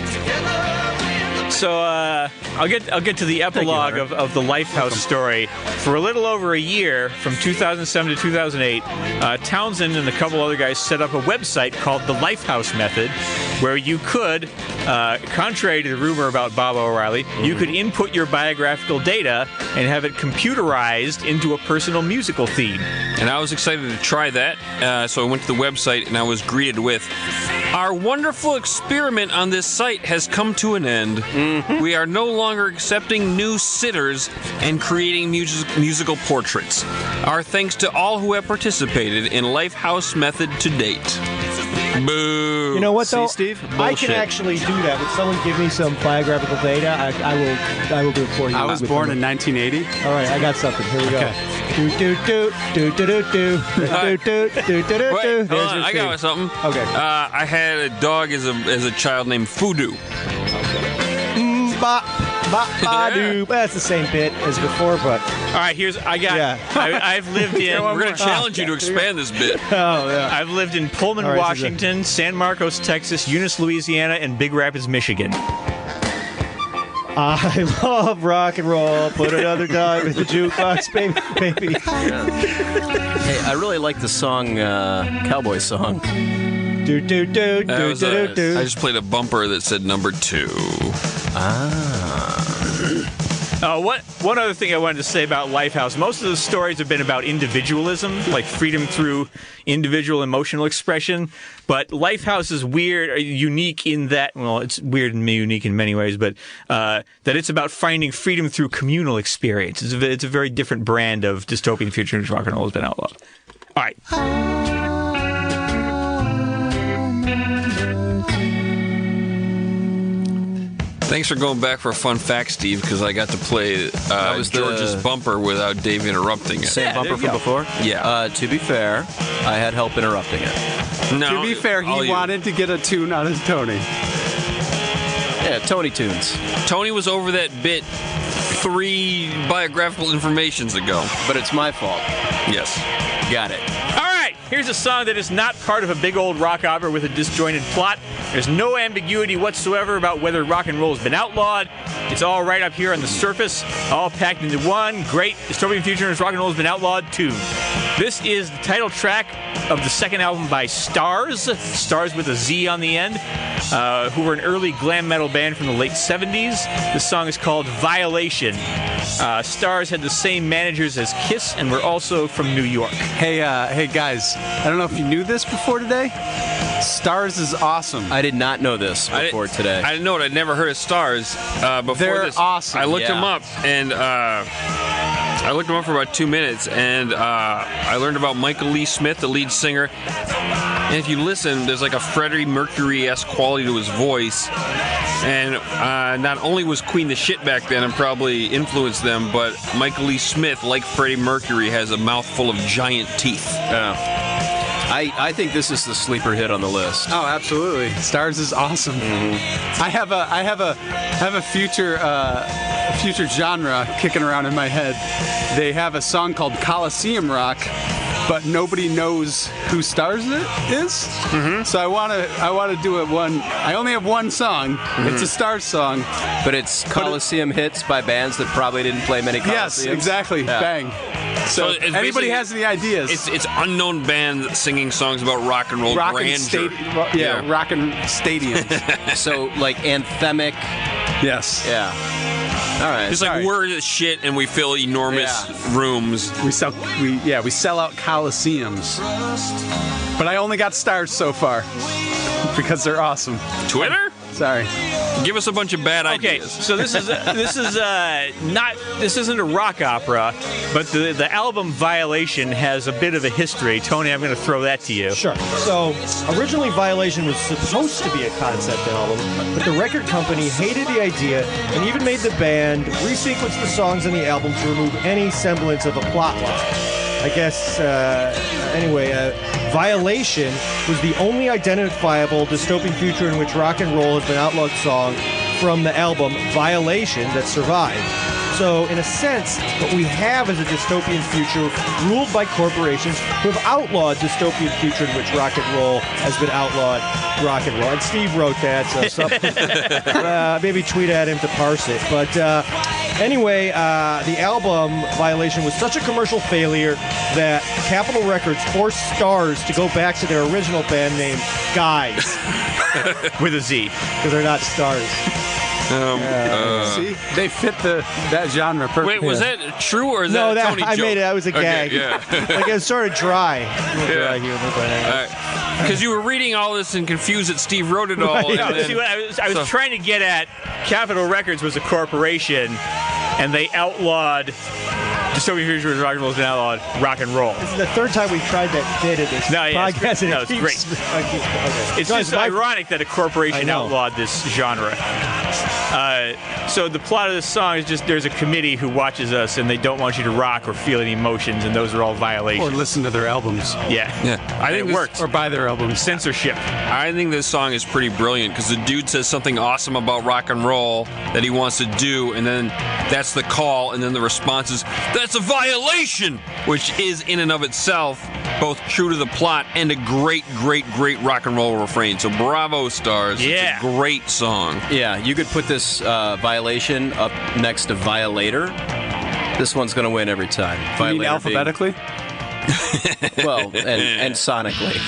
Speaker 3: So uh, I'll get I'll get to the epilogue of, of the Lifehouse story. For a little over a year, from 2007 to 2008, uh, Townsend and a couple other guys set up a website called the Lifehouse Method, where you could, uh, contrary to the rumor about Bob O'Reilly,
Speaker 7: Mm-hmm.
Speaker 3: you could input your biographical data and have it computerized into a personal musical theme.
Speaker 4: and I was excited to try that, uh, so I went to the website and I was greeted with, "Our wonderful experiment on this site has come to an end. We are no longer accepting new sitters and creating mus- musical portraits. Our thanks to all who have participated in Lifehouse Method to date." Boo!
Speaker 7: You know what
Speaker 8: See,
Speaker 7: though?
Speaker 8: Steve?
Speaker 7: I
Speaker 8: Bullshit.
Speaker 7: can actually do that. Would someone give me some biographical data? I, I will. I will do it for you.
Speaker 6: I was
Speaker 7: With
Speaker 6: born
Speaker 7: them.
Speaker 6: in 1980.
Speaker 7: All right, I got something. Here we go. Do do do do do do do do do do do
Speaker 4: Wait,
Speaker 7: do.
Speaker 4: hold
Speaker 7: There's
Speaker 4: on,
Speaker 7: your
Speaker 4: I got
Speaker 7: theme.
Speaker 4: something.
Speaker 7: Okay.
Speaker 4: Uh, I had a dog as a as a child named Fudu.
Speaker 7: Ba ba ba do. That's the same bit as before, but
Speaker 3: All right, here's I got.
Speaker 7: Yeah.
Speaker 3: I, I've lived in.
Speaker 4: We're gonna challenge you to expand this bit.
Speaker 7: oh yeah.
Speaker 3: I've lived in Pullman,
Speaker 7: All right, this is it.
Speaker 3: Washington, San Marcos, Texas, Eunice, Louisiana, and Big Rapids, Michigan.
Speaker 7: I love rock and roll. Put another dime in the jukebox, baby. baby.
Speaker 8: Hey, I really like the song, uh, Cowboy Song.
Speaker 7: Do do do do
Speaker 4: That
Speaker 7: do
Speaker 4: was a-
Speaker 7: do do.
Speaker 4: I just played a bumper that said number two.
Speaker 3: Uh, what, one other thing I wanted to say about Lifehouse most of the stories have been about individualism, like freedom through individual emotional expression. But Lifehouse is weird, or unique in that, well, it's weird and unique in many ways, but uh, that it's about finding freedom through communal experience. It's a, it's a very different brand of dystopian future in which rock and roll has been outlawed. All right.
Speaker 4: Thanks for going back for a fun fact, Steve, because I got to play uh,
Speaker 8: was the-
Speaker 4: George's bumper without Dave interrupting it.
Speaker 8: Same
Speaker 3: Yeah, there
Speaker 8: bumper
Speaker 3: you
Speaker 8: from
Speaker 3: go.
Speaker 8: before.
Speaker 4: Yeah.
Speaker 8: Uh, to be fair, I had help interrupting it.
Speaker 4: no,
Speaker 6: To be fair,
Speaker 4: all
Speaker 6: he
Speaker 4: you.
Speaker 6: wanted to get a tune out of Tony.
Speaker 8: Yeah, Tony Tunes.
Speaker 4: Tony was over that bit three biographical informations ago.
Speaker 8: But it's my fault.
Speaker 4: Yes.
Speaker 8: Got it.
Speaker 3: All right, here's a song that is not part of a big old rock opera with a disjointed plot. There's no ambiguity whatsoever about whether rock and roll has been outlawed. It's all right up here on the surface, all packed into one great dystopian future in which rock and roll has been outlawed tune. This is the title track of the second album by Stars, Stars with a Z on the end, uh, who were an early glam metal band from the late 70s. This song is called Violation. Uh, Stars had the same managers as Kiss and were also from New York.
Speaker 6: Hey, uh, hey guys, I don't know if you knew this before today. Stars is awesome.
Speaker 8: I did not know this
Speaker 4: I didn't-
Speaker 8: before today.
Speaker 4: I didn't know it. I'd never heard of stars uh, before
Speaker 6: They're
Speaker 4: this.
Speaker 6: awesome,
Speaker 4: I looked
Speaker 8: yeah.
Speaker 4: them up and uh, I looked them up for about two minutes and uh, I learned about Michael Lee Smith, the lead singer. And if you listen, there's like a Freddie Mercury esque quality to his voice. And uh, not only was Queen the shit back then and probably influenced them, but Michael Lee Smith, like Freddie Mercury, has a mouthful of giant teeth.
Speaker 8: I, I think this is the sleeper hit on the list.
Speaker 6: Oh, absolutely! Stars is awesome.
Speaker 4: Mm-hmm.
Speaker 6: I have a I have a I have a future uh, a future genre kicking around in my head. They have a song called Coliseum Rock, but nobody knows who Stars it is.
Speaker 4: Mm-hmm.
Speaker 6: So I wanna I wanna do it one. I only have one song.
Speaker 4: Mm-hmm.
Speaker 6: It's a Stars song.
Speaker 8: But it's Coliseum hits by bands that probably didn't play many Coliseums.
Speaker 6: Yes, exactly.
Speaker 8: Yeah.
Speaker 6: Bang.
Speaker 4: So
Speaker 6: So,
Speaker 4: it's
Speaker 6: if anybody
Speaker 4: basically-
Speaker 6: has any ideas?
Speaker 4: It's, it's unknown band singing songs about rock and roll
Speaker 6: rock
Speaker 4: grandeur.
Speaker 6: and stadium. Yeah,
Speaker 4: Yeah.
Speaker 6: rock and stadiums.
Speaker 8: So, like, anthemic.
Speaker 6: yes.
Speaker 8: Yeah. All right.
Speaker 4: It's like
Speaker 6: Sorry.
Speaker 4: we're the shit and we fill enormous
Speaker 8: Yeah.
Speaker 4: rooms.
Speaker 6: We sell, we yeah, we sell out coliseums. But I only got stars so far because they're awesome.
Speaker 4: Twitter?
Speaker 6: Sorry.
Speaker 4: Give us a bunch of bad
Speaker 3: Okay,
Speaker 4: ideas.
Speaker 3: so this is this is uh, not this isn't a rock opera, but the the album Violation has a bit of a history. Tony, I'm going to throw that to you.
Speaker 7: Sure. So originally, Violation was supposed to be a concept album, but the record company hated the idea and even made the band resequence the songs on the album to remove any semblance of a plot line. I guess, uh, anyway, uh, Violation was the only identifiable dystopian future in which rock and roll has been outlawed song from the album Violation that survived. So, in a sense, what we have is a dystopian future ruled by corporations who have outlawed dystopian future in which rock and roll has been outlawed. Rock and roll, and Steve wrote that. So, some- uh, maybe tweet at him to parse it. But uh, anyway, uh, the album Violation was such a commercial failure that Capitol Records forced Stars to go back to their original band name, Guys,
Speaker 3: With a Z.
Speaker 7: because they're not Stars.
Speaker 4: Um,
Speaker 8: Uh,
Speaker 6: See, they fit the that genre perfectly.
Speaker 4: Wait, was that true or is that,
Speaker 7: No,
Speaker 4: a
Speaker 7: that-
Speaker 4: Tony
Speaker 7: I
Speaker 4: joke?
Speaker 7: made it. That was a
Speaker 4: Okay,
Speaker 7: gag.
Speaker 4: yeah.
Speaker 7: like it's sort of dry,
Speaker 4: Yeah.
Speaker 7: dry humor, but anyway.
Speaker 4: Because you were reading all this and confused that Steve wrote it all. and
Speaker 3: No,
Speaker 4: then-
Speaker 3: see what I was, I was
Speaker 4: so-
Speaker 3: trying to get at. Capitol Records was a corporation, and they outlawed dystopian future rock and roll has been outlawed rock and roll.
Speaker 7: This is the third time we've tried that bit of this
Speaker 3: No, yeah, it's
Speaker 7: podcast.
Speaker 3: great.
Speaker 7: and
Speaker 3: No, it's
Speaker 7: it keeps-
Speaker 3: great.
Speaker 7: I keep- okay.
Speaker 3: It's
Speaker 7: No,
Speaker 3: just
Speaker 7: my-
Speaker 3: ironic that a
Speaker 7: I
Speaker 3: corporation
Speaker 7: know.
Speaker 3: outlawed this genre. Uh, so the plot of this song is just there's a committee who watches us and they don't want you to rock or feel any emotions, and those are all
Speaker 6: Or
Speaker 3: violations.
Speaker 6: listen to their albums,
Speaker 3: yeah.
Speaker 4: Yeah, I
Speaker 3: And
Speaker 4: think
Speaker 3: it
Speaker 4: this-
Speaker 3: worked.
Speaker 6: or buy their albums.
Speaker 3: Censorship.
Speaker 4: I think this song is pretty brilliant because the dude says something awesome about rock and roll that he wants to do, and then that's the call, and then the response is, that's a violation! Which is, in and of itself, both true to the plot and a great, great, great rock and roll refrain. So, bravo, Stars.
Speaker 3: Yeah.
Speaker 4: It's a great song.
Speaker 8: Yeah, you could put this uh, violation up next to violator. This one's going to win every time.
Speaker 6: I
Speaker 8: Violator
Speaker 6: mean,
Speaker 8: being-
Speaker 6: alphabetically.
Speaker 8: well, and, and sonically.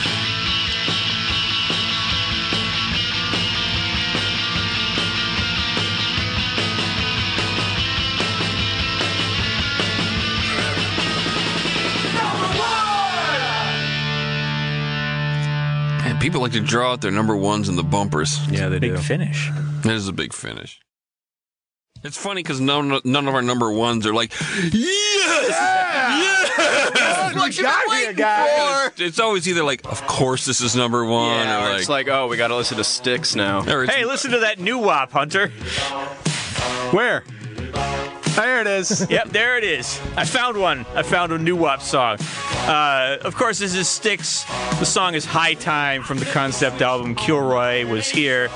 Speaker 4: People like to draw out their number ones in the bumpers.
Speaker 5: Yeah, they
Speaker 3: Big
Speaker 5: do.
Speaker 3: finish.
Speaker 4: That is a big finish. It's funny because none, none of our number ones are like, yes! Yes!
Speaker 8: What you got here, guys?
Speaker 4: It's always either like, of course this is number one,
Speaker 8: Yeah,
Speaker 4: or
Speaker 8: or
Speaker 4: like,
Speaker 8: it's like, oh, we got to listen to Sticks now.
Speaker 4: or it's-
Speaker 3: Hey, listen to that new WAP, Hunter.
Speaker 6: Where? There it is.
Speaker 3: Yep, there it is. I found one. I found a new WAP song. Uh, of course, this is Sticks. The song is High Time from the concept album Kilroy Was Here,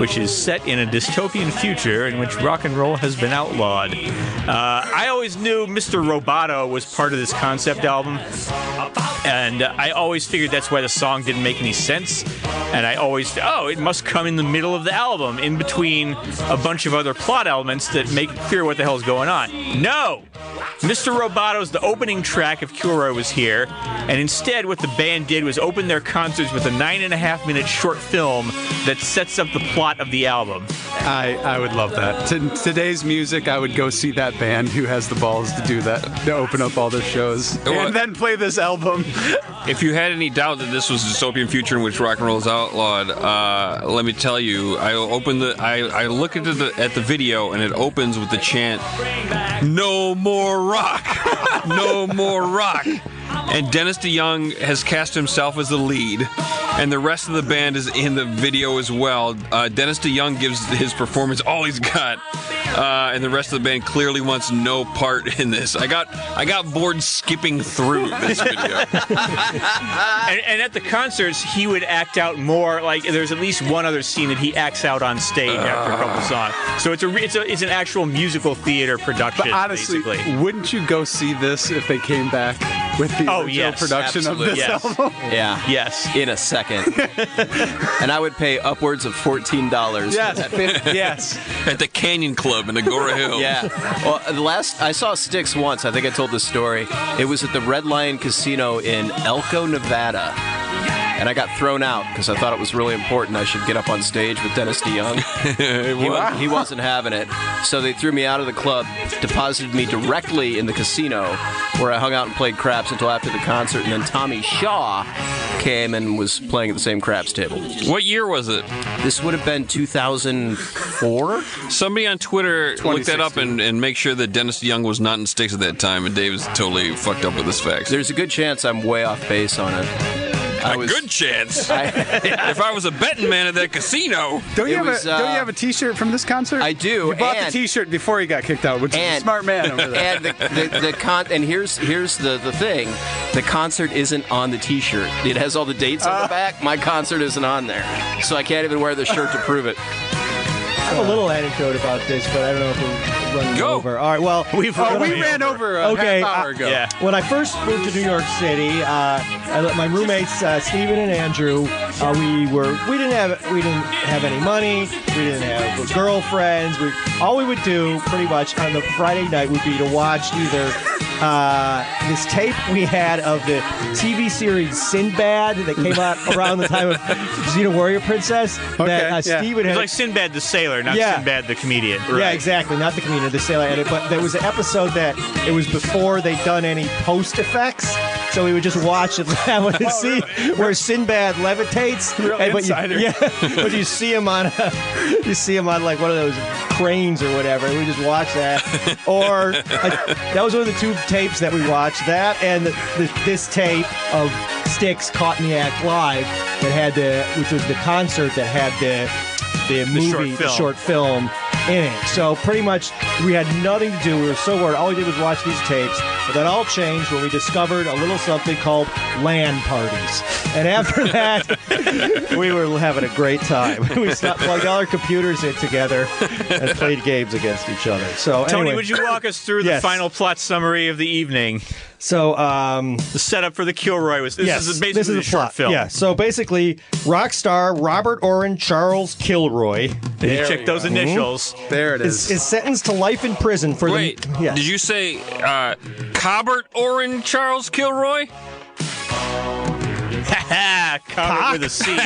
Speaker 3: which is set in a dystopian future in which rock and roll has been outlawed. Uh, I always knew Mr. Roboto was part of this concept album, and uh, I always figured that's why the song didn't make any sense. And I always, oh, it must come in the middle of the album, in between a bunch of other plot elements that make it clear what the hell's going on. No! Mr. Roboto's the opening track of Curo was here, and instead, what the band did was open their concerts with a nine and a half minute short film that sets up the plot of the album.
Speaker 6: I, I would love that. To, today's music, I would go see that band who has the balls to do that, to open up all their shows,
Speaker 4: Well-
Speaker 6: and then play this album.
Speaker 4: If you had any doubt that this was a dystopian future in which rock and roll is outlawed, uh, let me tell you, I open the, I, I look into the at the video and it opens with the chant, "No more rock, no more rock," and Dennis DeYoung has cast himself as the lead, and the rest of the band is in the video as well. Uh, Dennis DeYoung gives his performance all he's got, uh, and the rest of the band clearly wants no part in this. I got I got bored skipping through this video.
Speaker 3: and, and at the concerts, he would act out more. Like there's at least one other scene that he acts out on stage after a couple songs. So it's a, re- it's a it's an actual musical theater production.
Speaker 6: But honestly,
Speaker 3: basically.
Speaker 6: wouldn't you go see this if they came back with the
Speaker 3: Oh,
Speaker 6: original
Speaker 3: yes.
Speaker 6: production of this
Speaker 3: Yes.
Speaker 6: album?
Speaker 8: Yeah.
Speaker 3: yes.
Speaker 8: In a second. and I would pay upwards of $14. for that.
Speaker 6: yes.
Speaker 4: at the Canyon Club in Agora Hills.
Speaker 8: Yeah. Well, the last I saw Sticks once. I think I told this story. It was at the Red Lion Casino in Elko, Nevada. And I got thrown out because I thought it was really important. I should get up on stage with Dennis DeYoung. he, wa- he wasn't having it. So they threw me out of the club, deposited me directly in the casino where I hung out and played craps until after the concert. And then Tommy Shaw came and was playing at the same craps table.
Speaker 4: What year was it?
Speaker 8: This would have been 2004?
Speaker 4: Somebody on Twitter look that up and, and make sure that Dennis Young was not in sticks at that time, and Dave's totally fucked up with his facts.
Speaker 8: There's a good chance I'm way off base on it. I
Speaker 4: a
Speaker 8: was-
Speaker 4: good chance.
Speaker 8: I,
Speaker 4: if I was a betting man at that casino,
Speaker 6: Don't you,
Speaker 8: It
Speaker 6: have
Speaker 8: was,
Speaker 6: a, don't
Speaker 8: uh,
Speaker 6: you have a T-shirt from this concert?
Speaker 8: I do,
Speaker 6: You bought
Speaker 8: and-
Speaker 6: the T-shirt before he got kicked out, which is
Speaker 8: And-
Speaker 6: a smart man over there.
Speaker 8: and the, the, the con and here's here's the, the thing the concert isn't on the t-shirt it has all the dates on the
Speaker 6: Ah.
Speaker 8: back my concert isn't on there so i can't even wear the shirt to prove it
Speaker 7: I have a little anecdote about this, but I don't know if we're running
Speaker 4: Go.
Speaker 7: over. All right, well,
Speaker 3: We've
Speaker 6: oh, we ran over a
Speaker 7: Okay,
Speaker 6: half hour
Speaker 7: uh,
Speaker 6: ago.
Speaker 3: Yeah.
Speaker 7: when I first moved to New York City, uh, I let my roommates uh, Stephen and Andrew. Uh, we were we didn't have we didn't have any money. We didn't have girlfriends. We all we would do pretty much on the Friday night would be to watch either. Uh, this tape we had of the TV series Sinbad that came out around the time of Xena Warrior Princess that
Speaker 6: Okay,
Speaker 7: uh,
Speaker 6: yeah.
Speaker 7: Steven
Speaker 3: It's
Speaker 7: had
Speaker 3: like Sinbad the Sailor, not
Speaker 7: Yeah.
Speaker 3: Sinbad the Comedian.
Speaker 7: yeah, exactly. Not the comedian, the sailor edit, but there was an episode that it was before they'd done any post effects. So we would just watch it laugh and see where Sinbad levitates.
Speaker 6: Oh, Real
Speaker 7: and, but
Speaker 6: insider.
Speaker 7: You, yeah, but you see him on, a, you see him on like one of those cranes or whatever. And we just watch that. Or uh, that was one of the two tapes that we watched. That and the, the, this tape of Sticks Caught in the Act Live that had the, which was the concert that had the the movie,
Speaker 3: short
Speaker 7: the
Speaker 3: film.
Speaker 7: short film in it. So pretty much we had nothing to do. We were so bored. All we did was watch these tapes. But that all changed when we discovered a little something called LAN parties. And after that, we were having a great time. We stopped, plugged all our computers in together and played games against each other. So
Speaker 3: Tony,
Speaker 7: anyway,
Speaker 3: would you walk us through the
Speaker 7: Yes.
Speaker 3: final plot summary of the evening?
Speaker 7: So um,
Speaker 3: The setup for the Kilroy was this
Speaker 7: yes,
Speaker 3: is basically
Speaker 7: this is
Speaker 3: a
Speaker 7: the
Speaker 3: short
Speaker 7: plot.
Speaker 3: film.
Speaker 7: Yeah. So basically, rock star Robert Orrin Charles Kilroy
Speaker 3: You check those initials.
Speaker 6: There it
Speaker 7: is,
Speaker 6: is.
Speaker 7: is sentenced to life in prison for
Speaker 4: wait,
Speaker 7: the yes.
Speaker 4: did you say uh, Cobbert Oren Charles Kilroy?
Speaker 3: Comic with a C.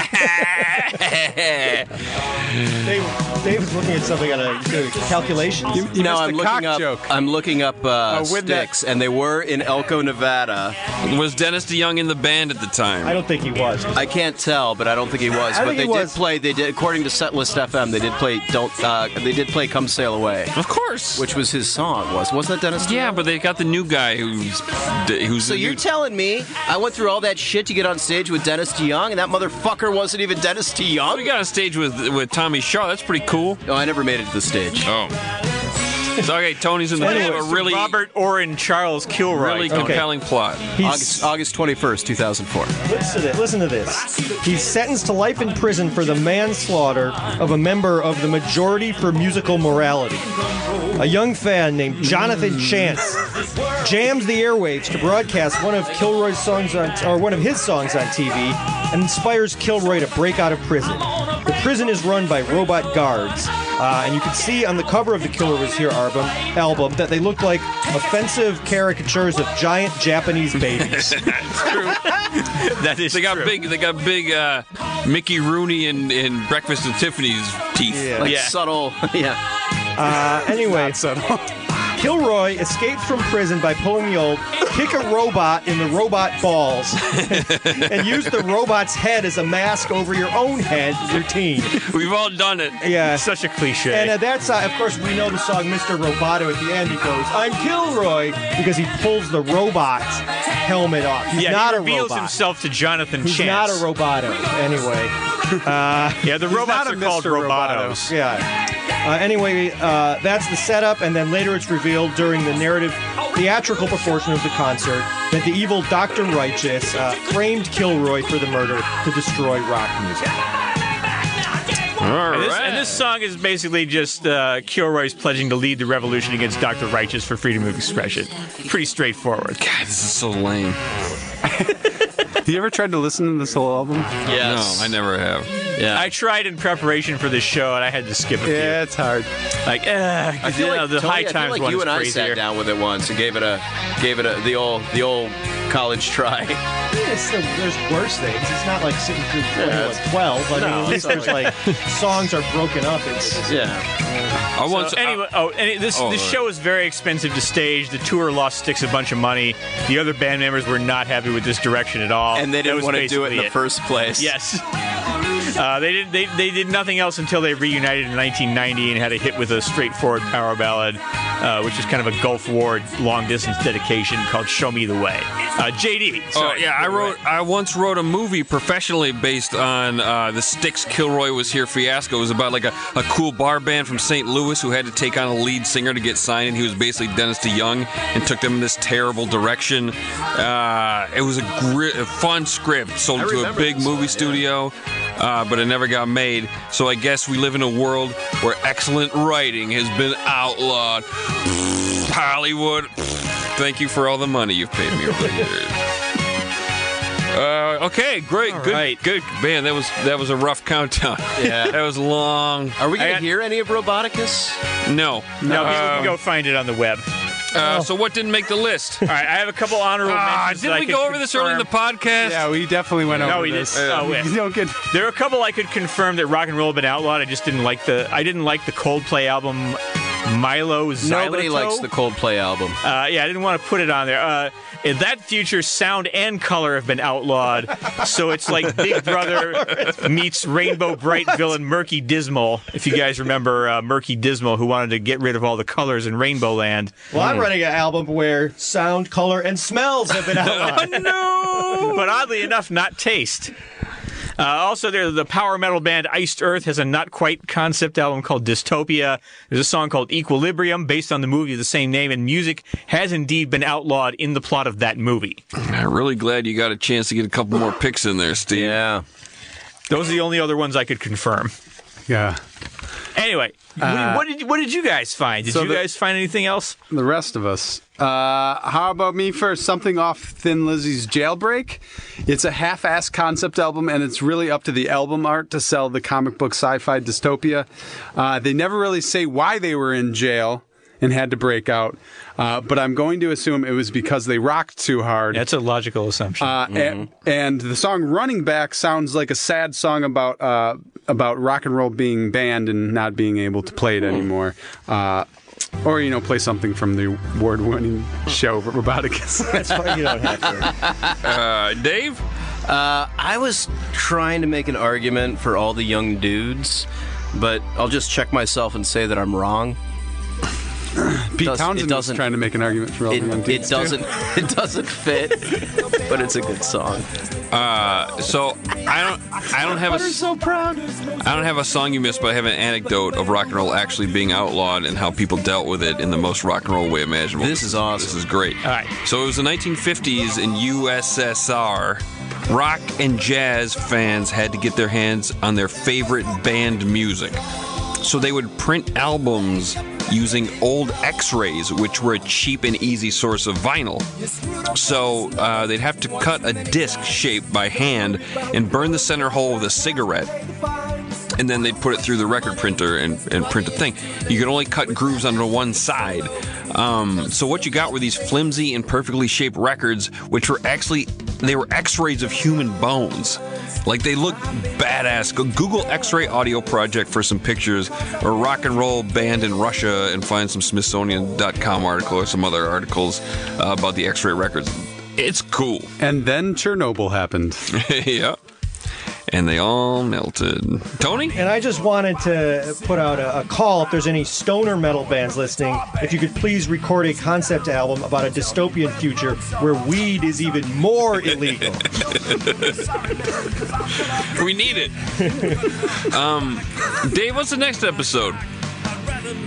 Speaker 7: Dave, Dave was looking at something on a doing calculation.
Speaker 6: You, you
Speaker 8: no,
Speaker 6: missed
Speaker 8: I'm
Speaker 6: the cock
Speaker 8: looking up.
Speaker 6: joke. Oh,
Speaker 8: I'm looking up uh,
Speaker 6: with that-
Speaker 8: sticks, and they were in Elko, Nevada.
Speaker 4: Was Dennis DeYoung in the band at the time?
Speaker 7: I don't think he was.
Speaker 8: I can't tell, but I don't think he was.
Speaker 7: I
Speaker 8: but
Speaker 7: think
Speaker 8: they
Speaker 7: he
Speaker 8: did
Speaker 7: was.
Speaker 8: play. They did, according to Setlist FM, they did play. Don't. Uh, they did play "Come Sail Away,"
Speaker 4: of course.
Speaker 8: which was his song. Was wasn't that Dennis?
Speaker 4: yeah, but they got the new guy who's d- who's
Speaker 8: So
Speaker 4: the
Speaker 3: Mm-hmm.
Speaker 8: you're
Speaker 4: new-
Speaker 8: telling me I went through all that shit to get on stage with Dennis DeYoung, and that motherfucker wasn't even Dennis
Speaker 4: we
Speaker 8: DeYoung?
Speaker 4: got on stage with with Tommy Shaw. That's pretty cool.
Speaker 8: No, I never made it to the stage.
Speaker 4: Oh. So okay, Tony's in the middle of a really
Speaker 3: Robert Orrin Charles Kilroy.
Speaker 4: really
Speaker 7: Okay.
Speaker 4: compelling plot.
Speaker 7: He's,
Speaker 8: August, August 21st, 2004.
Speaker 7: listen, to this, listen to this. He's sentenced to life in prison for the manslaughter of a member of the Majority for Musical Morality. A young fan named Jonathan Chance jammed the airwaves to broadcast one of Kilroy's songs on, or one of his songs on TV, and inspires Kilroy to break out of prison. The prison is run by robot guards, uh, and you can see on the cover of the Kilroy's Here album, album that they look like offensive caricatures of giant Japanese babies.
Speaker 3: That is
Speaker 4: They got
Speaker 3: true.
Speaker 4: big. They got big. Uh, Mickey Rooney and, and Breakfast at Tiffany's teeth.
Speaker 7: Yeah.
Speaker 8: Like
Speaker 3: Yeah.
Speaker 8: subtle, yeah.
Speaker 7: Uh, anyway, Kilroy escaped from prison by pulling the old kick a robot in the robot balls and use the robot's head as a mask over your own head routine.
Speaker 4: We've all done it.
Speaker 7: Yeah.
Speaker 3: Such a cliche.
Speaker 7: And uh, that's, uh, of course, we know the song Mr. Roboto at the end. He goes, I'm Kilroy, because he pulls the robot's helmet off. He's
Speaker 3: yeah,
Speaker 7: not
Speaker 3: he
Speaker 7: a
Speaker 3: reveals
Speaker 7: robot.
Speaker 3: himself to Jonathan
Speaker 7: He's
Speaker 3: Chance.
Speaker 7: not a Roboto, anyway.
Speaker 3: Yeah, the robots
Speaker 6: not
Speaker 3: are
Speaker 6: a
Speaker 3: called
Speaker 6: Mr.
Speaker 3: Robotos.
Speaker 7: Yeah. Uh, anyway, uh, that's the setup, and then later it's revealed during the narrative theatrical proportion of the concert that the evil Dr. Righteous uh, framed Kilroy for the murder to destroy rock music.
Speaker 4: All right.
Speaker 3: And this, and this song is basically just uh, Kilroy's pledging to lead the revolution against Dr. Righteous for freedom of expression. Pretty straightforward.
Speaker 4: God, this is so lame.
Speaker 6: Have you ever tried to listen to this whole album?
Speaker 8: Yes.
Speaker 4: No, I never have.
Speaker 8: Yeah.
Speaker 3: I tried in preparation for this show and I had to skip a few.
Speaker 6: Yeah, it's hard.
Speaker 3: Like, uh,
Speaker 8: I feel
Speaker 3: you
Speaker 8: like
Speaker 3: know, the
Speaker 8: Tony,
Speaker 3: High
Speaker 8: I feel
Speaker 3: Times
Speaker 8: like
Speaker 3: one
Speaker 8: you
Speaker 3: is
Speaker 8: and I
Speaker 3: crazier.
Speaker 8: sat down with it once and gave it a gave it a the old the old college try.
Speaker 7: It's the- there's worse things. It's not like sitting through
Speaker 8: Yeah,
Speaker 7: 21 12. I mean,
Speaker 8: No,
Speaker 7: at least
Speaker 8: it's
Speaker 7: there's like songs are broken up. It's,
Speaker 8: yeah.
Speaker 4: I
Speaker 3: So
Speaker 4: once.
Speaker 8: uh,
Speaker 3: anyway, oh, and this
Speaker 4: Oh,
Speaker 3: this
Speaker 4: all right.
Speaker 3: show is very expensive to stage. The tour lost Sticks a bunch of money. The other band members were not happy with this direction at all,
Speaker 8: And they
Speaker 3: That
Speaker 8: didn't
Speaker 3: was
Speaker 8: want to do it in
Speaker 3: basically
Speaker 8: the first place.
Speaker 3: Yes. Uh, they did. They, they did nothing else until they reunited in 1990 and had a hit with a straightforward power ballad, uh, which is kind of a Gulf War long distance dedication called "Show Me the Way." Uh, JD.
Speaker 4: Oh
Speaker 3: sorry.
Speaker 4: yeah, I wrote. I once wrote a movie professionally based on uh, the Styx Kilroy was here fiasco. It was about like a, a cool bar band from St. Louis who had to take on a lead singer to get signed, and he was basically Dennis DeYoung and took them in this terrible direction. Uh, it was a, gri- a fun script sold
Speaker 8: I
Speaker 4: to a
Speaker 8: remember
Speaker 4: big
Speaker 8: this
Speaker 4: movie
Speaker 8: one, yeah.
Speaker 4: studio, uh, but it never got made. So I guess we live in a world where excellent writing has been outlawed. Hollywood, thank you for all the money you've paid me over the years. Uh, okay, great, good,
Speaker 3: right.
Speaker 4: good. Man, that was that was a rough countdown.
Speaker 8: Yeah.
Speaker 4: that was long.
Speaker 8: Are we gonna
Speaker 3: I-
Speaker 8: hear any of Roboticus?
Speaker 4: No,
Speaker 3: No, people
Speaker 4: Uh,
Speaker 3: can go find it on the web.
Speaker 4: uh, so what didn't make the list?
Speaker 3: All right, I have a couple honorable
Speaker 4: Ah,
Speaker 3: mentions. that
Speaker 4: didn't
Speaker 3: I
Speaker 4: we
Speaker 3: could
Speaker 4: go over this early in the
Speaker 3: confirm.
Speaker 4: podcast?
Speaker 6: Yeah, we definitely went over
Speaker 3: we did.
Speaker 6: this.
Speaker 3: Uh,
Speaker 6: You
Speaker 3: we-
Speaker 6: don't get
Speaker 3: There are a couple I could confirm that rock and roll had been outlawed. I just didn't like the. I didn't like the Coldplay album. Milo Xyloto.
Speaker 8: Nobody likes the Coldplay album.
Speaker 3: Uh, yeah, I didn't want to put it on there. Uh, in that future, sound and color have been outlawed, so it's like Big Brother meets Rainbow Bright villain Murky Dismal. If you guys remember uh, Murky Dismal, who wanted to get rid of all the colors in Rainbow Land,
Speaker 7: well, I'm running an album where sound, color, and smells have been outlawed.
Speaker 3: Oh, but oddly enough, not taste. Uh, also, there the power metal band Iced Earth has a not quite concept album called Dystopia. There's a song called Equilibrium based on the movie of the same name, and music has indeed been outlawed in the plot of that movie.
Speaker 4: I'm really glad you got a chance to get a couple more picks in there, Steve.
Speaker 8: Yeah.
Speaker 3: Those are the only other ones I could confirm.
Speaker 6: yeah.
Speaker 3: Anyway, what, what did what did you guys find? Did
Speaker 6: so
Speaker 3: you
Speaker 6: the-
Speaker 3: guys find anything else?
Speaker 6: The rest of us. Uh, how about me first? Something off Thin Lizzy's Jailbreak. It's a half-ass concept album, and it's really up to the album art to sell the comic book sci-fi dystopia. Uh, they never really say why they were in jail. and had to break out. Uh, but I'm going to assume it was because they rocked too hard.
Speaker 9: That's a logical assumption.
Speaker 6: Uh, and,
Speaker 8: Mm-hmm.
Speaker 6: and the song "Running Back" sounds like a sad song about uh, about rock and roll being banned and not being able to
Speaker 8: Hmm.
Speaker 6: play it anymore. Uh, or you know, play something from the award-winning show Roboticus.
Speaker 7: That's why you don't have to.
Speaker 4: Uh, Dave?
Speaker 8: I was trying to make an argument for all the young dudes, but I'll just check myself and say that I'm wrong.
Speaker 6: Pete
Speaker 8: does- it
Speaker 6: Townsend was
Speaker 8: doesn't-
Speaker 6: trying to make an argument for all
Speaker 8: It,
Speaker 6: the young
Speaker 8: it
Speaker 6: dudes, too.
Speaker 8: doesn't it doesn't fit, but it's a good song.
Speaker 4: Uh, so I don't I don't have a so proud. I don't have a song you missed, but I have an anecdote of rock and roll actually being outlawed and how people dealt with it in the most rock and roll way imaginable.
Speaker 8: This is awesome.
Speaker 4: This is great. All
Speaker 9: right.
Speaker 4: So it was the 1950s in USSR. Rock and jazz fans had to get their hands on their favorite band music. So they would print albums using old x rays, which were a cheap and easy source of vinyl. So uh, they'd have to cut a disc shape by hand and burn the center hole with a cigarette. And then they'd put it through the record printer and, and print a thing. You could only cut grooves onto one side. Um, so what you got were these flimsy and perfectly shaped records, which were actually they were X-rays of human bones. Like they looked badass. Go Google X-ray audio project for some pictures, or rock and roll band in Russia, and find some Smithsonian.com article or some other articles uh, about the X-ray records. It's cool.
Speaker 6: And then Chernobyl happened.
Speaker 4: yeah. And they all melted. Tony?
Speaker 7: And I just wanted to put out a, a call if there's any stoner metal bands listening, if you could please record a concept album about a dystopian future where weed is even more illegal.
Speaker 4: We need it. um, Dave, what's the next episode?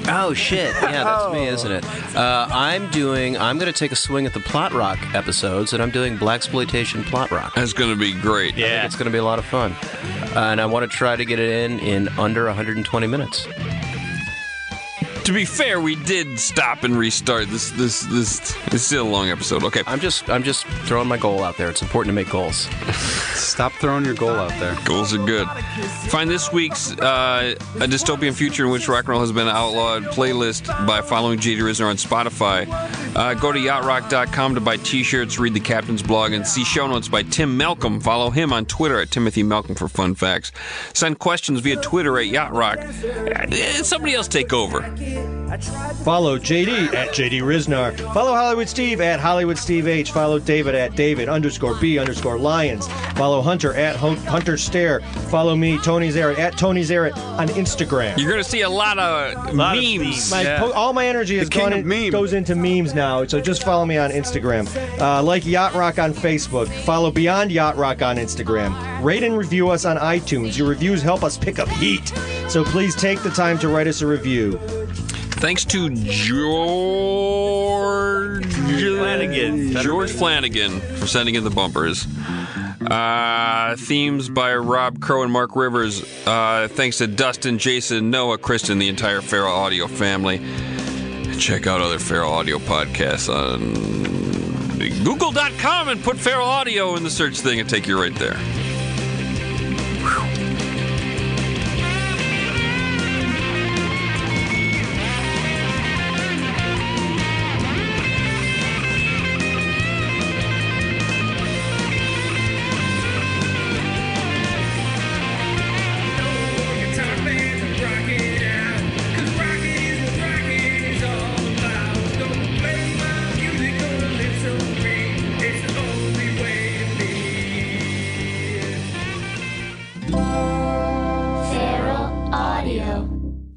Speaker 8: Oh shit! Yeah, that's me, isn't it? Uh, I'm doing. I'm going to take a swing at the plot rock episodes, and I'm doing black exploitation plot rock.
Speaker 4: That's going to be great.
Speaker 8: I think it's going to be a lot of fun, uh, and I want to try to get it in in under 120 minutes.
Speaker 4: To be fair, we did stop and restart. This this this this is still a long episode. Okay.
Speaker 8: I'm just. I'm just throwing my goal out there. It's important to make goals.
Speaker 6: Stop throwing your goal out there.
Speaker 4: Goals are good. Find this week's uh, A Dystopian Future in Which Rock and Roll Has Been Outlawed playlist by following J.D. Rizner on Spotify. Uh, go to yachtrock.com to buy t shirts, read the captain's blog, and see show notes by Tim Malcolm. Follow him on Twitter at Timothy Malcolm for fun facts. Send questions via Twitter at yachtrock. Eh, Somebody else take over.
Speaker 7: Follow JD at JD Riznar. Follow Hollywood Steve at Hollywood Steve H. Follow David at David underscore B underscore Lions. Follow Hunter at Hun- Hunter Stare. Follow me, Tony Zarrett at Tony Zarrett on Instagram.
Speaker 4: You're going to see a lot of
Speaker 9: Lot of
Speaker 4: memes.
Speaker 7: My
Speaker 6: Yeah.
Speaker 7: po- all my energy is
Speaker 6: king
Speaker 7: gone
Speaker 6: of
Speaker 7: in-
Speaker 6: meme.
Speaker 7: goes into memes now, so just follow me on Instagram. Uh, like Yacht Rock on Facebook. Follow Beyond Yacht Rock on Instagram. Rate and review us on iTunes. Your reviews help us pick up heat, so please take the time to write us a review.
Speaker 4: Thanks to George Flanagan. George Flanagan for sending in the bumpers. Uh, themes by Rob Crow and Mark Rivers. Uh, thanks to Dustin, Jason, Noah, Kristen, the entire Feral Audio family. Check out other Feral Audio podcasts on Google.com and put Feral Audio in the search thing and take you right there. Whew.